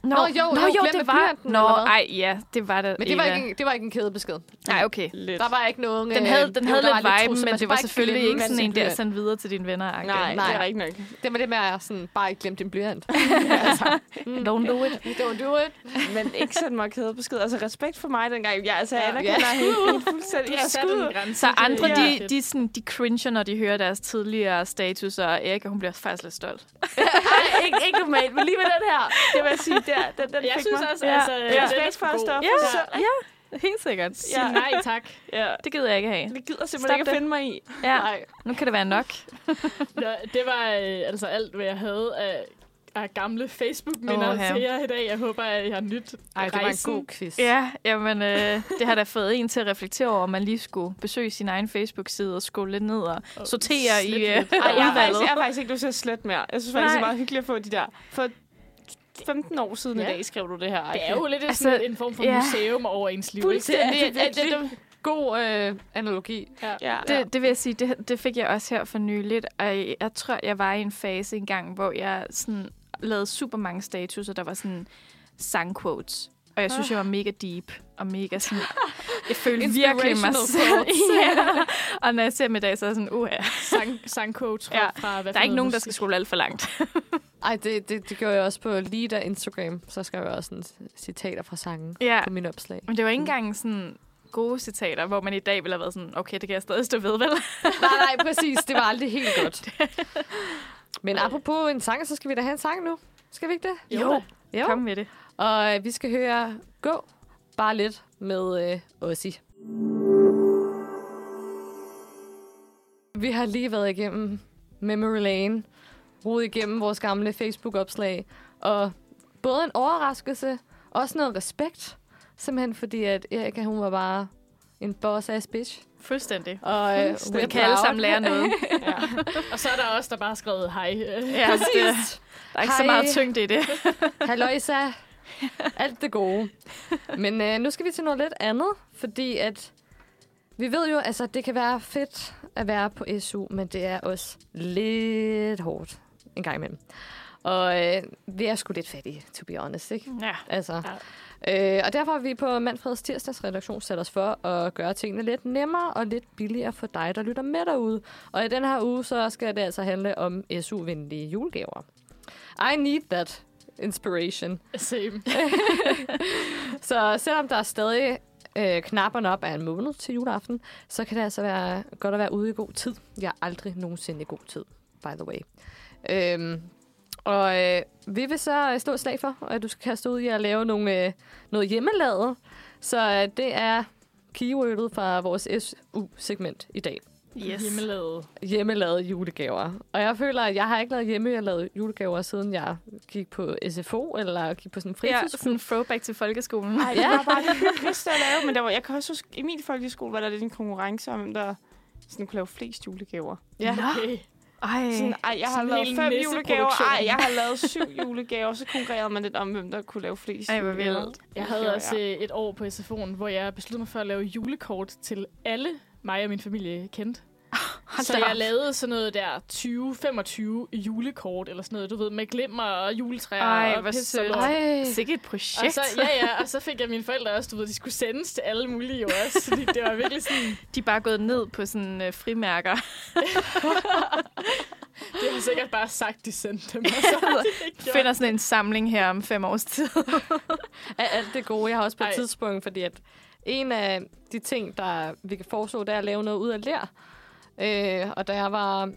S3: Nå,
S2: Nå, jo,
S3: Nå,
S2: jo,
S3: jo
S2: glem med
S3: det var...
S2: blyanten,
S3: Nå,
S2: eller hvad?
S3: ej, ja, det var det.
S2: Men det var,
S3: Eva.
S2: ikke, en- det var ikke en kædebesked.
S3: Nej, okay.
S5: Lidt.
S2: Der var ikke nogen...
S3: Den
S2: øh,
S3: havde, den
S2: jo,
S3: havde
S2: der
S3: lidt
S2: var
S3: vibe,
S2: trusler,
S3: men
S2: man
S3: det
S2: skal
S3: var
S2: bare
S3: selvfølgelig
S2: glemme
S3: ikke sådan
S2: sin
S3: en, der
S2: blyant.
S3: sendt videre til dine venner.
S5: Nej,
S2: øh, Nej.
S5: det er rigtig nok.
S2: Det var det med, at jeg sådan, bare ikke glemte din blyant.
S3: Don't do it.
S2: Don't do it.
S5: Men ikke sende mig kædebesked. Altså respekt for mig dengang. Jeg, altså, jeg
S4: Ja.
S5: anerkender hende hende fuldstændig. Jeg skud.
S4: grænse.
S3: Så andre,
S4: Ja.
S3: de, de, sådan, de cringer, når de hører deres tidligere status, og Erika, hun bliver faktisk lidt stolt.
S5: Ej, ikke, ikke normalt, men lige med den her. Det vil jeg sige, der, den, den
S4: Jeg
S5: fik
S4: synes
S5: mig.
S4: også,
S3: Ja.
S4: altså...
S5: Ja.
S4: den er
S5: Respekt for
S4: god.
S5: at stå
S3: Ja, ja, helt sikkert.
S4: Sig
S5: Ja.
S4: nej tak.
S5: ja.
S3: Det gider jeg ikke have.
S5: Det gider
S3: Stop
S5: simpelthen ikke
S3: det.
S5: at finde mig i.
S3: Ja,
S4: Nej.
S3: nu kan det være nok.
S4: Nå, det var øh, altså alt, hvad jeg havde af, af gamle Facebook-minder
S3: Åh, ja.
S4: til jer i dag. Jeg håber, at I har nyt
S2: Ej, det var en
S4: rejsen.
S2: god quiz.
S3: Ja, jamen, øh, det har da fået en til at reflektere over, om man lige skulle besøge sin egen Facebook-side og skulle lidt ned og sortere i øh,
S5: Ej, jeg, har faktisk,
S3: udvalget.
S5: jeg har faktisk ikke lyst til at slette mere. Jeg synes faktisk,
S3: Nej.
S5: det er meget hyggeligt at få de der... For 15 år siden
S4: Ja.
S5: i dag skrev du det her.
S4: Det er jo lidt altså,
S3: Altså,
S4: sådan en form for
S3: ja.
S4: museum over ens liv. ikke?
S2: Det, det, det, det,
S4: virkelig.
S2: det, god øh, analogi.
S5: Ja.
S3: Det, det vil jeg sige, det, det fik jeg også her for nyligt, og jeg, jeg tror, jeg var i en fase engang, hvor jeg sådan lavede super mange statuser, der var sådan sangquotes. Og jeg synes, jeg var mega deep og mega sådan... Jeg følte virkelig mig
S2: Inspirational
S3: selv. ja. Og når jeg ser dem i dag, så er jeg sådan, uha.
S4: sang, sangcoach fra,
S3: Ja.
S4: ja. fra hvad
S3: Der er
S4: for
S3: ikke
S4: noget
S3: nogen, der skal
S4: musik.
S3: skulle alt for langt.
S2: Ej, det, det, det gjorde jeg også på Lida Instagram. Så skrev jeg også sådan citater fra sangen
S3: ja.
S2: på mine opslag.
S3: Men det var ikke engang sådan gode citater, hvor man i dag ville have været sådan, okay, det kan jeg stadig stå ved, vel?
S2: nej, nej, præcis. Det var aldrig helt godt. Men apropos en sang, så skal vi da have en sang nu. Skal vi ikke det?
S4: Jo. da.
S2: Jo.
S3: Kom med det.
S2: Og øh, vi skal høre Gå bare lidt med øh, Ossi. Vi har lige været igennem Memory Lane, rodet igennem vores gamle Facebook-opslag, og både en overraskelse, også noget respekt, simpelthen fordi, at Erika, hun var bare en boss-ass bitch.
S3: Fuldstændig.
S2: Og øh,
S3: Vi
S2: we're
S3: kan alle
S2: proud.
S3: sammen lære noget.
S4: Og så er der også der bare har skrevet hej. øh,
S3: Ja, Altså, det,
S2: Præcis.
S3: der er ikke så
S2: Hej.
S3: meget tyngde i det.
S2: Halløjsa. Alt det gode. Men øh, nu skal vi til noget lidt andet, fordi at vi ved jo, altså det kan være fedt at være på SU, men det er også lidt hårdt en gang imellem. Og øh, vi er sgu lidt fattige, to be honest, ikke?
S3: Ja.
S2: Altså. Ja. Øh, og derfor har vi på Manfreds Tirsdags redaktion sat os for at gøre tingene lidt nemmere og lidt billigere for dig, der lytter med derude. Og i den her uge, så skal det altså handle om SU-venlige julegaver. I need that inspiration.
S4: Same.
S2: Så selvom der er stadig øh, knapperne op af en måned til juleaften, så kan det altså være godt at være ude i god tid. Jeg er aldrig nogensinde i god tid, by the way. Øhm, og øh, vi vil så øh, stå et slag for, at du skal kaste ud i at lave nogle, øh, noget hjemmelavet. Så øh, det er keywordet fra vores SU-segment i dag.
S3: Yes.
S4: Himmelaget.
S2: Hjemmelavede julegaver. Og jeg føler, at jeg har ikke lavet hjemmelavede julegaver, siden jeg gik på SFO, eller gik på sådan en
S3: Ja,
S2: fritidsklub.
S3: sådan en throwback til folkeskolen.
S5: Ej, det var bare det hyggeligste at lave. Men der var, jeg kan også huske, i min folkeskole var der lidt en konkurrence om, hvem der sådan kunne lave flest julegaver.
S2: Ja.
S4: Okay.
S3: Ej.
S5: Sådan, ej, jeg har
S4: Sådan en
S5: lavet
S4: hel
S5: fem julegaver.
S4: nisseproduktion.
S5: Ej, jeg har lavet syv julegaver. Så konkurrerede man lidt om, hvem der kunne lave flest
S3: Ej, hvor
S5: julegaver.
S3: vildt.
S4: Jeg
S5: Julegaver,
S4: havde også øh, et år på SFO'en, hvor jeg besluttede mig for at lave julekort til alle mig og min familie kendte. Så jeg lavede sådan noget der 20-25 julekort, eller sådan noget, du ved, med glimmer og juletræer
S3: Ej,
S4: og
S3: hvor
S4: pis og
S3: sødt.
S4: lort.
S2: Ej.
S3: Sikke et projekt.
S4: Og så, ja, ja, og så fik jeg mine forældre også, du ved, de skulle sendes til alle mulige jo også, fordi det var virkelig sådan,
S3: De er bare gået ned på sådan øh, frimærker.
S4: det har sikkert bare sagt, de sendte dem. Og så har de ikke gjort
S3: Finder sådan en samling her om fem års tid.
S2: af alt det gode, jeg har også på et
S4: Ej.
S2: tidspunkt, fordi at en af de ting, der vi kan foreslå, det er at lave noget ud af lær. Øh, og da jeg var,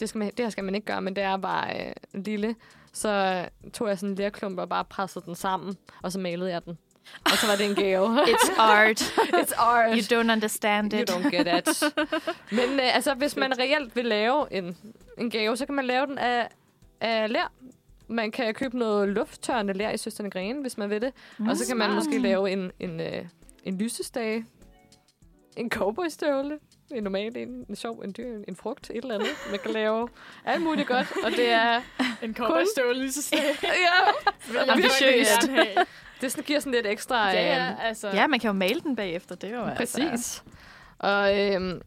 S2: det skal, man, det her skal man ikke gøre, men da jeg var øh, lille, så tog jeg sådan en lærklump og bare pressede den sammen, og så malede jeg den. Og så var det en gave.
S3: It's art.
S2: It's art.
S3: You don't understand
S2: You
S3: it.
S2: don't get it. Men øh, altså, hvis man reelt vil lave en, en gave, så kan man lave den af, af lær. Man kan købe noget lufttørrende lær i Søsterne Grene, hvis man vil det. Mm, og så kan man måske lave en, en, øh, en lysestage, en cowboystøvle, en normal en, en sjov, en dyr, en frugt, et eller andet. Man kan lave alt muligt godt, og det er...
S4: En cowboystøvle lige så snart.
S2: Ja,
S3: Ambitiøst.
S2: det sådan, giver sådan lidt ekstra...
S4: Ja, ja,
S2: øhm,
S4: altså.
S3: Ja, man kan jo male den bagefter, det er jo Altså.
S2: Præcis. Og øhm,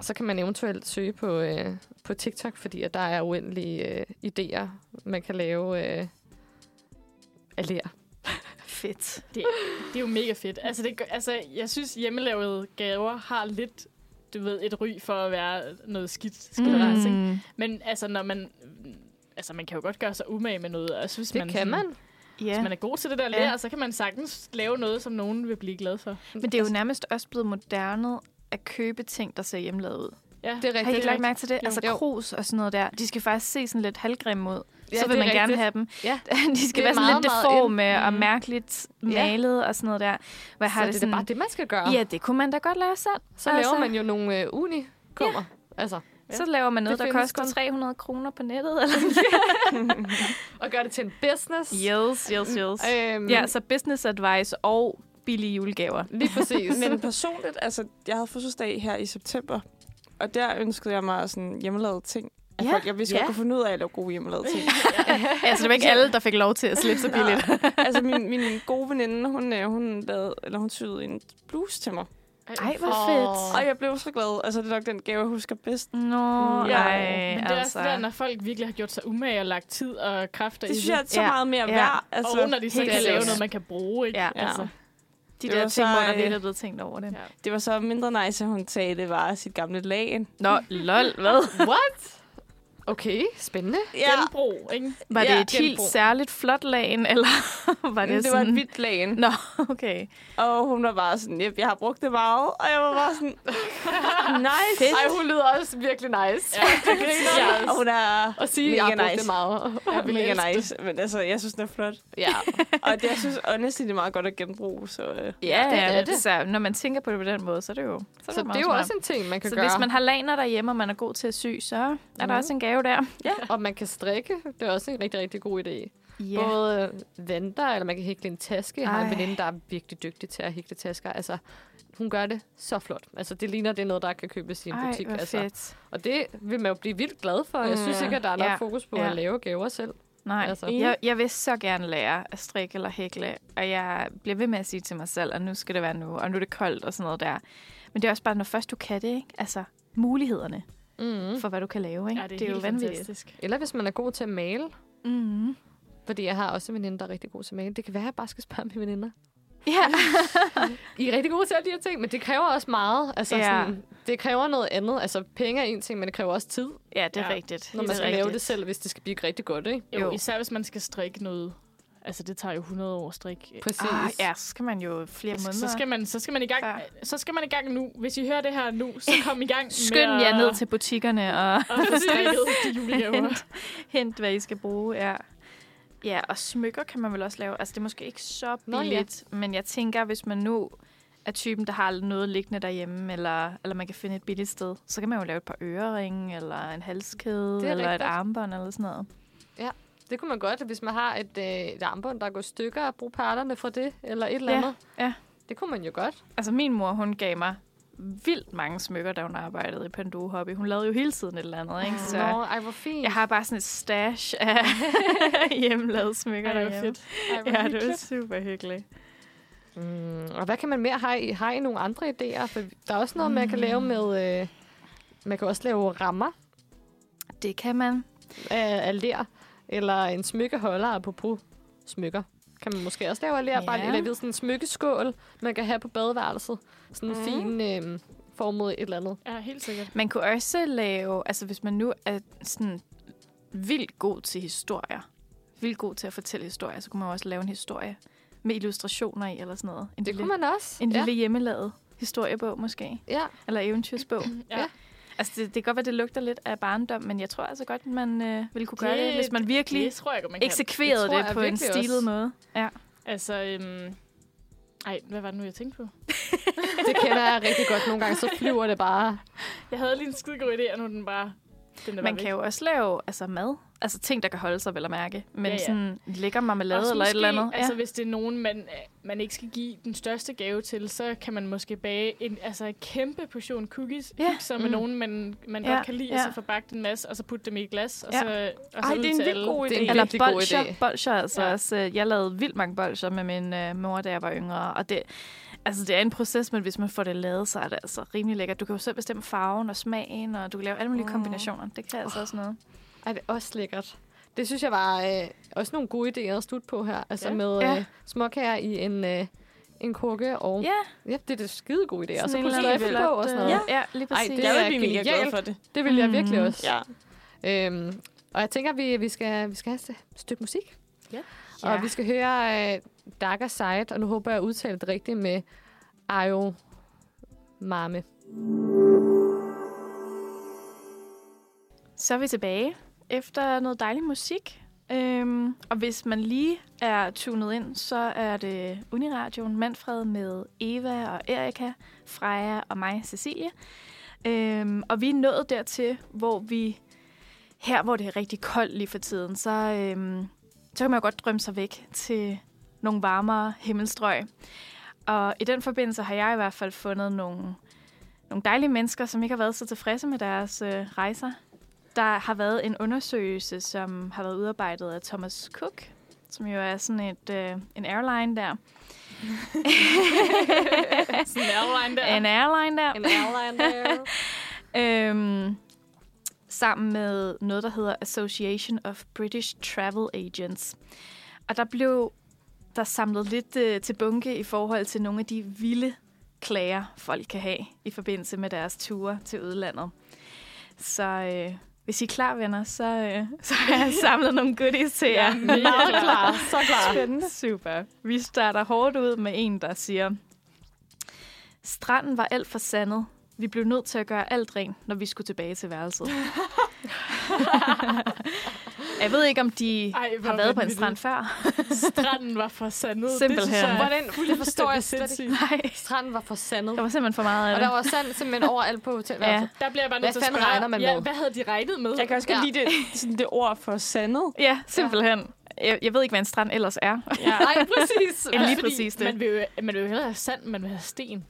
S2: så kan man eventuelt søge på, øh, på TikTok, fordi at der er uendelige øh, idéer, man kan lave øh, af lær.
S3: Fedt.
S4: Det, det er jo mega fedt. Altså, det, gør- altså, jeg synes, hjemmelavede gaver har lidt du ved, et ry for at være noget skidt. skidt mm.
S3: Mm.
S4: Men altså, når man... Altså, man kan jo godt gøre sig umage med noget, og jeg synes,
S2: Det
S4: man,
S2: kan
S4: sådan-
S2: man.
S3: Ja.
S4: Hvis man er god til det der
S3: Ja.
S4: lærer, så kan man sagtens lave noget, som nogen vil blive glad for.
S3: Men det er jo nærmest også blevet moderne at købe ting, der ser hjemmelavet ud.
S4: Ja.
S2: Det er rigtigt.
S3: Har I ikke lagt mærke til det?
S4: Jo.
S3: Altså
S2: Jo.
S3: krus og sådan noget der, de skal faktisk se sådan lidt halvgrimme ud.
S2: Ja,
S3: så
S2: det
S3: vil
S2: er
S3: man gerne
S2: rigtigt.
S3: have dem.
S2: Ja.
S3: De skal
S2: Det er
S3: være sådan
S2: meget,
S3: lidt
S2: meget Mm.
S3: deforme og mærkeligt malet og sådan noget der. Hvor jeg
S2: Så
S3: har
S2: det er
S3: det
S2: da
S3: sådan,
S2: bare det, man skal gøre.
S3: Ja, altså- det kunne man da godt lave selv.
S2: Så laver man jo nogle øh, unikummer. Altså,
S3: Så laver man noget,
S2: Det
S3: der
S2: findes
S3: koster
S2: kun.
S3: 300 kroner på nettet. Eller?
S2: og gør det til en business.
S3: Yes, yes, yes.
S2: Øhm,
S3: Ja, så business advice og billige julegaver.
S2: Lige præcis.
S5: Men personligt, altså, jeg havde fødselsdag her i september, og der ønskede jeg mig sådan hjemmelavede ting. At
S3: Ja,
S5: ja, folk, jeg vidste, ja.
S3: ja.
S5: jeg kunne finde ud af at lave gode hjemmelavede ting.
S3: altså, det var ikke alle, der fik lov til at slippe så billigt.
S5: altså, min, min gode veninde, hun, øh, hun, lavede, eller hun syede en bluse til mig.
S4: Altså,
S3: Ej, hvor fedt.
S5: Og jeg blev så glad. Altså, det er nok den gave, jeg husker bedst.
S3: Nå,
S5: Ja.
S3: ej,
S4: Men det er altså.
S3: altså.
S4: også det der, når folk virkelig har gjort sig umage og lagt tid og kræfter
S5: Det
S4: i
S5: synes jeg er så
S3: Ja.
S5: ja. meget mere
S3: Ja.
S5: værd.
S4: Altså, og når de så
S3: helt
S4: kan
S3: sikkert.
S4: lave noget, man kan bruge, ikke?
S3: Ja.
S4: Altså.
S3: De
S5: Det
S3: der
S5: var så,
S3: ting, hvor der
S5: øh,
S3: virkelig er blevet tænkt over det.
S4: Ja.
S5: Det var så mindre nice, at hun sagde, det var sit gamle lagen.
S3: Nå, lol, hvad?
S2: What? Okay, spændende.
S4: Genbrug, ikke?
S3: Var
S5: Ja,
S3: det et helt
S5: genbrug.
S3: særligt flot lagen, eller var det,
S5: det, det var
S3: sådan...
S5: et hvidt lagen.
S3: Nå, okay.
S5: Og hun var bare sådan, "Jep, jeg har brugt det meget. Og jeg var bare sådan, nice.
S3: Fedt.
S2: Ej, hun lyder også virkelig nice. Ja.
S5: Ja, og hun er
S2: Og sige, at jeg
S5: mega
S2: har brugt
S5: nice.
S2: det meget.
S5: Ja, mega nice. Men altså, jeg synes, den er flot.
S2: Ja,
S5: Og det, jeg synes, honestly, det er meget godt at genbruge. Så, øh.
S3: Ja,
S2: det er
S3: ja,
S2: det.
S3: Så når man tænker på det på den måde, så er det jo...
S2: så,
S3: det
S2: så det er
S3: meget
S2: jo
S3: smart.
S2: også en ting, man kan
S3: Så
S2: gøre. Mhm.
S3: hvis man har laner derhjemme, og man er god til at sy, så er der også en gave der.
S2: Og man kan strikke. Det er også en rigtig, rigtig god idé.
S3: Ja.
S2: Yeah. Både øh, venter, eller man kan hækle en taske. Jeg har en
S3: Ej.
S2: veninde, der er virkelig dygtig til at hækle tasker. Altså, hun gør det så flot. Altså, det ligner, det er noget, der kan købes i en
S3: Ej,
S2: butik.
S3: hvor
S2: altså.
S3: fedt. Mm.
S2: Og det vil man jo blive vildt glad for. Jeg synes ikke, at der er nok
S3: Ja.
S2: fokus på
S3: Ja.
S2: at lave gaver selv.
S3: Nej,
S2: Altså.
S3: altså. jeg, jeg vil så gerne lære at strikke eller hækle, og jeg bliver ved med at sige til mig selv, at nu skal det være nu, og nu er det koldt og sådan noget der. Men det er også bare, når først du kan det, ikke? Altså, mulighederne
S2: Mm.
S3: for, hvad du kan lave, ikke?
S4: Ja, det er,
S3: det er jo
S4: helt
S3: vanvittigt.
S4: fantastisk.
S2: Eller hvis man er god til at male.
S3: Mm-hmm.
S2: Fordi jeg har også en veninde, der er rigtig god til at male. Det kan være, at jeg bare skal spørge mine veninder.
S3: Ja.
S2: I er rigtig gode til alle de her ting, men det kræver også meget. Altså,
S3: Ja.
S2: ja. sådan, det kræver noget andet. Altså, penge er en ting, men det kræver også tid,
S3: ja, det er
S4: Ja.
S3: rigtigt.
S2: når man
S3: Helt
S2: skal lave
S3: rigtigt.
S2: det selv, hvis det skal blive rigtig godt, ikke?
S4: Jo,
S3: Jo.
S4: jo, især hvis man skal strikke noget. Altså, det tager jo 100 år at strikke.
S2: Præcis.
S3: Ah, ja, så skal man jo flere måneder.
S4: Så skal, man, så, skal man i gang,
S3: Ja.
S4: så skal man i gang nu. Hvis I hører det her nu, så kom i gang
S3: Skynd
S4: med
S3: jer
S4: at-
S3: ned til butikkerne og
S4: at få strikket de julegaver.
S3: hent, hent, hvad I skal bruge. Ja. ja, og smykker kan man vel også lave. Altså, det er måske ikke så
S2: Nå, ja.
S3: billigt, Nå, ja. men jeg tænker, hvis man nu er typen, der har noget liggende derhjemme, eller, eller man kan finde et billigt sted, så kan man jo lave et par øreringe, eller en halskæde,
S2: Det er
S3: eller et
S2: rigtigt.
S3: armbånd, eller sådan noget.
S2: Det kunne man godt, hvis man har et, øh, et armbånd, der går i stykker, og bruge parterne fra det, eller et eller
S3: Ja,
S2: andet.
S3: ja.
S2: Det kunne man jo godt.
S3: Altså, min mor, hun gav mig vildt mange smykker, da hun arbejdede i Pandoo Hobby. Hun lavede jo hele tiden et eller andet, ikke? Så
S2: Nå, ej, hvor fint.
S3: jeg har bare sådan et stash af hjemmelavede smykker
S4: Ej, det var
S3: derhjemme.
S4: fedt.
S2: ej, hvor
S3: Ja, det var
S2: hyggeligt.
S3: super hyggeligt.
S2: Mm, og hvad kan man mere? Har I, har I nogle andre idéer? For der er også noget, man kan lave med... Øh, man kan også lave rammer
S3: Det kan man.
S2: af, af ler, eller en smykkeholder, apropos smykker. Kan man måske også lave af ler,
S3: Ja.
S2: ja. bare eller ved sådan en smykkeskål, man kan have på badeværelset. Sådan en mm. fin øh, formet et eller andet.
S4: Ja, helt sikkert.
S3: Man kunne også lave, altså hvis man nu er sådan vildt god til historier, vildt god til at fortælle historier, så kunne man jo også lave en historie med illustrationer i eller sådan noget. En
S2: Det kunne man også.
S3: En
S2: ja.
S3: lille hjemmelavet historiebog måske,
S2: Ja,
S3: eller eventyrsbog.
S4: Ja.
S3: Altså, det, det kan godt være, det lugter lidt af barndom, men jeg tror altså godt, man øh, ville kunne gøre det,
S4: Det-
S3: det, hvis man virkelig
S4: Det tror jeg godt, man kan.
S3: eksekverede
S4: Det tror
S3: det,
S4: jeg
S3: på en
S4: virkelig også.
S3: stilet måde. Ja.
S4: Altså, øhm, ej, hvad var det nu, jeg tænkte på?
S2: Det kender jeg rigtig godt. Nogle gange så flyver det bare.
S4: Jeg havde lige en skide god idé, og nu er den bare... Den der
S3: Man
S4: bare
S3: kan jo også lave altså, mad. Altså ting, der kan holde sig, vel at mærke. Men ja,
S4: Ja,
S3: ja.
S4: ja.
S3: sådan en lækker marmelade
S4: Også
S3: eller et eller andet.
S4: Altså,
S3: Altså, ja.
S4: hvis det er nogen, man, øh, man ikke skal give den største gave til, så kan man måske bage en altså, en kæmpe portion cookies,
S3: Ja.
S4: ja. som mm.
S3: Mm.
S4: er nogen, man, man
S3: Ja,
S4: ja. godt kan lide, ja.
S3: ja.
S4: og så få bagt en masse, og så putte dem i et glas, og
S3: Ja.
S4: så, og så ud
S5: Ej, det er en
S4: til
S5: vildt
S4: alle.
S5: god idé.
S2: Det er en
S3: Eller
S2: rigtig god
S3: bolsjer.
S2: idé.
S3: Bolsjer altså ja.
S4: Ja.
S3: også. øh, Jeg lavede vildt mange bolsjer med min øh, mor, da jeg var yngre. Og det, altså, det er en proces, men hvis man får det lavet, så er det altså rimelig lækkert. Du kan jo selv bestemme farven og smagen, og du kan lave alle mulige kombinationer. Det kan altså også noget.
S2: Ej, det er også lækkert. Det synes jeg var øh, også nogle gode idéer at slutte på her. Altså ja. med
S3: Ja.
S2: øh, småkager i en, øh, en krukke. Og
S3: Ja,
S2: ja, det er det skide gode idéer. Og så
S3: en
S2: putter
S3: eller
S2: jeg
S3: anden
S2: flot
S3: flot,
S2: og sådan noget.
S3: øh,
S2: Ja.
S3: Ja, lige
S2: Ej,
S3: præcis.
S2: det
S5: Jeg
S2: er
S5: vil blive mega glad
S2: genialt.
S5: for det.
S2: Det vil jeg virkelig
S3: Mm.
S2: også.
S5: Ja.
S2: Øhm, og jeg tænker, at vi, vi, skal, vi skal have et stykke musik.
S4: Ja.
S2: Og
S3: Ja.
S2: vi skal høre uh, Darker Side, og nu håber jeg, at jeg udtaler det rigtigt med Ayo Mame.
S3: Så er vi tilbage efter noget dejlig musik. Øhm, og hvis man lige er tunet ind, så er det Uniradioen Manfred med Eva og Erika, Freja og mig, Cecilie. Øhm, og vi er nået dertil, hvor vi her, hvor det er rigtig koldt lige for tiden, så, øhm, så kan man jo godt drømme sig væk til nogle varmere himmelstrøg. Og i den forbindelse har jeg i hvert fald fundet nogle, nogle dejlige mennesker, som ikke har været så tilfredse med deres øh, rejser. Der har været en undersøgelse, som har været udarbejdet af Thomas Cook, som jo er sådan et, øh, en airline der.
S4: Sådan en airline der.
S3: En airline der.
S2: airline there.
S3: Øhm, sammen med noget, der hedder Association of British Travel Agents. Og der blev der samlet lidt øh, til bunke i forhold til nogle af de vilde klager, folk kan have i forbindelse med deres ture til udlandet. Så øh, hvis I er klar, venner, så, øh, så har jeg samlet nogle goodies til jer.
S4: meget klar. Så klar.
S3: Spændende. Super. Vi starter hårdt ud med en, der siger, stranden var alt for sandet. Vi blev nødt til at gøre alt rent, når vi skulle tilbage til værelset. jeg ved ikke, om de
S4: Ej, hvor
S3: har været på en
S4: vanvittigt.
S3: strand før.
S4: Stranden var for sandet.
S3: Simpelthen.
S2: Hvordan, det forstår jeg slet ikke.
S4: sindssygt.
S3: Nej,
S2: Stranden var for sandet.
S3: der var simpelthen for meget af
S2: Og der
S3: det.
S2: var sand simpelthen overalt på hotelværelset.
S4: Der bliver jeg bare
S2: Hvad
S4: nødt til at
S2: fanden
S4: spørge.
S2: regner man
S4: ja,
S2: med?
S4: hvad havde de regnet med?
S5: Jeg kan også godt
S2: Ja.
S5: lide det, sådan det ord for sandet.
S3: Ja, simpelthen. Jeg, jeg ved ikke, hvad en strand ellers er.
S4: Ja.
S2: Nej, præcis.
S3: End lige
S4: Fordi
S3: præcis det.
S4: Man vil, jo, man vil jo hellere have sand, man vil have sten.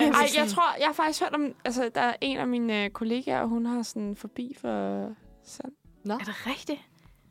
S4: Altså,
S5: Ej, jeg tror, jeg har faktisk hørt om, altså der er en af mine øh, kollegaer, hun har sådan forbi for sand.
S3: Er det rigtigt?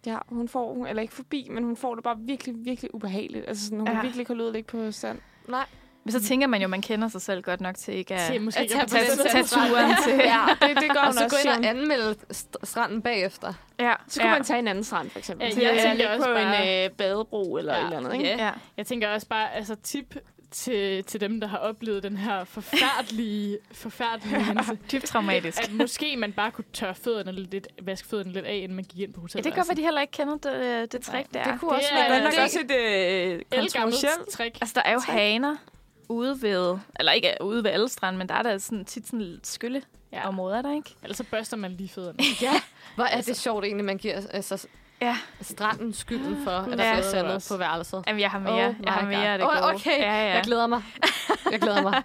S5: Ja, hun får, hun- eller ikke forbi, men hun får det bare virkelig, virkelig ubehageligt. Altså sådan, hun
S3: Ja.
S5: ja. virkelig kan lyde ligge på sand.
S2: Nej.
S3: Men så tænker man jo, man kender sig selv godt nok til ikke at
S4: Til måske
S2: At
S4: ikke
S2: tage
S4: at
S2: på
S4: tage
S2: den
S4: sand.
S3: tage turen til.
S5: Ja, det, det gør
S2: Og
S5: hun
S2: så
S5: også.
S2: gå ind og
S5: siger hun.
S2: anmelde st- stranden bagefter.
S3: Ja,
S5: Så kunne
S3: ja.
S5: man tage en anden strand, for eksempel.
S4: Ja,
S5: Til
S4: jeg
S5: at
S4: tænker
S5: ligge
S4: også
S5: på
S4: bare-
S5: en øh, badebro eller
S4: Ja.
S5: et eller andet, ikke?
S4: Ja.
S3: Ja.
S4: Jeg tænker også bare, altså tip til, til dem, der har oplevet den her forfærdelige, forfærdelige hændelse.
S3: Dybt traumatisk.
S4: At måske man bare kunne tørre fødderne lidt, vaske fødderne lidt af, inden man gik ind på
S3: Ja,
S4: hotellet.
S3: det gør, at de heller ikke kender det, det trick, der.
S2: Det kunne også
S4: Det er
S2: være
S5: Men
S2: en
S5: nok
S2: idé.
S5: også et øh, kontroversielt.
S4: Elgammelt trick.
S3: Altså, der er jo haner ude ved, eller ikke ude ved alle strande, men der er der sådan, tit sådan lidt skylle ja.
S4: Ja.
S3: områder, er der ikke?
S4: Ellers så altså, børster man lige fødderne.
S2: Hvor er det sjovt egentlig, man giver altså,
S3: Ja.
S2: stranden skylden for, at der
S3: Ja.
S2: er sandet på værelset.
S3: Jamen, jeg har mere.
S2: Oh
S3: jeg har
S2: my
S3: mere af det
S2: God.
S3: gode.
S2: Oh, okay,
S3: Ja, ja.
S2: Jeg glæder mig. Jeg glæder mig.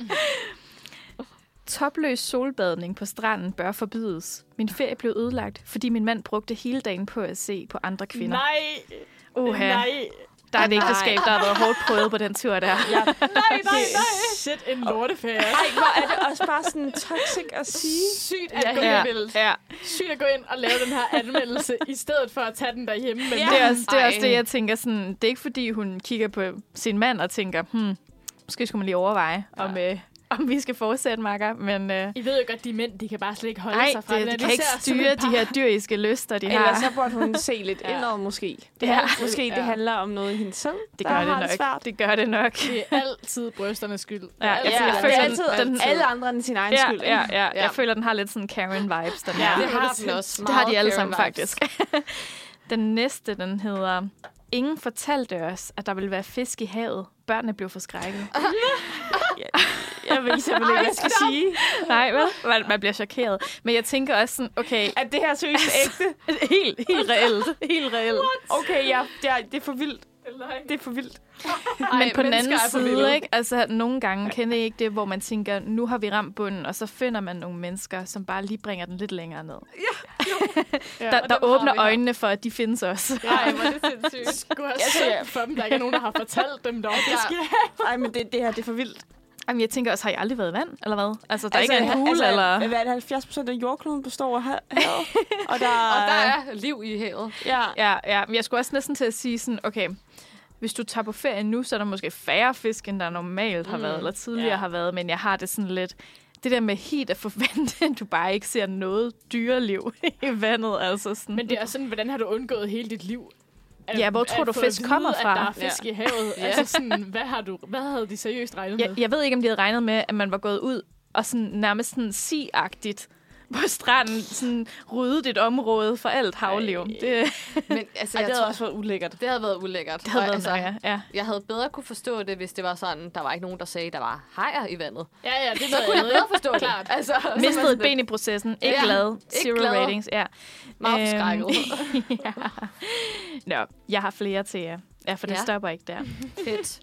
S3: Topløs solbadning på stranden bør forbydes. Min ferie blev ødelagt, fordi min mand brugte hele dagen på at se på andre kvinder.
S4: Nej,
S3: Uha,
S4: nej,
S3: der er et ægteskab, der har været hårdt prøvet på den tur der. Ja.
S4: nej, nej, nej. Shit, en lorteferie.
S5: Ej, hvor er det også bare sådan toxic at sige.
S4: Sygt at, gå
S3: Ja,
S4: ind,
S3: ja.
S4: sygt at gå ind og lave den her anmeldelse, i stedet for at tage den derhjemme. Men
S3: Det, er også, det er også
S2: Ej.
S3: det, jeg tænker sådan, det er ikke fordi, hun kigger på sin mand og tænker, hmm, måske skulle man lige overveje, ja. om, øh, om vi skal fortsætte, makker, men... Øh,
S4: I ved jo godt, de mænd, de kan bare slet ikke holde
S3: Nej,
S4: sig fra
S3: det,
S4: når
S3: de kan ikke
S4: ser sådan
S3: styre
S4: et par.
S3: de her dyriske lyster, de
S5: Ellers
S3: har.
S5: så burde hun se lidt
S4: Ja.
S5: indad måske. Det
S3: Ja.
S5: ja. Måske det handler om noget i hende selv,
S3: Det
S5: der
S3: gør
S5: har
S3: det
S5: det
S3: nok.
S5: svært.
S3: Det gør det nok.
S4: Det er altid brysternes skyld.
S3: Ja, jeg,
S4: Ja,
S3: jeg
S5: det
S3: føler,
S5: er
S3: den,
S5: altid,
S3: den,
S5: alle andre end sin egen
S3: ja,
S5: skyld.
S3: ja, ja,
S2: Ja.
S3: jeg føler, den har lidt sådan Karen-vibes, den
S4: Ja.
S3: her.
S2: Det har
S4: det
S2: den
S4: er
S2: også.
S3: Det har de
S2: Meget
S3: alle sammen,
S2: Karen vibes.
S3: faktisk. Den næste, den hedder... Ingen fortalte os, at der ville være fisk i havet. Børnene blev forskrækket.
S5: Jeg,
S3: jeg ved simpelthen ikke, hvad jeg skal sige. Nej, vel? Man, man bliver chokeret. Men jeg tænker også sådan, okay,
S5: Er det her seriøst ægte?
S3: helt, helt reelt. Helt reelt.
S5: Okay, ja, det er, det er for vildt. Det er for vildt.
S3: Men på den anden
S4: mennesker er forvildede.
S3: side, ikke? Altså, nogle gange kender jeg ikke det, hvor man tænker, nu har vi ramt bunden, og så finder man nogle mennesker, som bare lige bringer den lidt længere ned.
S4: Ja,
S3: Der,
S4: og
S3: der
S4: dem har
S3: åbner
S4: vi her.
S3: øjnene for, at de findes også.
S4: Nej, hvor er det sindssygt. Skulle have søgt for dem, der ikke er nogen, der har fortalt dem dog. Ja.
S5: Ej, men det, det her, det er for vildt.
S3: Jamen, jeg tænker også, har I aldrig været i vand, eller hvad? Altså, der altså, ikke er en pool, altså, eller...
S5: Hvad er det, 70 procent af jordkloden består af ha- havet? og der,
S2: Og der er liv i havet.
S5: Ja,
S3: Ja, ja, men jeg skulle også næsten til at sige sådan, okay, hvis du tager på ferie nu, så er der måske færre fisk, end der normalt har været, eller tidligere
S4: Mm, Ja.
S3: har været, men jeg har det sådan lidt... Det der med helt at forvente, at du bare ikke ser noget dyreliv i vandet, altså sådan...
S4: Men det er sådan, hvordan har du undgået hele dit liv? At-
S3: Ja, hvor tror
S4: at
S3: du,
S4: få
S3: fisk
S4: at vide,
S3: kommer fra?
S4: At der er fisk ja. i havet. ja. Altså sådan, hvad, har du, hvad havde de seriøst regnet med?
S3: Jeg, jeg ved ikke, om de havde regnet med, at man var gået ud og sådan, nærmest sådan siagtigt på stranden, sådan ryddet et område for alt havliv. Det, det
S2: Men altså,
S5: Ej,
S2: jeg tror,
S5: det havde også været ulækkert.
S2: det havde været ulækkert. Det
S3: havde været
S2: altså,
S3: altså, ja.
S2: Jeg havde bedre kunne forstå det, hvis det var sådan, der var ikke nogen, der sagde, der var hajer i vandet.
S4: Ja, ja, det er
S2: Så
S4: noget
S2: kunne jeg
S4: andet.
S2: bedre forstå det.
S4: Klart.
S2: Altså, så var
S3: Mistet
S2: jeg
S3: et ben i processen. Ikke
S2: Ja,
S3: glad.
S2: ikke
S3: Zero
S2: glad.
S3: ratings. Ja.
S2: Meget
S3: Øhm,
S2: forskrækket.
S3: ja. Nå, jeg har flere til jer. Ja, for det
S2: Ja.
S3: stopper ikke der.
S2: Fedt.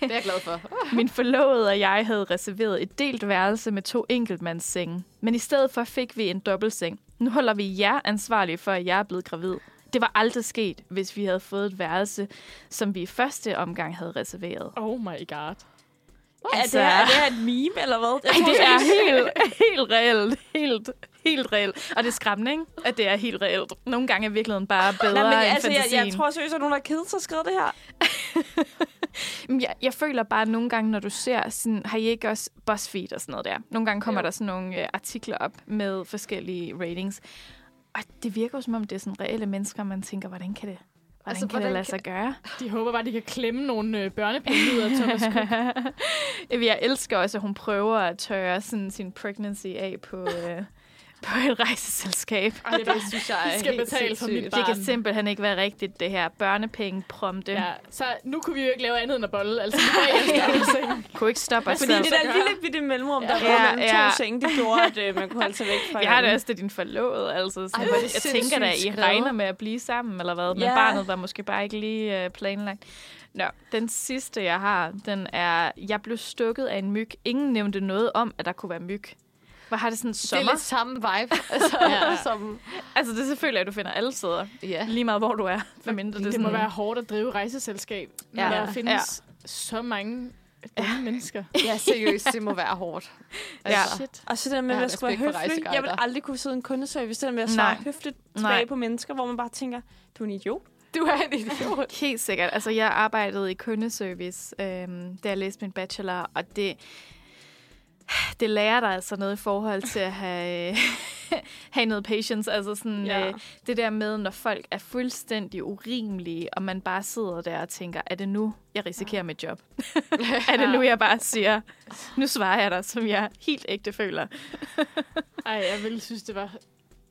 S2: Det er jeg glad for.
S3: Min forlovede og jeg havde reserveret et delt værelse med to enkeltmandssenge. Men i stedet for fik vi en dobbeltseng. Nu holder vi jer ansvarlige for, at jeg er blevet gravid. Det var aldrig sket, hvis vi havde fået et værelse, som vi i første omgang havde reserveret.
S4: Oh my god.
S5: Er det, her, er det her et meme, eller hvad? Jeg
S3: Altså-
S5: tror,
S3: det er helt, helt reelt. Helt, helt reelt. Og det er skræmmende, ikke? At det er helt reelt. Nogle gange er virkeligheden bare bedre
S5: Nej, men
S3: end
S5: altså, jeg,
S3: fantasien.
S5: jeg tror seriøst, at nogen har kedet sig og skrevet det her.
S3: Jamen, Jeg, jeg føler bare nogle gange, når du ser, sådan, har I ikke også BuzzFeed og sådan noget der? Nogle gange kommer jo. der sådan nogle øh, artikler op med forskellige ratings. Og det virker jo som om, det er sådan reelle mennesker, og man tænker, hvordan kan det, hvordan
S2: Altså,
S3: altså, kan hvordan
S2: hvordan
S3: det lade sig gøre?
S4: De håber bare, de kan klemme nogle øh, børnepenge ud af Thomas Cook.
S3: Jamen, jeg elsker også, at hun prøver at tørre sådan, sin pregnancy af på, øh, på et rejseselskab.
S4: Ej, det er bare,
S2: synes jeg
S4: I skal betale for mit
S2: sindssygt.
S4: barn.
S3: Det kan simpelthen ikke være rigtigt, det her børnepenge-prompte. Ja.
S4: Ja, så nu kunne vi jo ikke lave andet end at bolle. Altså, nu er jeg stadig i seng.
S3: Kunne ikke stoppe os
S5: Fordi
S3: selv.
S5: det der lille bitte mellemrum, der
S3: Ja.
S5: var
S3: Ja,
S5: mellem to
S3: ja.
S5: senge, det gjorde, at øh, man kunne holde sig væk fra
S3: Jeg har det
S5: hinanden.
S3: også, det er din forlovede. Altså, sådan,
S2: Ej,
S3: Ej,
S2: hvor er det
S3: jeg tænker da, I
S2: sindssygt
S3: regner
S2: skrevet.
S3: med at blive sammen, eller hvad? Men
S5: Ja.
S3: barnet var måske bare ikke lige øh, planlagt. Nå, den sidste, jeg har, den er, jeg blev stukket af en myg. Ingen nævnte noget om, at der kunne være myg. Hvor har det sådan
S2: Det er
S3: sommer?
S2: lidt samme vibe. Altså, ja.
S4: Ja.
S2: som,
S3: Altså, det er selvfølgelig, at du finder alle steder.
S2: ja.
S3: Lige meget, hvor du er. For mindre, det, er
S4: Det
S3: sådan,
S4: må være hårdt at drive rejseselskab, når
S3: Ja.
S4: ja. der findes ja. så mange dumme mennesker.
S2: ja, seriøst, det må være hårdt. Altså,
S4: Shit.
S5: Og så det der med,
S2: Jeg
S5: at
S2: har
S5: man skulle være
S2: respekt for
S5: høflig. Jeg vil
S2: rejseguider.
S5: aldrig kunne sidde i en kundeservice, det der med at svare
S3: Nej.
S5: høfligt
S3: Nej.
S5: tilbage på mennesker, hvor man bare tænker, du er en idiot.
S2: Du er en idiot.
S3: Helt sikkert. Altså, jeg arbejdede i kundeservice, øhm, da jeg læste min bachelor, og det, det lærer dig altså noget i forhold til at have, have noget patience. Altså sådan, ja.
S5: Ja.
S3: øh, det der med, når folk er fuldstændig urimelige, og man bare sidder der og tænker, er det nu, jeg risikerer ja. mit job? er det nu, jeg bare siger, nu svarer jeg dig, som jeg helt ægte føler?
S4: Ej, jeg ville synes, det var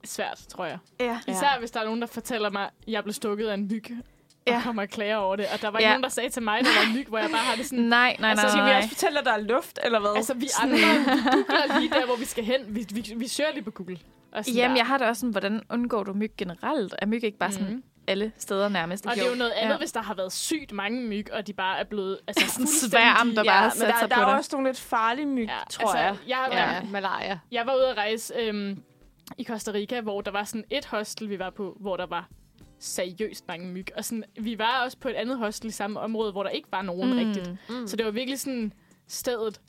S4: svært, tror jeg.
S3: Ja.
S4: Især hvis der er nogen, der fortæller mig, at jeg blev stukket af en myg, og
S3: Ja.
S4: kommer og klager over det. Og der var ikke
S3: Ja.
S4: nogen, der sagde til mig, at det var en myg, hvor jeg bare har det sådan...
S3: Nej, nej, nej,
S5: Altså, skal
S3: nej.
S5: vi
S3: nej.
S5: også fortælle, at der er luft, eller hvad?
S4: Altså, vi andre, vi googler lige der, hvor vi skal hen. Vi, vi, vi søger lige på Google. Og sådan
S3: Jamen,
S4: der.
S3: jeg har det også sådan, hvordan undgår du myg generelt? Er myg ikke bare sådan
S2: Mhm.
S3: mm. alle steder nærmest?
S4: Og det er jo noget andet,
S3: Ja.
S4: ja. hvis der har været sygt mange myg, og de bare er blevet altså,
S3: sådan en
S4: fuldstændig-
S3: sværm, der bare
S5: men
S3: sætter
S5: der,
S3: sig
S5: der
S3: på
S5: er
S3: dig.
S5: også nogle lidt farlige myg,
S4: Ja,
S5: tror jeg.
S4: Altså, jeg, ja.
S2: Ja, malaria.
S4: Jeg var ude at rejse øhm, i Costa Rica, hvor der var sådan et hostel, vi var på, hvor der var seriøst mange myg. Og sådan, vi var også på et andet hostel i samme område, hvor der ikke var nogen mm. rigtigt. Mm. Så det var virkelig sådan stedet.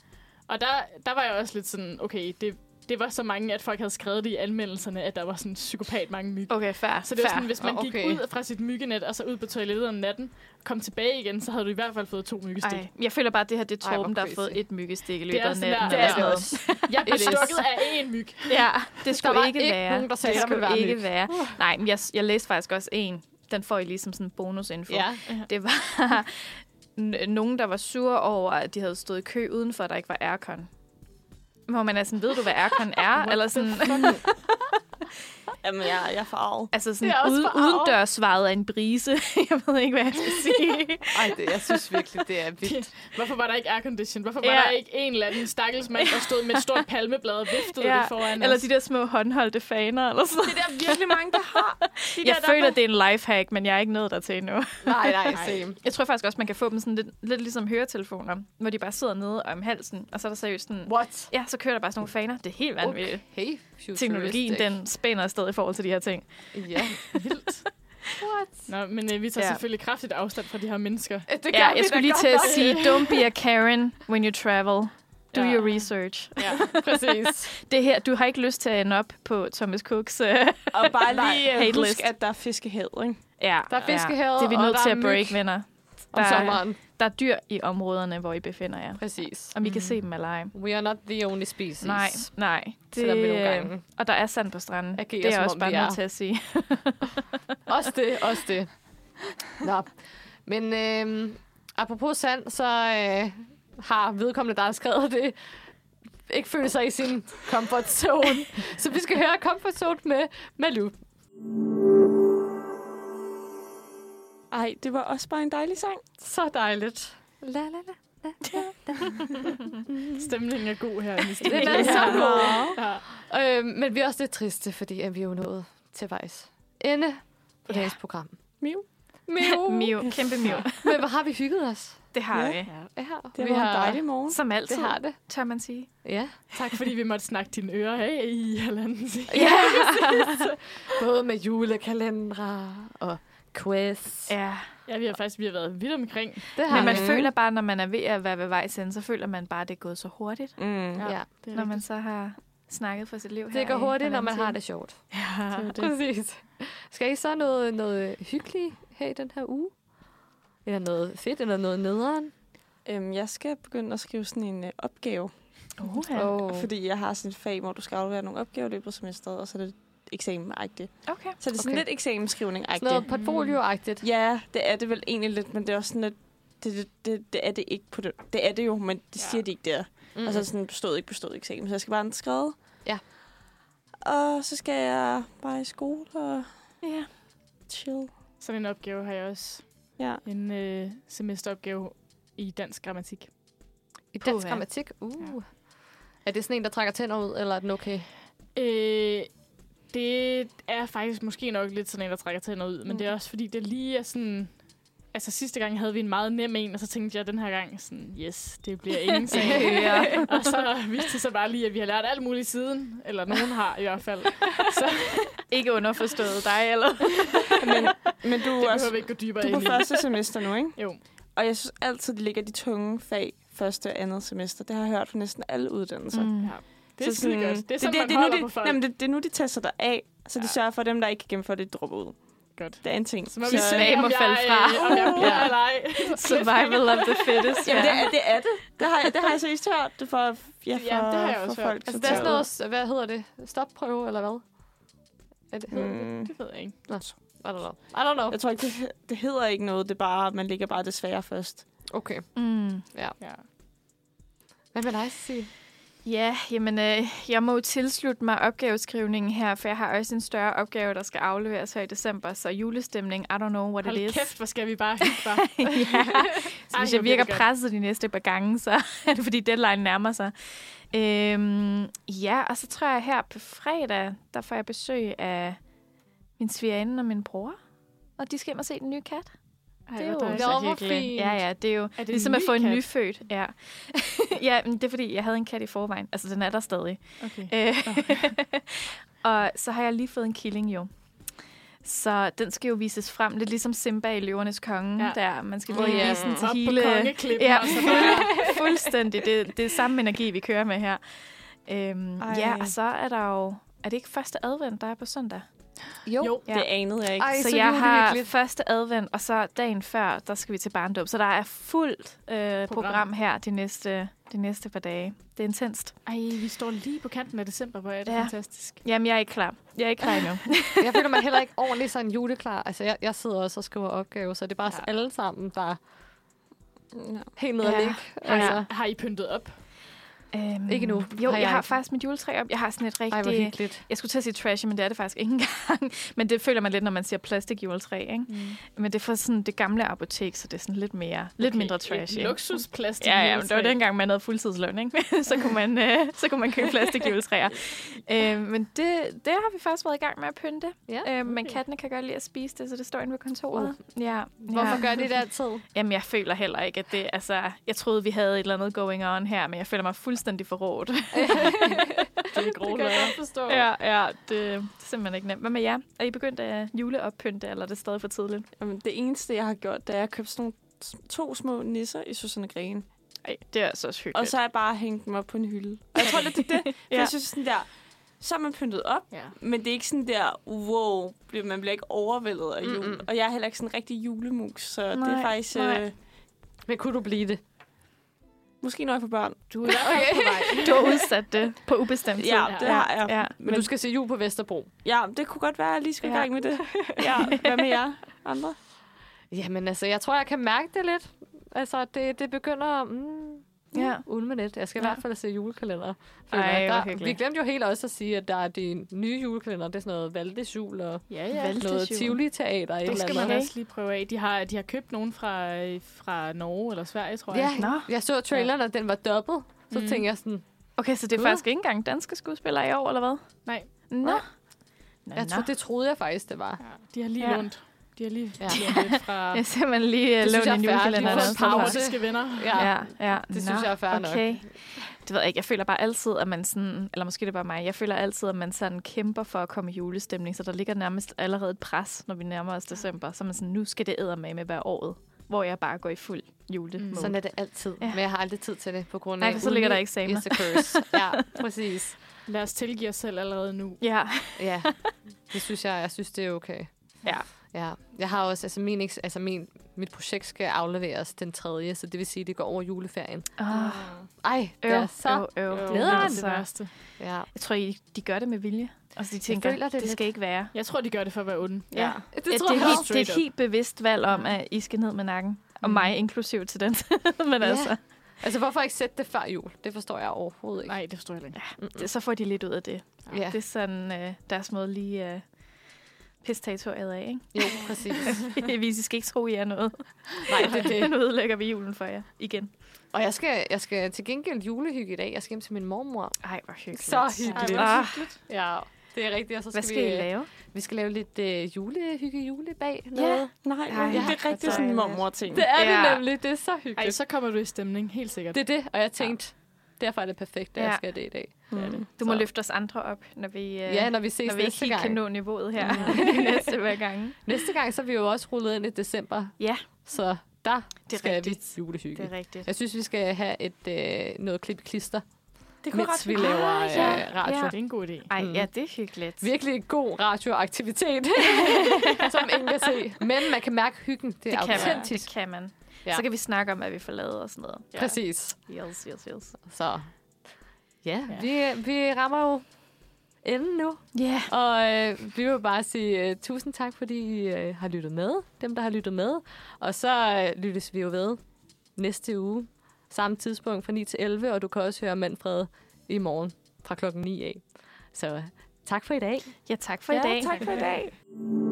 S4: Og der, der var jeg også lidt sådan, okay, det, det var så mange, at folk havde skrevet det i anmeldelserne, at der var sådan psykopat mange myg.
S3: Okay, fair.
S4: Så det var
S3: fair.
S4: sådan, hvis man
S2: Og
S4: gik
S2: okay.
S4: ud fra sit myggenet, og så ud på toilettet om natten, og kom tilbage igen, så havde du i hvert fald fået to myggestik.
S3: Ej, jeg føler bare, at det her det er
S2: Ej, hvor
S3: Torben, der har
S2: crazy.
S3: fået et myggestik i
S4: Det
S3: løbet
S4: er
S3: af
S4: sådan
S3: natten.
S4: der.
S3: eller
S4: Ja,
S3: sådan
S4: det er
S3: noget.
S2: også.
S4: Jeg blev
S2: It is.
S4: stukket af en myg.
S3: Ja, det skulle
S2: var
S3: ikke
S2: ikke
S3: være.
S2: nogen, der sagde,
S3: det
S2: der ville
S3: skulle
S2: være
S3: ikke
S2: myg.
S3: være.
S4: Uh.
S3: Nej, men jeg, jeg læste faktisk også en. Den får I lige som sådan en bonusinfo.
S2: Ja.
S3: Det var n- nogen, der var sure over, at de havde stået i kø udenfor, at der ikke var aircon. Hvor man er sådan, ved du, hvad aircon er? Eller sådan...
S5: Jamen, jeg, jeg er forarvet.
S3: Altså sådan
S2: Det er også
S3: ude,
S2: forarvet.
S3: udendørsvaret af en brise. jeg ved ikke, hvad jeg skal sige.
S6: Ej, det, jeg synes virkelig, det er vildt.
S2: Hvorfor var der ikke aircondition? Hvorfor var
S3: Ja.
S2: der ikke en eller anden stakkels mand, der stod med et stort palmeblad og viftede ja. det foran
S3: Eller
S2: os?
S3: de der små håndholdte faner eller sådan
S5: Det er der virkelig mange, der har.
S3: de Jeg føler, det er en lifehack, men jeg er ikke nået dertil endnu.
S2: Nej, nej, same.
S3: Jeg tror faktisk også, man kan få dem sådan lidt, lidt ligesom høretelefoner, hvor de bare sidder nede om halsen, og så er der seriøst sådan...
S2: What?
S3: Ja, så kører der bare sådan nogle faner. Det er helt vanvittigt. Okay.
S6: Hey,
S3: Teknologien, den spænder afsted i forhold til de her ting.
S6: Ja, vildt.
S2: Nå, men øh, vi tager
S3: Ja.
S2: ja. selvfølgelig kraftigt afstand fra de her mennesker.
S6: Det
S3: Ja, jeg skulle lige til at sige, don't be a Karen when you travel. Do
S2: Ja.
S3: your research.
S2: Ja, præcis.
S3: Det her, du har ikke lyst til at ende op på Thomas Cooks... Uh,
S5: Og bare lige
S3: hate
S5: uh, husk,
S3: list.
S5: at der er fiskehed, ikke?
S3: ja,
S2: Der er fiskehavet,
S3: Det er vi
S2: og
S3: nødt
S2: der
S3: til
S2: er
S3: at break,
S2: myg
S3: venner.
S2: Om
S3: Der,
S2: sommeren.
S3: der er dyr i områderne, hvor I befinder jer.
S2: Mm. Præcis.
S3: Om I kan se dem eller ej.
S2: We are not the only species.
S3: Nej, nej.
S2: Selvom vi nogle
S3: øh,
S2: gange
S3: og der er sand på stranden.
S2: agerer,
S3: det er jeg
S2: som
S3: også
S2: om
S3: bare
S2: vi er.
S3: nødt til at sige.
S2: Også det, også det. Nå. Men øh, apropos sand, så øh, har vedkommende, der har skrevet det, ikke følt sig i sin comfort zone. så vi skal høre comfort zone med Malou.
S5: Ej, det var også bare en dejlig sang.
S2: Så dejligt. La, la, la. Stemningen er god her i
S3: Den
S2: Den
S3: er
S2: er
S3: så
S2: så god. Ja. Øh, men vi er også lidt triste, fordi at vi er jo nået til vejs ende på dagens program.
S5: Miu.
S2: Miu.
S3: Mio, kæmpe Mio.
S2: Men hvor har vi hygget os?
S3: Det har vi.
S2: Ja,
S5: Det
S2: vi
S5: var en
S2: har-
S5: dejlig morgen.
S3: Som altid,
S2: Det har det.
S3: tør man sige.
S2: Ja. Tak, fordi vi måtte snakke dine ører af i halvanden
S3: Ja.
S2: Både med julekalendere og quiz. Ja,
S3: ja.
S2: ja vi har faktisk vi har været vidt omkring.
S6: Det
S3: Men man
S6: vi.
S3: føler bare, når man er ved at være ved vejs ende, så føler man bare, at det er gået så hurtigt.
S5: Mm.
S2: Ja, ja det,
S3: Når man så har snakket for sit liv her
S2: det går
S3: i
S2: hurtigt, når man
S3: halvanden
S2: har
S3: time.
S2: det sjovt.
S3: Ja.
S2: Præcis. Skal I så noget, noget hyggeligt her i den her uge? Eller noget fedt, eller noget nederen?
S5: Øhm, jeg skal begynde at skrive sådan en øh, opgave,
S3: Uh, ja.
S2: Oh.
S5: fordi jeg har sådan et fag, hvor du skal aflevere nogle opgaver i løbet af semesteret, og så er det eksamen-agtigt.
S3: Okay.
S5: Så det
S2: Okay.
S5: er sådan lidt
S2: Sådan noget
S5: eksamensskrivning-agtigt.
S2: portfolio-agtigt.
S5: Ja, det er det vel egentlig lidt, men det er også sådan lidt, det, det, det, det er det ikke på det. Det er det jo, men det
S2: Ja.
S5: siger de ikke der.
S2: Mm.
S5: Mm. Og så er det sådan bestået ikke bestået eksamen, så jeg skal bare have den skrevet.
S2: Ja.
S5: Og så skal jeg bare i skole og
S3: Ja.
S5: chill.
S4: Sådan en opgave har jeg også.
S5: Ja.
S4: En øh, semesteropgave i dansk grammatik.
S2: I dansk
S3: Puha.
S2: grammatik? Uh. Er det sådan en, der trækker tænder ud, eller er den okay?
S4: Øh, det er faktisk måske nok lidt sådan en, der trækker tænder ud, men det er også fordi, det lige er sådan... Altså sidste gang havde vi en meget nem en, og så tænkte jeg den her gang sådan, yes, det bliver ingen sag.
S3: Ja.
S4: og så viste det sig bare lige, at vi har lært alt muligt siden, eller nogen har i hvert fald.
S3: Ikke underforstået dig, eller?
S5: Men, men du,
S4: Det
S5: er
S4: behøver
S5: også,
S4: vi ikke gå dybere
S5: du er
S4: ind i.
S5: på første semester nu, ikke?
S4: Jo.
S5: Og jeg synes altid, de ligger de tunge fag første og andet semester. Det har jeg hørt fra næsten alle uddannelser.
S3: Mm.
S4: Det er
S5: Så sådan-
S4: skide godt. Det er sådan, man
S5: er nu,
S4: holder
S5: de,
S4: på folk.
S5: Jamen, det, det er nu, de tester dig af, så de
S4: Ja.
S5: sørger for, at dem, der ikke kan gennemføre det, dropper ud.
S4: Godt.
S5: Det er en ting.
S4: Så må
S3: De
S4: vi se,
S3: svage må
S4: om jeg,
S3: falde fra.
S4: øh, om jeg bliver
S5: Ja.
S4: eller ej.
S3: Survival of the fittest.
S5: Jamen, det er det. Er det. Det, har jeg, det har jeg seriøst hørt. Det for, ja, for, ja,
S4: det har jeg også
S5: for
S4: hørt.
S5: folk.
S2: Altså,
S5: som
S2: det er
S5: tager
S2: sådan noget, hvad hedder det? Stopprøve, eller hvad? Er det, hedder det?
S5: ud. Mm,
S4: Det ved jeg ikke.
S2: I don't know. I don't know.
S5: jeg tror ikke, det, det hedder ikke noget. Det er bare, man ligger bare det svære først.
S2: Okay.
S3: Mm.
S4: Ja.
S2: Hvad med dig, Cecilie?
S3: Ja, jamen, øh, jeg må jo tilslutte mig opgaveskrivningen her, for jeg har også en større opgave, der skal afleveres her i december, så julestemning, I don't know what it
S4: Hold
S3: is.
S4: kæft, hvor skal vi bare hygge bare.
S3: ja. Så
S4: Ej,
S3: hvis
S4: hvor
S3: jeg
S4: bliver
S3: virker
S4: det godt.
S3: presset de næste par gange, så er det fordi deadline nærmer sig. Øhm, ja, og så tror jeg her på fredag, der får jeg besøg af min svigerinde og min bror. Og de skal hjem og se den nye kat.
S4: Ej,
S3: Det er
S4: hvor
S3: jo-
S4: dejligt.
S2: Nå, hvor
S4: hyggeligt.
S2: fint.
S3: Ja, ja, det er jo
S4: Er det
S3: ligesom
S4: en
S3: at
S4: ny
S3: få en
S4: kat?
S3: nyfødt. Ja. ja, men det er fordi, jeg havde en kat i forvejen. Altså, den er der stadig.
S4: Okay.
S3: Øh, og så har jeg lige fået en killing jo. Så den skal jo vises frem. Lidt ligesom Simba i Løvernes Konge, ja.
S4: Ja.
S3: der man skal
S4: Åh,
S3: lige
S4: ja.
S3: vise den til
S4: Op på
S3: hele...
S4: kongeklippen,
S3: ja,
S4: og så bare-
S3: fuldstændig. Det, det er samme energi, vi kører med her. Øhm,
S5: Ej.
S3: ja, og så er der jo... Er det ikke første advent, der er på søndag?
S4: Jo.
S3: Ja.
S5: Ja. Det anede jeg ikke.
S2: Ej,
S3: så,
S2: så
S3: jeg har
S2: julehyggeligt.
S3: første advent, og så dagen før, der skal vi til barndom. Så der er fuldt øh, program. program her de næste, de næste par dage. Det er intenst.
S4: Ej, vi står lige på kanten af december, hvor er det
S3: Ja.
S4: ja. fantastisk.
S3: Jamen, jeg er ikke klar. Jeg er ikke klar endnu.
S2: Jeg føler mig heller ikke ordentligt sådan juleklar. Altså, jeg, jeg sidder også og skriver opgaver, så det er bare ja. os alle sammen, der er
S5: Ja.
S2: helt nede ja.
S3: Ja.
S2: at ligge.
S4: Har,
S2: Altså,
S4: I, har I pyntet op?
S3: Øhm,
S2: Ikke nu.
S3: Jo,
S2: Har
S3: har
S2: jeg
S3: jeg, har
S2: ikke.
S3: faktisk mit juletræ op. Jeg har sådan et rigtig...
S2: Ej, hvor hyggeligt.
S3: Jeg skulle til at sige trashy, men det er det faktisk ikke engang. Men det føler man lidt, når man siger plastikjuletræ, ikke? Mm. Men det er fra sådan det gamle apotek, så det er sådan lidt mere, okay, lidt mindre trashy.
S7: Et luksusplastik.
S3: Ja, ja, men det var dengang, man havde fuldtidsløn, ikke? så, kunne man, øh, så kunne man købe plastikjuletræer. øh, men det, det har vi faktisk været i gang med at pynte.
S2: Ja,
S3: øh, men kattene kan godt lide at spise det, så det står inde ved kontoret. Uh. Ja.
S2: Hvorfor
S3: ja.
S2: gør de det altid?
S3: Jamen, jeg føler heller ikke, at det... Altså, jeg troede, vi havde et eller andet going on her, men jeg føler mig fuldstændig forrådt.
S7: Det er grå
S2: kan jeg
S7: lader.
S2: forstå.
S3: ja, ja, det, det er simpelthen ikke nemt. Hvad med jer? Er I begyndt at juleoppynte, eller er det stadig for tidligt?
S5: Jamen, det eneste, jeg har gjort, det er, at jeg købte sådan nogle s- to små nisser i Susanne Grene.
S3: Nej, det er altså også hyggeligt.
S5: Og så har jeg bare hængt dem op på en hylde. Og jeg tror lidt, det er det. For
S3: Ja.
S5: ja. jeg synes sådan der, så er man pyntet op,
S7: Ja.
S5: men det er ikke sådan der, wow, bliver- man bliver ikke overvældet af jul.
S2: Mm-mm.
S5: Og jeg er heller ikke sådan en rigtig julemus, så nej, det
S3: Nej,
S5: er faktisk
S3: nej.
S5: øh,
S2: Men kunne du blive det?
S5: måske nok for børn.
S7: Du er i hvert fald på vej.
S3: du har udsat det på ubestemt tid.
S5: Ja, det
S3: Ja.
S5: har jeg.
S3: Ja.
S2: Men, men du skal se jul på Vesterbro.
S5: Ja, det kunne godt være, at jeg lige skulle i
S3: Ja.
S5: gang med det. Ja, hvad med jer andre?
S2: Jamen altså, jeg tror, jeg kan mærke det lidt. Altså, det, det begynder... Mm,
S3: Ja.
S2: ja. Ulme lidt. Jeg skal i
S3: Ja.
S2: hvert fald se julekalender.
S3: Ej,
S2: føler jeg.
S3: hvor
S2: der,
S3: hyggeligt.
S2: vi glemte jo helt også at sige, at der er de nye julekalender. Det er sådan noget Valdesjul og
S7: Ja,
S3: ja.
S7: ja.
S3: Valgte
S2: noget
S3: syv.
S2: Tivoli-teater.
S7: Det skal man
S3: Okay.
S7: også lige prøve af. De har, de har købt nogen fra, øh, fra Norge eller Sverige, tror jeg.
S2: Ja,
S3: Nå.
S2: jeg så traileren, og den var dobbelt. Så
S7: Mm.
S2: mm. tænkte jeg sådan,
S3: Okay, så det er
S2: Gud.
S3: faktisk ikke engang danske skuespillere i år, eller hvad?
S7: Nej.
S3: Nå. Nå,
S2: jeg
S3: nå.
S2: tror, det troede jeg faktisk, det var.
S7: Ja. De har lige
S3: Ja.
S7: ja. lånt. De har lige
S2: Ja.
S7: ja. lånt lidt fra
S3: Jeg ser man lige
S2: Det
S3: det
S2: synes
S3: låne
S2: jeg
S3: en
S2: er fair.
S3: julekalender.
S2: De får
S3: eller
S2: en
S3: sådan noget.
S2: pause.
S7: nordiske venner.
S2: Ja, ja.
S3: Ja, ja.
S2: Det synes jeg er fair nok.
S3: okay. Det ved jeg ikke. Jeg føler bare altid, at man sådan... Eller måske det er bare mig. Jeg føler altid, at man sådan kæmper for at komme i julestemning. Så der ligger nærmest allerede et pres, når vi nærmer os december. Så er man sådan, nu skal det æder med med hver året. Hvor jeg bare går i fuld jule. Mm.
S2: Sådan er det altid.
S3: Ja.
S2: Ja. Men jeg har aldrig tid til det, på grund af...
S3: Nej, for så ligger der
S2: uni
S3: eksamener.
S2: is a curse. ja, præcis.
S7: Lad os tilgive os selv allerede nu.
S3: Ja.
S2: Ja, det synes jeg, jeg synes, det er okay.
S3: Ja.
S2: Ja, jeg har også, altså, min, eks- altså min, mit projekt skal afleveres den tredje, så det vil sige, at det går over juleferien.
S3: Oh,
S2: Ej, det
S3: øv,
S2: er så...
S3: øv, øv.
S7: Øv,
S2: nederen.
S3: altså.
S7: det er det værste.
S2: Ja.
S3: Jeg tror, I- de gør det med vilje. Og de tænker,
S2: føler det
S3: det, det
S2: lidt.
S3: skal ikke være.
S7: Jeg tror, de gør det for at være onde.
S3: Ja.
S2: Det
S3: Det,
S2: tror
S3: det, er
S2: jeg
S3: helt,
S2: også.
S3: det er et helt bevidst valg om, at I skal ned med nakken. Og mig inklusiv til den. Men
S2: Ja.
S3: altså,
S2: Altså, hvorfor ikke sætte det før jul? Det forstår jeg overhovedet ikke.
S7: Nej, det forstår jeg heller ikke.
S3: det, så får de lidt ud af det. Ja.
S2: Ja,
S3: Det er sådan øh, deres måde lige øh, pisse territoriet af,
S2: jo, præcis.
S3: ikke? Vi skal ikke tro, I er noget.
S2: Nej, det er det.
S3: nu ødelægger vi julen for jer igen.
S2: Og jeg skal, jeg skal til gengæld julehygge i dag. Jeg skal hjem til min mormor.
S3: Ej, hvor hyggeligt.
S2: Så hyggeligt.
S3: Ej,
S2: Ah, ja, det er rigtigt. Og så skal,
S3: Hvad skal øh,
S2: vi,
S3: I lave?
S2: Vi skal lave lidt øh, julehygge julebag.
S3: Ja.
S5: Nej,
S3: Ej,
S5: det
S2: hvor
S5: er rigtig sådan
S3: dejligt.
S5: en mormor-ting.
S2: Det er
S3: Ja.
S2: det nemlig. Det er så hyggeligt.
S7: Ej, så kommer du i stemning, helt sikkert.
S2: Det er det, og jeg tænkte, ja. derfor er det perfekt, at
S3: Ja.
S2: jeg skal det i dag.
S3: Du må
S2: Så.
S3: løfte os andre op, når vi, øh,
S2: Ja, når vi ses
S3: når vi ikke
S2: næste
S3: helt
S2: gang.
S3: kan nå niveauet her næste hver gang.
S2: Næste gang, så er vi jo også rullet ind i december,
S3: Ja,
S2: så der
S3: Det er
S2: skal
S3: rigtigt.
S2: vi julehygge.
S3: det er rigtigt.
S2: Jeg synes, vi skal have et øh, noget klip klister,
S5: Det kunne
S2: mens
S5: ret
S2: vi
S5: være.
S2: laver
S3: Ah,
S2: øh,
S3: ja.
S2: radio.
S7: Ja.
S2: Ja.
S7: Det er en god idé.
S3: Ej, ja, det er hyggeligt.
S2: Virkelig god radioaktivitet, som ingen kan se. Men man kan mærke hyggen. Det er
S3: det kan man.
S2: autentisk.
S3: Det kan man.
S2: Ja.
S3: Så kan vi snakke om, hvad vi får lavet og sådan noget.
S2: Ja. Præcis.
S3: Yes, yes, yes.
S2: Så ja, vi, vi rammer jo enden nu.
S3: Ja.
S2: Og øh, vi vil bare sige øh, tusind tak, fordi I øh, har lyttet med. Dem, der har lyttet med. Og så øh, lyttes vi jo ved næste uge. Samme tidspunkt fra 9 til 11. Og du kan også høre Manfred i morgen fra klokken 9 af. Så øh, tak for i dag.
S3: Ja, tak for i dag.
S5: Ja, tak for i dag.